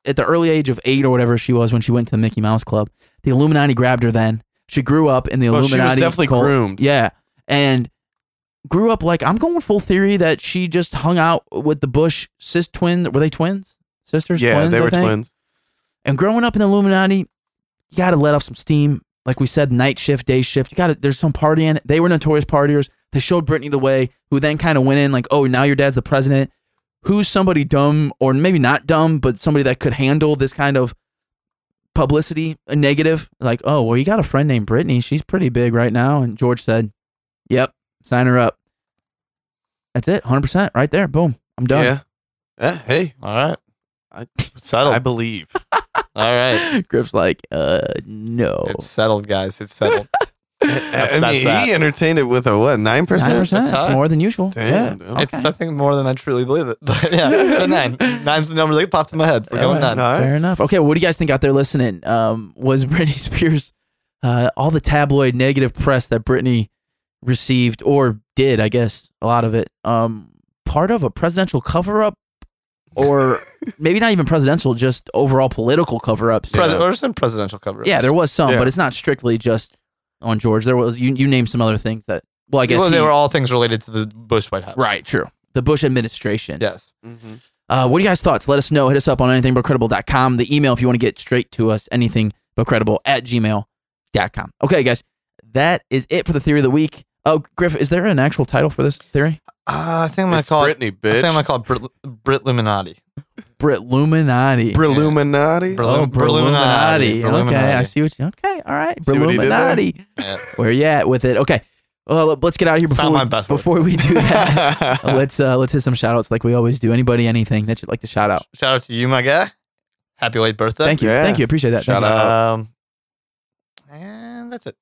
[SPEAKER 3] at the early age of eight or whatever she was when she went to the Mickey Mouse Club, the Illuminati grabbed her. Then she grew up in the
[SPEAKER 1] Well, she
[SPEAKER 3] Illuminati.
[SPEAKER 1] was definitely
[SPEAKER 3] cult.
[SPEAKER 1] groomed.
[SPEAKER 3] Yeah, and grew up like I'm going full theory that she just hung out with the Bush sis twin. Were they twins? Sisters?
[SPEAKER 1] yeah,
[SPEAKER 3] twins,
[SPEAKER 1] they
[SPEAKER 3] I
[SPEAKER 1] were
[SPEAKER 3] think?
[SPEAKER 1] twins.
[SPEAKER 3] And growing up in the Illuminati, you got to let off some steam. Like we said, night shift, day shift. You got to. There's some partying. They were notorious partiers. They showed Britney the way, who then kind of went in like, oh, now your dad's the president. Who's somebody dumb or maybe not dumb, but somebody that could handle this kind of publicity, a negative? Like, oh, well, you got a friend named Britney. She's pretty big right now. And George said, yep, sign her up. That's it, 100% right there. Boom, I'm done.
[SPEAKER 1] Yeah. Yeah. Hey,
[SPEAKER 2] All right.
[SPEAKER 1] I-
[SPEAKER 2] settled.
[SPEAKER 1] I believe.
[SPEAKER 2] All right.
[SPEAKER 3] [LAUGHS] Griff's like, uh,
[SPEAKER 1] Oh.
[SPEAKER 3] no.
[SPEAKER 2] It's settled, guys.
[SPEAKER 1] [LAUGHS]
[SPEAKER 2] It's settled.
[SPEAKER 1] [LAUGHS] I
[SPEAKER 2] That's- that's
[SPEAKER 1] mean,
[SPEAKER 2] that.
[SPEAKER 1] he entertained it with a what nine
[SPEAKER 3] Nine
[SPEAKER 1] percent?
[SPEAKER 3] percent.
[SPEAKER 2] That's
[SPEAKER 3] It's
[SPEAKER 2] high.
[SPEAKER 3] more than usual.
[SPEAKER 1] Damn,
[SPEAKER 3] yeah.
[SPEAKER 1] dude.
[SPEAKER 2] It's something more than I truly believe it. [LAUGHS] But yeah,
[SPEAKER 3] [LAUGHS]
[SPEAKER 2] nine. Nine's the number that popped in my head. We're
[SPEAKER 3] All
[SPEAKER 2] going
[SPEAKER 3] right.
[SPEAKER 2] nine.
[SPEAKER 1] All right.
[SPEAKER 3] Fair enough. Okay, well, what do you guys think out there listening? Um, was [LAUGHS] Britney Spears uh, all the tabloid negative press that Britney received or did? I guess a lot of it. Um, part of a presidential cover up,
[SPEAKER 2] [LAUGHS]
[SPEAKER 3] or maybe not even presidential, just overall political cover ups.
[SPEAKER 2] Pres-
[SPEAKER 1] Yeah.
[SPEAKER 2] Or some presidential cover.
[SPEAKER 3] Yeah, there was some,
[SPEAKER 1] Yeah.
[SPEAKER 3] but it's not strictly just on George. There was you. You named some other things that. Well, I guess
[SPEAKER 2] well, they
[SPEAKER 3] he-
[SPEAKER 2] were all things related to the Bush White House.
[SPEAKER 3] right. True. The Bush administration.
[SPEAKER 2] Yes.
[SPEAKER 1] Mhm.
[SPEAKER 3] Uh, what are you guys' thoughts? Let us know. Hit us up on anythingbutcredible.com. The email if you want to get straight to us, anythingbutcredible at gmail.com. Okay, guys, that is it for the theory of the week. Oh, Griff, is there an actual title for this theory?
[SPEAKER 2] Uh, I think I'm gonna
[SPEAKER 1] It's
[SPEAKER 2] call it.
[SPEAKER 1] Britney,
[SPEAKER 2] I
[SPEAKER 1] bitch.
[SPEAKER 2] think I'm gonna call it Brit, Brit Luminati.
[SPEAKER 3] Brit Illuminati.
[SPEAKER 1] Brilluminati.
[SPEAKER 2] Brillu-
[SPEAKER 3] oh,
[SPEAKER 2] Brilluminati.
[SPEAKER 3] Brilluminati. Okay, I
[SPEAKER 2] Brilluminati.
[SPEAKER 3] see what you. Okay, all right.
[SPEAKER 1] See what he did there?
[SPEAKER 3] Brilluminati.
[SPEAKER 2] Yeah.
[SPEAKER 3] Where you at with it? Okay. Well, let's get out of here
[SPEAKER 2] It's
[SPEAKER 3] before
[SPEAKER 2] not my
[SPEAKER 3] we,
[SPEAKER 2] best word.
[SPEAKER 3] before we
[SPEAKER 1] [LAUGHS]
[SPEAKER 3] do that.
[SPEAKER 2] [LAUGHS] Shout
[SPEAKER 3] let's uh, let's hit some shout outs like we always do. Anybody, anything that you'd like to shout out?
[SPEAKER 2] out to you, my guy. Happy late birthday.
[SPEAKER 3] Thank you,
[SPEAKER 1] yeah.
[SPEAKER 3] thank you, appreciate that.
[SPEAKER 1] Shout
[SPEAKER 3] Thank
[SPEAKER 1] out.
[SPEAKER 2] Um, and that's it.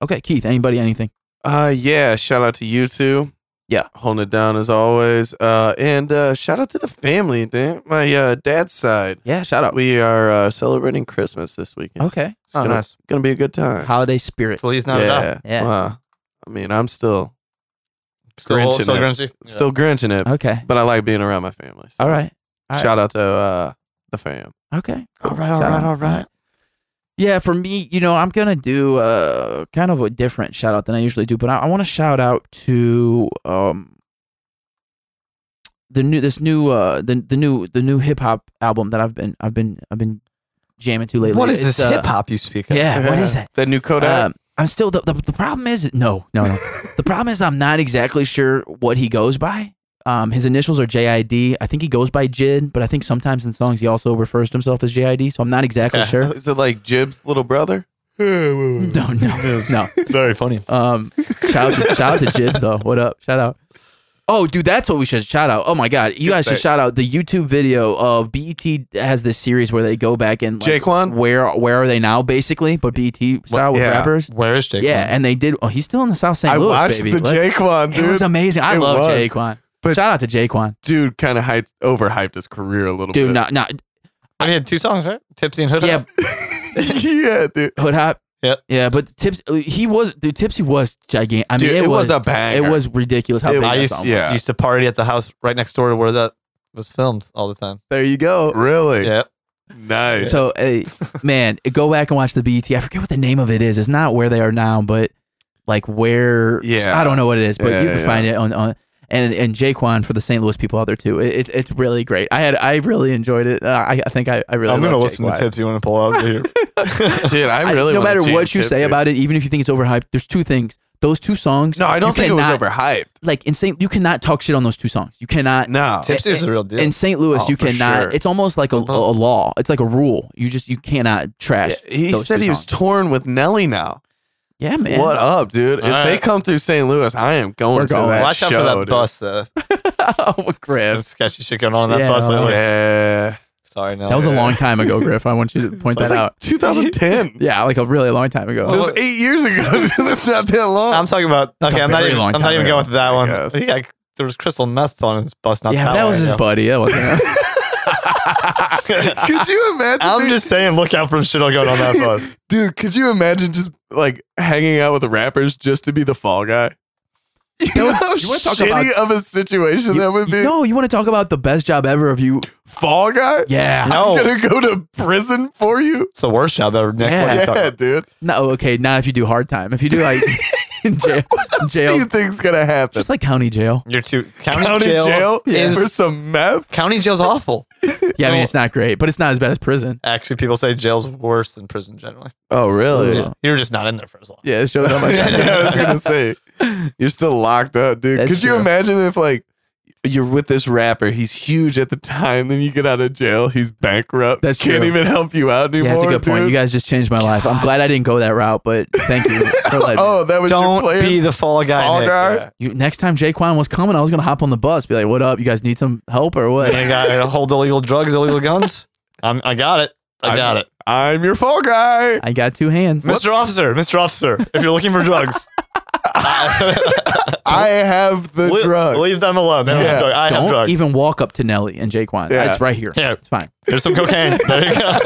[SPEAKER 3] you. Okay, Keith. Anybody, anything?
[SPEAKER 1] Uh yeah, shout out to you two.
[SPEAKER 3] Yeah.
[SPEAKER 1] Holding it down as always. Uh and uh shout out to the family, damn. My uh dad's side.
[SPEAKER 3] Yeah, shout out.
[SPEAKER 1] We are uh celebrating Christmas this weekend.
[SPEAKER 3] Okay.
[SPEAKER 1] It's
[SPEAKER 2] Oh,
[SPEAKER 1] gonna,
[SPEAKER 2] nice.
[SPEAKER 1] gonna be a good time.
[SPEAKER 3] Holiday spirit.
[SPEAKER 2] Feliz Navidad.
[SPEAKER 1] yeah.
[SPEAKER 3] Yeah.
[SPEAKER 1] Wow. I mean, I'm still
[SPEAKER 2] Still,
[SPEAKER 1] Grinching
[SPEAKER 2] still
[SPEAKER 1] it.
[SPEAKER 2] Grinchy.
[SPEAKER 1] still grinching it,
[SPEAKER 3] Okay.
[SPEAKER 1] but I like being around my family. so
[SPEAKER 3] Oh. All right. all right.
[SPEAKER 1] Shout out to uh the fam.
[SPEAKER 3] Okay.
[SPEAKER 2] All right.
[SPEAKER 3] all Shout right, out. all right. Yeah, for me, you know, I'm gonna do uh kind of a different shout out than I usually do, but I, I want to shout out to um the new this new uh the the new the new hip hop album that I've been I've been I've been jamming to lately.
[SPEAKER 2] What is
[SPEAKER 3] It's,
[SPEAKER 2] this
[SPEAKER 3] uh,
[SPEAKER 2] hip hop you speak of? [LAUGHS]
[SPEAKER 3] Yeah. Uh, What
[SPEAKER 1] [LAUGHS]
[SPEAKER 3] is that?
[SPEAKER 1] That new Kodak.
[SPEAKER 3] Um, I'm still the, the the problem is no no no. the problem is I'm not exactly sure what he goes by. Um, his initials are JID. I think he goes by Jid, but I think sometimes in songs he also refers to himself as JID. So I'm not
[SPEAKER 1] [LAUGHS]
[SPEAKER 3] exactly sure.
[SPEAKER 1] Is it like Jib's little brother?
[SPEAKER 3] No, no, no.
[SPEAKER 2] Very funny.
[SPEAKER 3] Um, shout out to, shout out to Jibs though. What up? Shout out. Oh, dude, that's what we should shout out. Oh my god, you guys should shout out the YouTube video of BET has this series where they go back and like,
[SPEAKER 1] Jaquan?
[SPEAKER 3] Where where are they now? Basically, but BET style with
[SPEAKER 1] yeah.
[SPEAKER 3] rappers.
[SPEAKER 2] Where is Jake?
[SPEAKER 3] Yeah, and they did. Oh, he's still in the South St.
[SPEAKER 1] I
[SPEAKER 3] Louis,
[SPEAKER 1] watched
[SPEAKER 3] baby.
[SPEAKER 1] the
[SPEAKER 3] Let's-
[SPEAKER 1] Jaquan,
[SPEAKER 3] It
[SPEAKER 1] dude.
[SPEAKER 3] was amazing. I
[SPEAKER 1] It
[SPEAKER 3] love
[SPEAKER 1] was.
[SPEAKER 3] Jaquan.
[SPEAKER 1] But-
[SPEAKER 3] Shout out to Jaquan.
[SPEAKER 1] dude kind of hyped, overhyped his career a little
[SPEAKER 3] Dude,
[SPEAKER 1] bit.
[SPEAKER 3] not not
[SPEAKER 2] I Oh, had two songs, right? Tipsy and Hood.
[SPEAKER 3] yeah,
[SPEAKER 2] Hop.
[SPEAKER 1] [LAUGHS] yeah, dude.
[SPEAKER 3] Hood Hop.
[SPEAKER 2] Yep.
[SPEAKER 3] Yeah, but Tips he was dude. Tipsy was gigantic. I mean,
[SPEAKER 1] Dude, it, was, a
[SPEAKER 3] it
[SPEAKER 1] banger.
[SPEAKER 3] was ridiculous how
[SPEAKER 1] It
[SPEAKER 3] big
[SPEAKER 1] was-
[SPEAKER 3] that
[SPEAKER 2] I used,
[SPEAKER 3] song was.
[SPEAKER 1] yeah.
[SPEAKER 2] used to party at the house right next door to where that was filmed all the time.
[SPEAKER 3] There you go.
[SPEAKER 1] really
[SPEAKER 2] Yeah.
[SPEAKER 1] nice.
[SPEAKER 3] So, uh, man, go back and watch the BET. I forget what the name of it is. It's not where they are now, but like where.
[SPEAKER 1] Yeah.
[SPEAKER 3] I don't know what it is, but you
[SPEAKER 1] Yeah,
[SPEAKER 3] can
[SPEAKER 1] yeah.
[SPEAKER 3] find it on. on and and Jaquan for the St. Louis people out there too. It, it, it's really great. I had I really enjoyed it. Uh, I, I think I, I really.
[SPEAKER 2] I'm gonna
[SPEAKER 3] love
[SPEAKER 2] listen
[SPEAKER 3] Jaquan.
[SPEAKER 2] to Tipsy when I pull out
[SPEAKER 1] [LAUGHS]
[SPEAKER 2] here.
[SPEAKER 1] dude, I
[SPEAKER 3] I-
[SPEAKER 1] really
[SPEAKER 3] no
[SPEAKER 1] wanna
[SPEAKER 3] matter
[SPEAKER 1] jam
[SPEAKER 3] what you say
[SPEAKER 1] Tipsy.
[SPEAKER 3] about it, even if you think it's overhyped, there's two things. Those two songs.
[SPEAKER 1] No, I don't
[SPEAKER 3] you
[SPEAKER 1] think it
[SPEAKER 3] cannot-
[SPEAKER 1] was overhyped.
[SPEAKER 3] Like in St. You cannot talk shit on those two songs. You cannot.
[SPEAKER 1] No,
[SPEAKER 2] Tipsy is a real deal.
[SPEAKER 3] In St. Louis,
[SPEAKER 1] Oh,
[SPEAKER 3] you
[SPEAKER 1] for
[SPEAKER 3] cannot.
[SPEAKER 1] sure.
[SPEAKER 3] It's almost like a, a, a law. It's like a rule. You just you cannot trash.
[SPEAKER 1] Yeah, he
[SPEAKER 3] those
[SPEAKER 1] said
[SPEAKER 3] two
[SPEAKER 1] he was
[SPEAKER 3] songs.
[SPEAKER 1] torn with Nelly now.
[SPEAKER 3] yeah, man.
[SPEAKER 1] What up, dude? if
[SPEAKER 2] All
[SPEAKER 1] they
[SPEAKER 2] right.
[SPEAKER 1] come through St. Louis, I am going
[SPEAKER 3] We're
[SPEAKER 1] to
[SPEAKER 3] going.
[SPEAKER 1] that
[SPEAKER 2] [LAUGHS] Watch
[SPEAKER 1] show.
[SPEAKER 2] out for that
[SPEAKER 1] dude.
[SPEAKER 2] bus though. [LAUGHS]
[SPEAKER 3] oh,
[SPEAKER 2] Some
[SPEAKER 3] Griff.
[SPEAKER 2] sketchy shit going on in that
[SPEAKER 3] Yeah.
[SPEAKER 2] bus lately.
[SPEAKER 1] Yeah,
[SPEAKER 2] Sorry, no.
[SPEAKER 3] That was a long time ago, Griff. I want you
[SPEAKER 1] [LAUGHS]
[SPEAKER 3] to point
[SPEAKER 1] that was
[SPEAKER 3] that
[SPEAKER 1] like
[SPEAKER 3] out. [LAUGHS]
[SPEAKER 1] 2010.
[SPEAKER 3] Yeah, like a really long time
[SPEAKER 1] It
[SPEAKER 3] ago.
[SPEAKER 1] was
[SPEAKER 2] Oh,
[SPEAKER 1] eight years ago. [LAUGHS] dude. That's not that long.
[SPEAKER 2] I'm talking about. Okay,
[SPEAKER 3] a
[SPEAKER 2] I'm not
[SPEAKER 3] very
[SPEAKER 2] even.
[SPEAKER 3] long
[SPEAKER 2] I'm
[SPEAKER 3] time
[SPEAKER 2] not even
[SPEAKER 3] ago,
[SPEAKER 2] going with that one.
[SPEAKER 1] guess.
[SPEAKER 2] Yeah, there was crystal meth on his bus. Not
[SPEAKER 3] yeah,
[SPEAKER 2] that,
[SPEAKER 3] that, was
[SPEAKER 2] long
[SPEAKER 3] his
[SPEAKER 2] ago.
[SPEAKER 3] buddy. That
[SPEAKER 1] [LAUGHS]
[SPEAKER 3] wasn't
[SPEAKER 2] [LAUGHS]
[SPEAKER 1] could you imagine?
[SPEAKER 2] I'm
[SPEAKER 1] dude?
[SPEAKER 2] just saying, look out for shit going on [LAUGHS] that bus.
[SPEAKER 1] dude. Could you imagine just like hanging out with rappers just to be the fall guy? You
[SPEAKER 3] You
[SPEAKER 1] know
[SPEAKER 3] know-
[SPEAKER 1] how
[SPEAKER 3] you wanna talk
[SPEAKER 1] shitty of a situation that would be.
[SPEAKER 3] no, you want to talk about the best job ever of you?
[SPEAKER 1] Fall guy.
[SPEAKER 3] Yeah.
[SPEAKER 2] No.
[SPEAKER 1] I'm gonna go to prison for you.
[SPEAKER 2] It's the worst job ever. Nick,
[SPEAKER 3] Yeah.
[SPEAKER 2] what are you talking
[SPEAKER 1] Yeah,
[SPEAKER 2] about?
[SPEAKER 1] dude.
[SPEAKER 3] No, okay, not if you do hard time. If
[SPEAKER 1] [LAUGHS]
[SPEAKER 3] you do like in jail,
[SPEAKER 1] What do
[SPEAKER 3] jail
[SPEAKER 1] you think's gonna happen?
[SPEAKER 3] just like county jail.
[SPEAKER 2] You're too county,
[SPEAKER 1] County jail,
[SPEAKER 2] jail.
[SPEAKER 3] is-
[SPEAKER 1] for some meth.
[SPEAKER 2] County jail's awful.
[SPEAKER 3] Yeah, I mean it's not great, but it's not as bad as prison.
[SPEAKER 2] Actually, people say jail's worse than prison generally.
[SPEAKER 1] Oh, really?
[SPEAKER 3] Yeah.
[SPEAKER 2] You're just not in there for as long.
[SPEAKER 3] Yeah, it shows how
[SPEAKER 1] [LAUGHS]
[SPEAKER 3] much.
[SPEAKER 1] yeah, I was gonna
[SPEAKER 3] [LAUGHS]
[SPEAKER 1] say you're still locked up, dude.
[SPEAKER 3] That's
[SPEAKER 1] Could you
[SPEAKER 3] true.
[SPEAKER 1] imagine if like you're with this rapper, he's huge at the time, then you get out of jail, he's bankrupt,
[SPEAKER 3] That's
[SPEAKER 1] can't
[SPEAKER 3] true.
[SPEAKER 1] even help you out anymore.
[SPEAKER 3] Yeah, that's a good point.
[SPEAKER 1] dude.
[SPEAKER 3] You guys just changed my life. I'm glad I didn't go that route, but thank
[SPEAKER 1] [LAUGHS]
[SPEAKER 3] you for letting me.
[SPEAKER 1] oh, that was your
[SPEAKER 2] Don't
[SPEAKER 1] plan.
[SPEAKER 2] be the fall guy.
[SPEAKER 1] Fall
[SPEAKER 2] Nick.
[SPEAKER 1] guy?
[SPEAKER 2] Yeah.
[SPEAKER 3] You, next time Jaquan was coming, I was gonna hop on the bus, be like, "What up? You guys need some help or what?"
[SPEAKER 2] I got hold illegal drugs, illegal guns. I'm, I got it. I got it.
[SPEAKER 1] I'm your fall guy.
[SPEAKER 3] I got two hands.
[SPEAKER 2] Mr. Officer, Mr. Officer, if you're looking for [LAUGHS] drugs,
[SPEAKER 1] I have the
[SPEAKER 2] le-
[SPEAKER 1] drug.
[SPEAKER 2] leave them alone. They don't
[SPEAKER 1] Yeah.
[SPEAKER 2] have drugs. I
[SPEAKER 3] Don't
[SPEAKER 2] have drugs.
[SPEAKER 3] even walk up to Nelly and Jaquan.
[SPEAKER 1] Yeah.
[SPEAKER 3] It's right here.
[SPEAKER 2] Here.
[SPEAKER 3] It's fine.
[SPEAKER 2] There's some [LAUGHS] cocaine. There you go.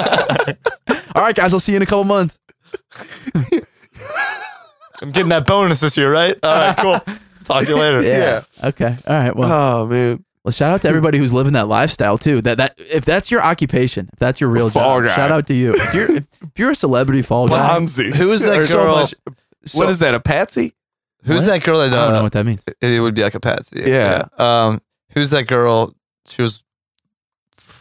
[SPEAKER 3] All right, guys. I'll see you in a couple months.
[SPEAKER 2] I'm getting that bonus this year, right? All right, cool. Talk to you
[SPEAKER 1] [LAUGHS]
[SPEAKER 2] later.
[SPEAKER 1] Yeah.
[SPEAKER 3] Okay. All right. Well,
[SPEAKER 1] Oh man,
[SPEAKER 3] well, shout out to everybody who's living that lifestyle too. That that if that's your occupation, if that's your real
[SPEAKER 1] Fall
[SPEAKER 3] job,
[SPEAKER 1] guy.
[SPEAKER 3] shout out to you. If you're, if you're a celebrity fall guy,
[SPEAKER 1] Bonzi.
[SPEAKER 2] Who is that
[SPEAKER 1] Or so
[SPEAKER 2] girl?
[SPEAKER 1] much- what
[SPEAKER 2] So-
[SPEAKER 1] is that? A patsy?
[SPEAKER 2] Who's
[SPEAKER 3] What?
[SPEAKER 2] that girl that uh,
[SPEAKER 3] I don't know what that means.
[SPEAKER 2] it would be like a patsy.
[SPEAKER 1] Yeah.
[SPEAKER 2] Um, who's that girl? She was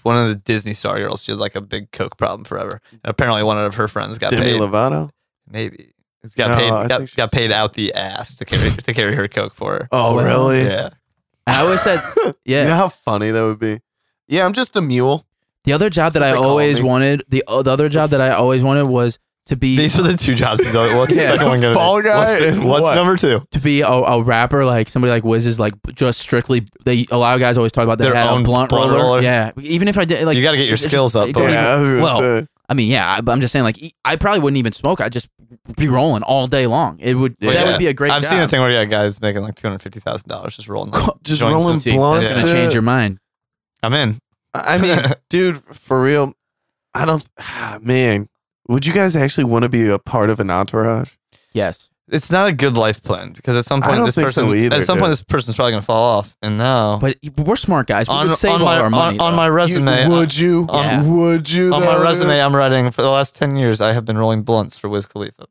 [SPEAKER 2] one of the Disney star girls. She had like a big coke problem forever. And apparently, one of her friends got
[SPEAKER 1] Demi
[SPEAKER 2] paid.
[SPEAKER 1] Lovato.
[SPEAKER 2] Maybe it's got
[SPEAKER 1] No,
[SPEAKER 2] paid.
[SPEAKER 1] I think
[SPEAKER 2] Got,
[SPEAKER 1] she
[SPEAKER 2] got
[SPEAKER 1] was-
[SPEAKER 2] paid out the ass to carry to carry her coke for her.
[SPEAKER 1] Oh,
[SPEAKER 3] Well,
[SPEAKER 1] really?
[SPEAKER 2] Yeah.
[SPEAKER 3] And I always
[SPEAKER 2] [LAUGHS]
[SPEAKER 3] said, yeah.
[SPEAKER 1] You know how funny that would be. Yeah, I'm just a mule.
[SPEAKER 3] The other
[SPEAKER 1] That's
[SPEAKER 3] job that
[SPEAKER 1] what
[SPEAKER 3] I
[SPEAKER 1] they call
[SPEAKER 3] always
[SPEAKER 1] me.
[SPEAKER 3] wanted, the o- the other job that I always wanted was to be
[SPEAKER 2] These are the two jobs. he's on. What's
[SPEAKER 1] Yeah.
[SPEAKER 2] the second one going to
[SPEAKER 1] Fall
[SPEAKER 2] be?
[SPEAKER 1] Guy
[SPEAKER 2] What's, the-
[SPEAKER 1] and
[SPEAKER 2] what's
[SPEAKER 1] what?
[SPEAKER 2] number two?
[SPEAKER 3] to be a, a rapper like somebody like Wiz is like just strictly. They a lot of guys always talk about they
[SPEAKER 2] Their
[SPEAKER 3] had a
[SPEAKER 2] own
[SPEAKER 3] blunt,
[SPEAKER 2] blunt
[SPEAKER 3] roller.
[SPEAKER 2] roller.
[SPEAKER 3] Yeah, even if I did like
[SPEAKER 2] you got to get your
[SPEAKER 3] it's just-
[SPEAKER 2] skills up.
[SPEAKER 3] it
[SPEAKER 2] But
[SPEAKER 3] don't
[SPEAKER 1] Yeah, I was gonna
[SPEAKER 3] well,
[SPEAKER 1] say.
[SPEAKER 3] I mean, yeah, I- but I'm just saying, like, e- I probably wouldn't even smoke. I'd just be rolling all day long. It would,
[SPEAKER 1] Yeah.
[SPEAKER 3] that would be a great
[SPEAKER 2] I've
[SPEAKER 3] job.
[SPEAKER 2] seen a thing where yeah, guys making like two hundred fifty thousand dollars just rolling.
[SPEAKER 1] just
[SPEAKER 2] Join
[SPEAKER 1] rolling
[SPEAKER 2] some-
[SPEAKER 1] blunts.
[SPEAKER 3] That's going
[SPEAKER 1] dude.
[SPEAKER 3] to change your mind.
[SPEAKER 2] I'm in.
[SPEAKER 1] I mean, dude, for real, I don't. [SIGHS] Man, would you guys actually want to be a part of an entourage?
[SPEAKER 3] Yes.
[SPEAKER 2] it's not a good life plan because at some
[SPEAKER 1] I
[SPEAKER 2] point
[SPEAKER 1] don't
[SPEAKER 2] this
[SPEAKER 1] think so
[SPEAKER 2] person
[SPEAKER 1] either,
[SPEAKER 2] at some
[SPEAKER 1] dude.
[SPEAKER 2] point this person's probably gonna fall off. And now
[SPEAKER 3] But we're smart guys. We
[SPEAKER 2] on,
[SPEAKER 3] would save
[SPEAKER 2] on
[SPEAKER 3] all
[SPEAKER 2] my
[SPEAKER 3] our
[SPEAKER 2] on-
[SPEAKER 3] money.
[SPEAKER 2] on,
[SPEAKER 3] though.
[SPEAKER 2] my resume uh,
[SPEAKER 1] You- would you?
[SPEAKER 3] Yeah.
[SPEAKER 1] Would you?
[SPEAKER 2] on
[SPEAKER 1] though,
[SPEAKER 2] my
[SPEAKER 1] dude?
[SPEAKER 2] resume I'm writing for the last ten years I have been rolling blunts for Wiz Khalifa.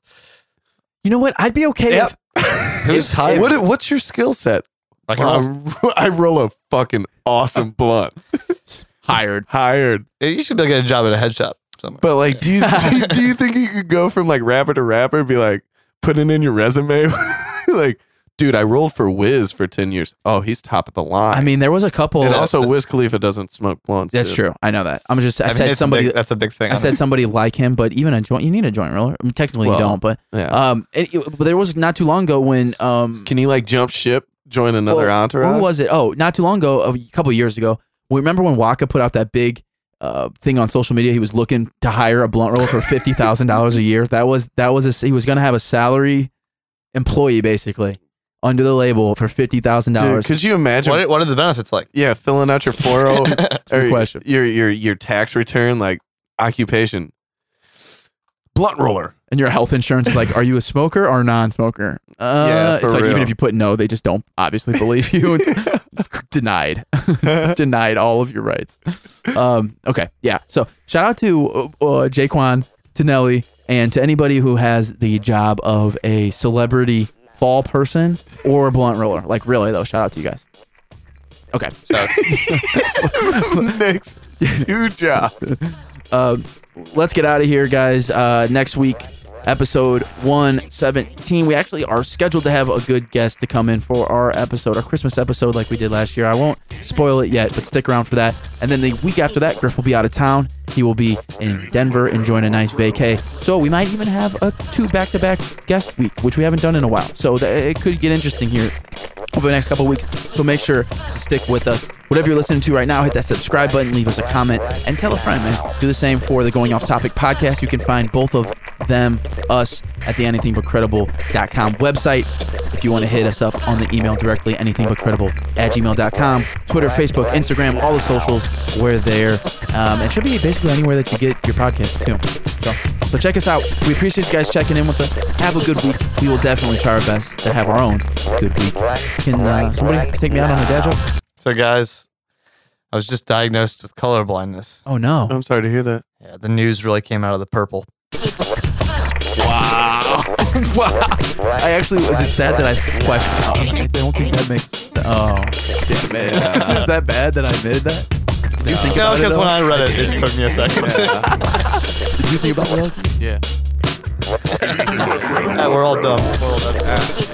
[SPEAKER 3] you know what? I'd be okay
[SPEAKER 1] Yep.
[SPEAKER 3] if
[SPEAKER 2] [LAUGHS] Who's hired?
[SPEAKER 1] What, what's your skill set?
[SPEAKER 2] I can roll-
[SPEAKER 1] Well, I, [LAUGHS] I roll a fucking
[SPEAKER 2] [LAUGHS]
[SPEAKER 1] awesome blunt.
[SPEAKER 3] hired.
[SPEAKER 1] Hired,
[SPEAKER 2] you should be able to get a job at a head shop somewhere.
[SPEAKER 1] but like, do you do you, do you think you could go from [LAUGHS] like rapper to rapper, and be like putting in your resume, like dude, I rolled for Wiz for ten years. Oh, he's top of the line.
[SPEAKER 3] I mean, there was a couple.
[SPEAKER 1] and
[SPEAKER 2] uh,
[SPEAKER 1] also Wiz Khalifa doesn't smoke blunts.
[SPEAKER 3] that's
[SPEAKER 1] dude.
[SPEAKER 3] true. I know that. I'm just. I,
[SPEAKER 2] mean,
[SPEAKER 3] said
[SPEAKER 2] it's a
[SPEAKER 3] somebody.
[SPEAKER 2] big- that's a big thing.
[SPEAKER 3] I said somebody like him, but even a joint, you need a joint roller. I mean, technically,
[SPEAKER 1] Well,
[SPEAKER 3] you don't. But
[SPEAKER 1] Yeah.
[SPEAKER 3] um, it, it- but there was not too long ago when um,
[SPEAKER 1] Can he like jump ship, join another
[SPEAKER 3] Well,
[SPEAKER 1] entourage?
[SPEAKER 3] When was it? Oh, not too long ago, a couple of years ago. We remember when Waka put out that big uh, thing on social media. He was looking to hire a blunt roller for fifty thousand dollars a year. That was that was a, he was going to have a salary employee basically under the label for fifty thousand
[SPEAKER 1] Dude,
[SPEAKER 3] dollars.
[SPEAKER 1] could you imagine?
[SPEAKER 2] what, are- what are the benefits like?
[SPEAKER 1] yeah, filling out your four [LAUGHS] O
[SPEAKER 3] Good question.
[SPEAKER 1] Your your your tax return, like occupation, blunt roller.
[SPEAKER 3] And your health insurance is like, are you a smoker or non-smoker? Uh,
[SPEAKER 1] Yeah, for
[SPEAKER 3] it's like
[SPEAKER 1] real.
[SPEAKER 3] even if you put no, they just don't obviously
[SPEAKER 1] [LAUGHS]
[SPEAKER 3] believe you. [LAUGHS] Denied. [LAUGHS] denied all of your rights. Um, okay, yeah. So shout out to uh, uh, Jaquan, to Nelly, and to anybody who has the job of a celebrity fall person or a blunt roller. Like really though, shout out to you guys. Okay,
[SPEAKER 1] [LAUGHS] [LAUGHS] Next two jobs.
[SPEAKER 3] um, let's get out of here, guys. Uh, next week, episode 117. We actually are scheduled to have a good guest to come in for our episode, our Christmas episode, like we did last year. I won't spoil it yet, but stick around for that. And then the week after that, Griff will be out of town. He will be in Denver enjoying a nice vacay. So we might even have a two back to back guest week, which we haven't done in a while. So that, it could get interesting here over the next couple weeks. So make sure to stick with us. Whatever you're listening to right now, hit that subscribe button, leave us a comment, and tell a friend, man. Do the same for the Going Off Topic podcast. You can find both of them, us, at the anythingbutcredible.com website. If you want to hit us up on the email directly, anythingbutcredible at gmail.com, Twitter, Facebook, Instagram, all the socials, we're there. Um, it should be basically anywhere that you get your podcast, too. So, so check us out. We appreciate you guys checking in with us. Have a good week. We will definitely try our best to have our own good week. Can uh, somebody take me out on a dad joke?
[SPEAKER 2] So, guys, I was just diagnosed with color blindness.
[SPEAKER 3] Oh no.
[SPEAKER 1] I'm sorry to hear that.
[SPEAKER 2] Yeah, the news really came out of the purple.
[SPEAKER 3] wow. [LAUGHS] I actually was it sad that I questioned. Oh, I don't think that makes sense. Oh, damn it. [LAUGHS] Is that bad that I did that? Did you think
[SPEAKER 2] No,
[SPEAKER 3] about it?
[SPEAKER 2] because
[SPEAKER 3] at
[SPEAKER 2] when
[SPEAKER 3] all?
[SPEAKER 2] I read it,
[SPEAKER 3] [LAUGHS]
[SPEAKER 2] it took me a second.
[SPEAKER 3] Did you think about it? at all?
[SPEAKER 1] Yeah.
[SPEAKER 2] We're all dumb. We're all dumb.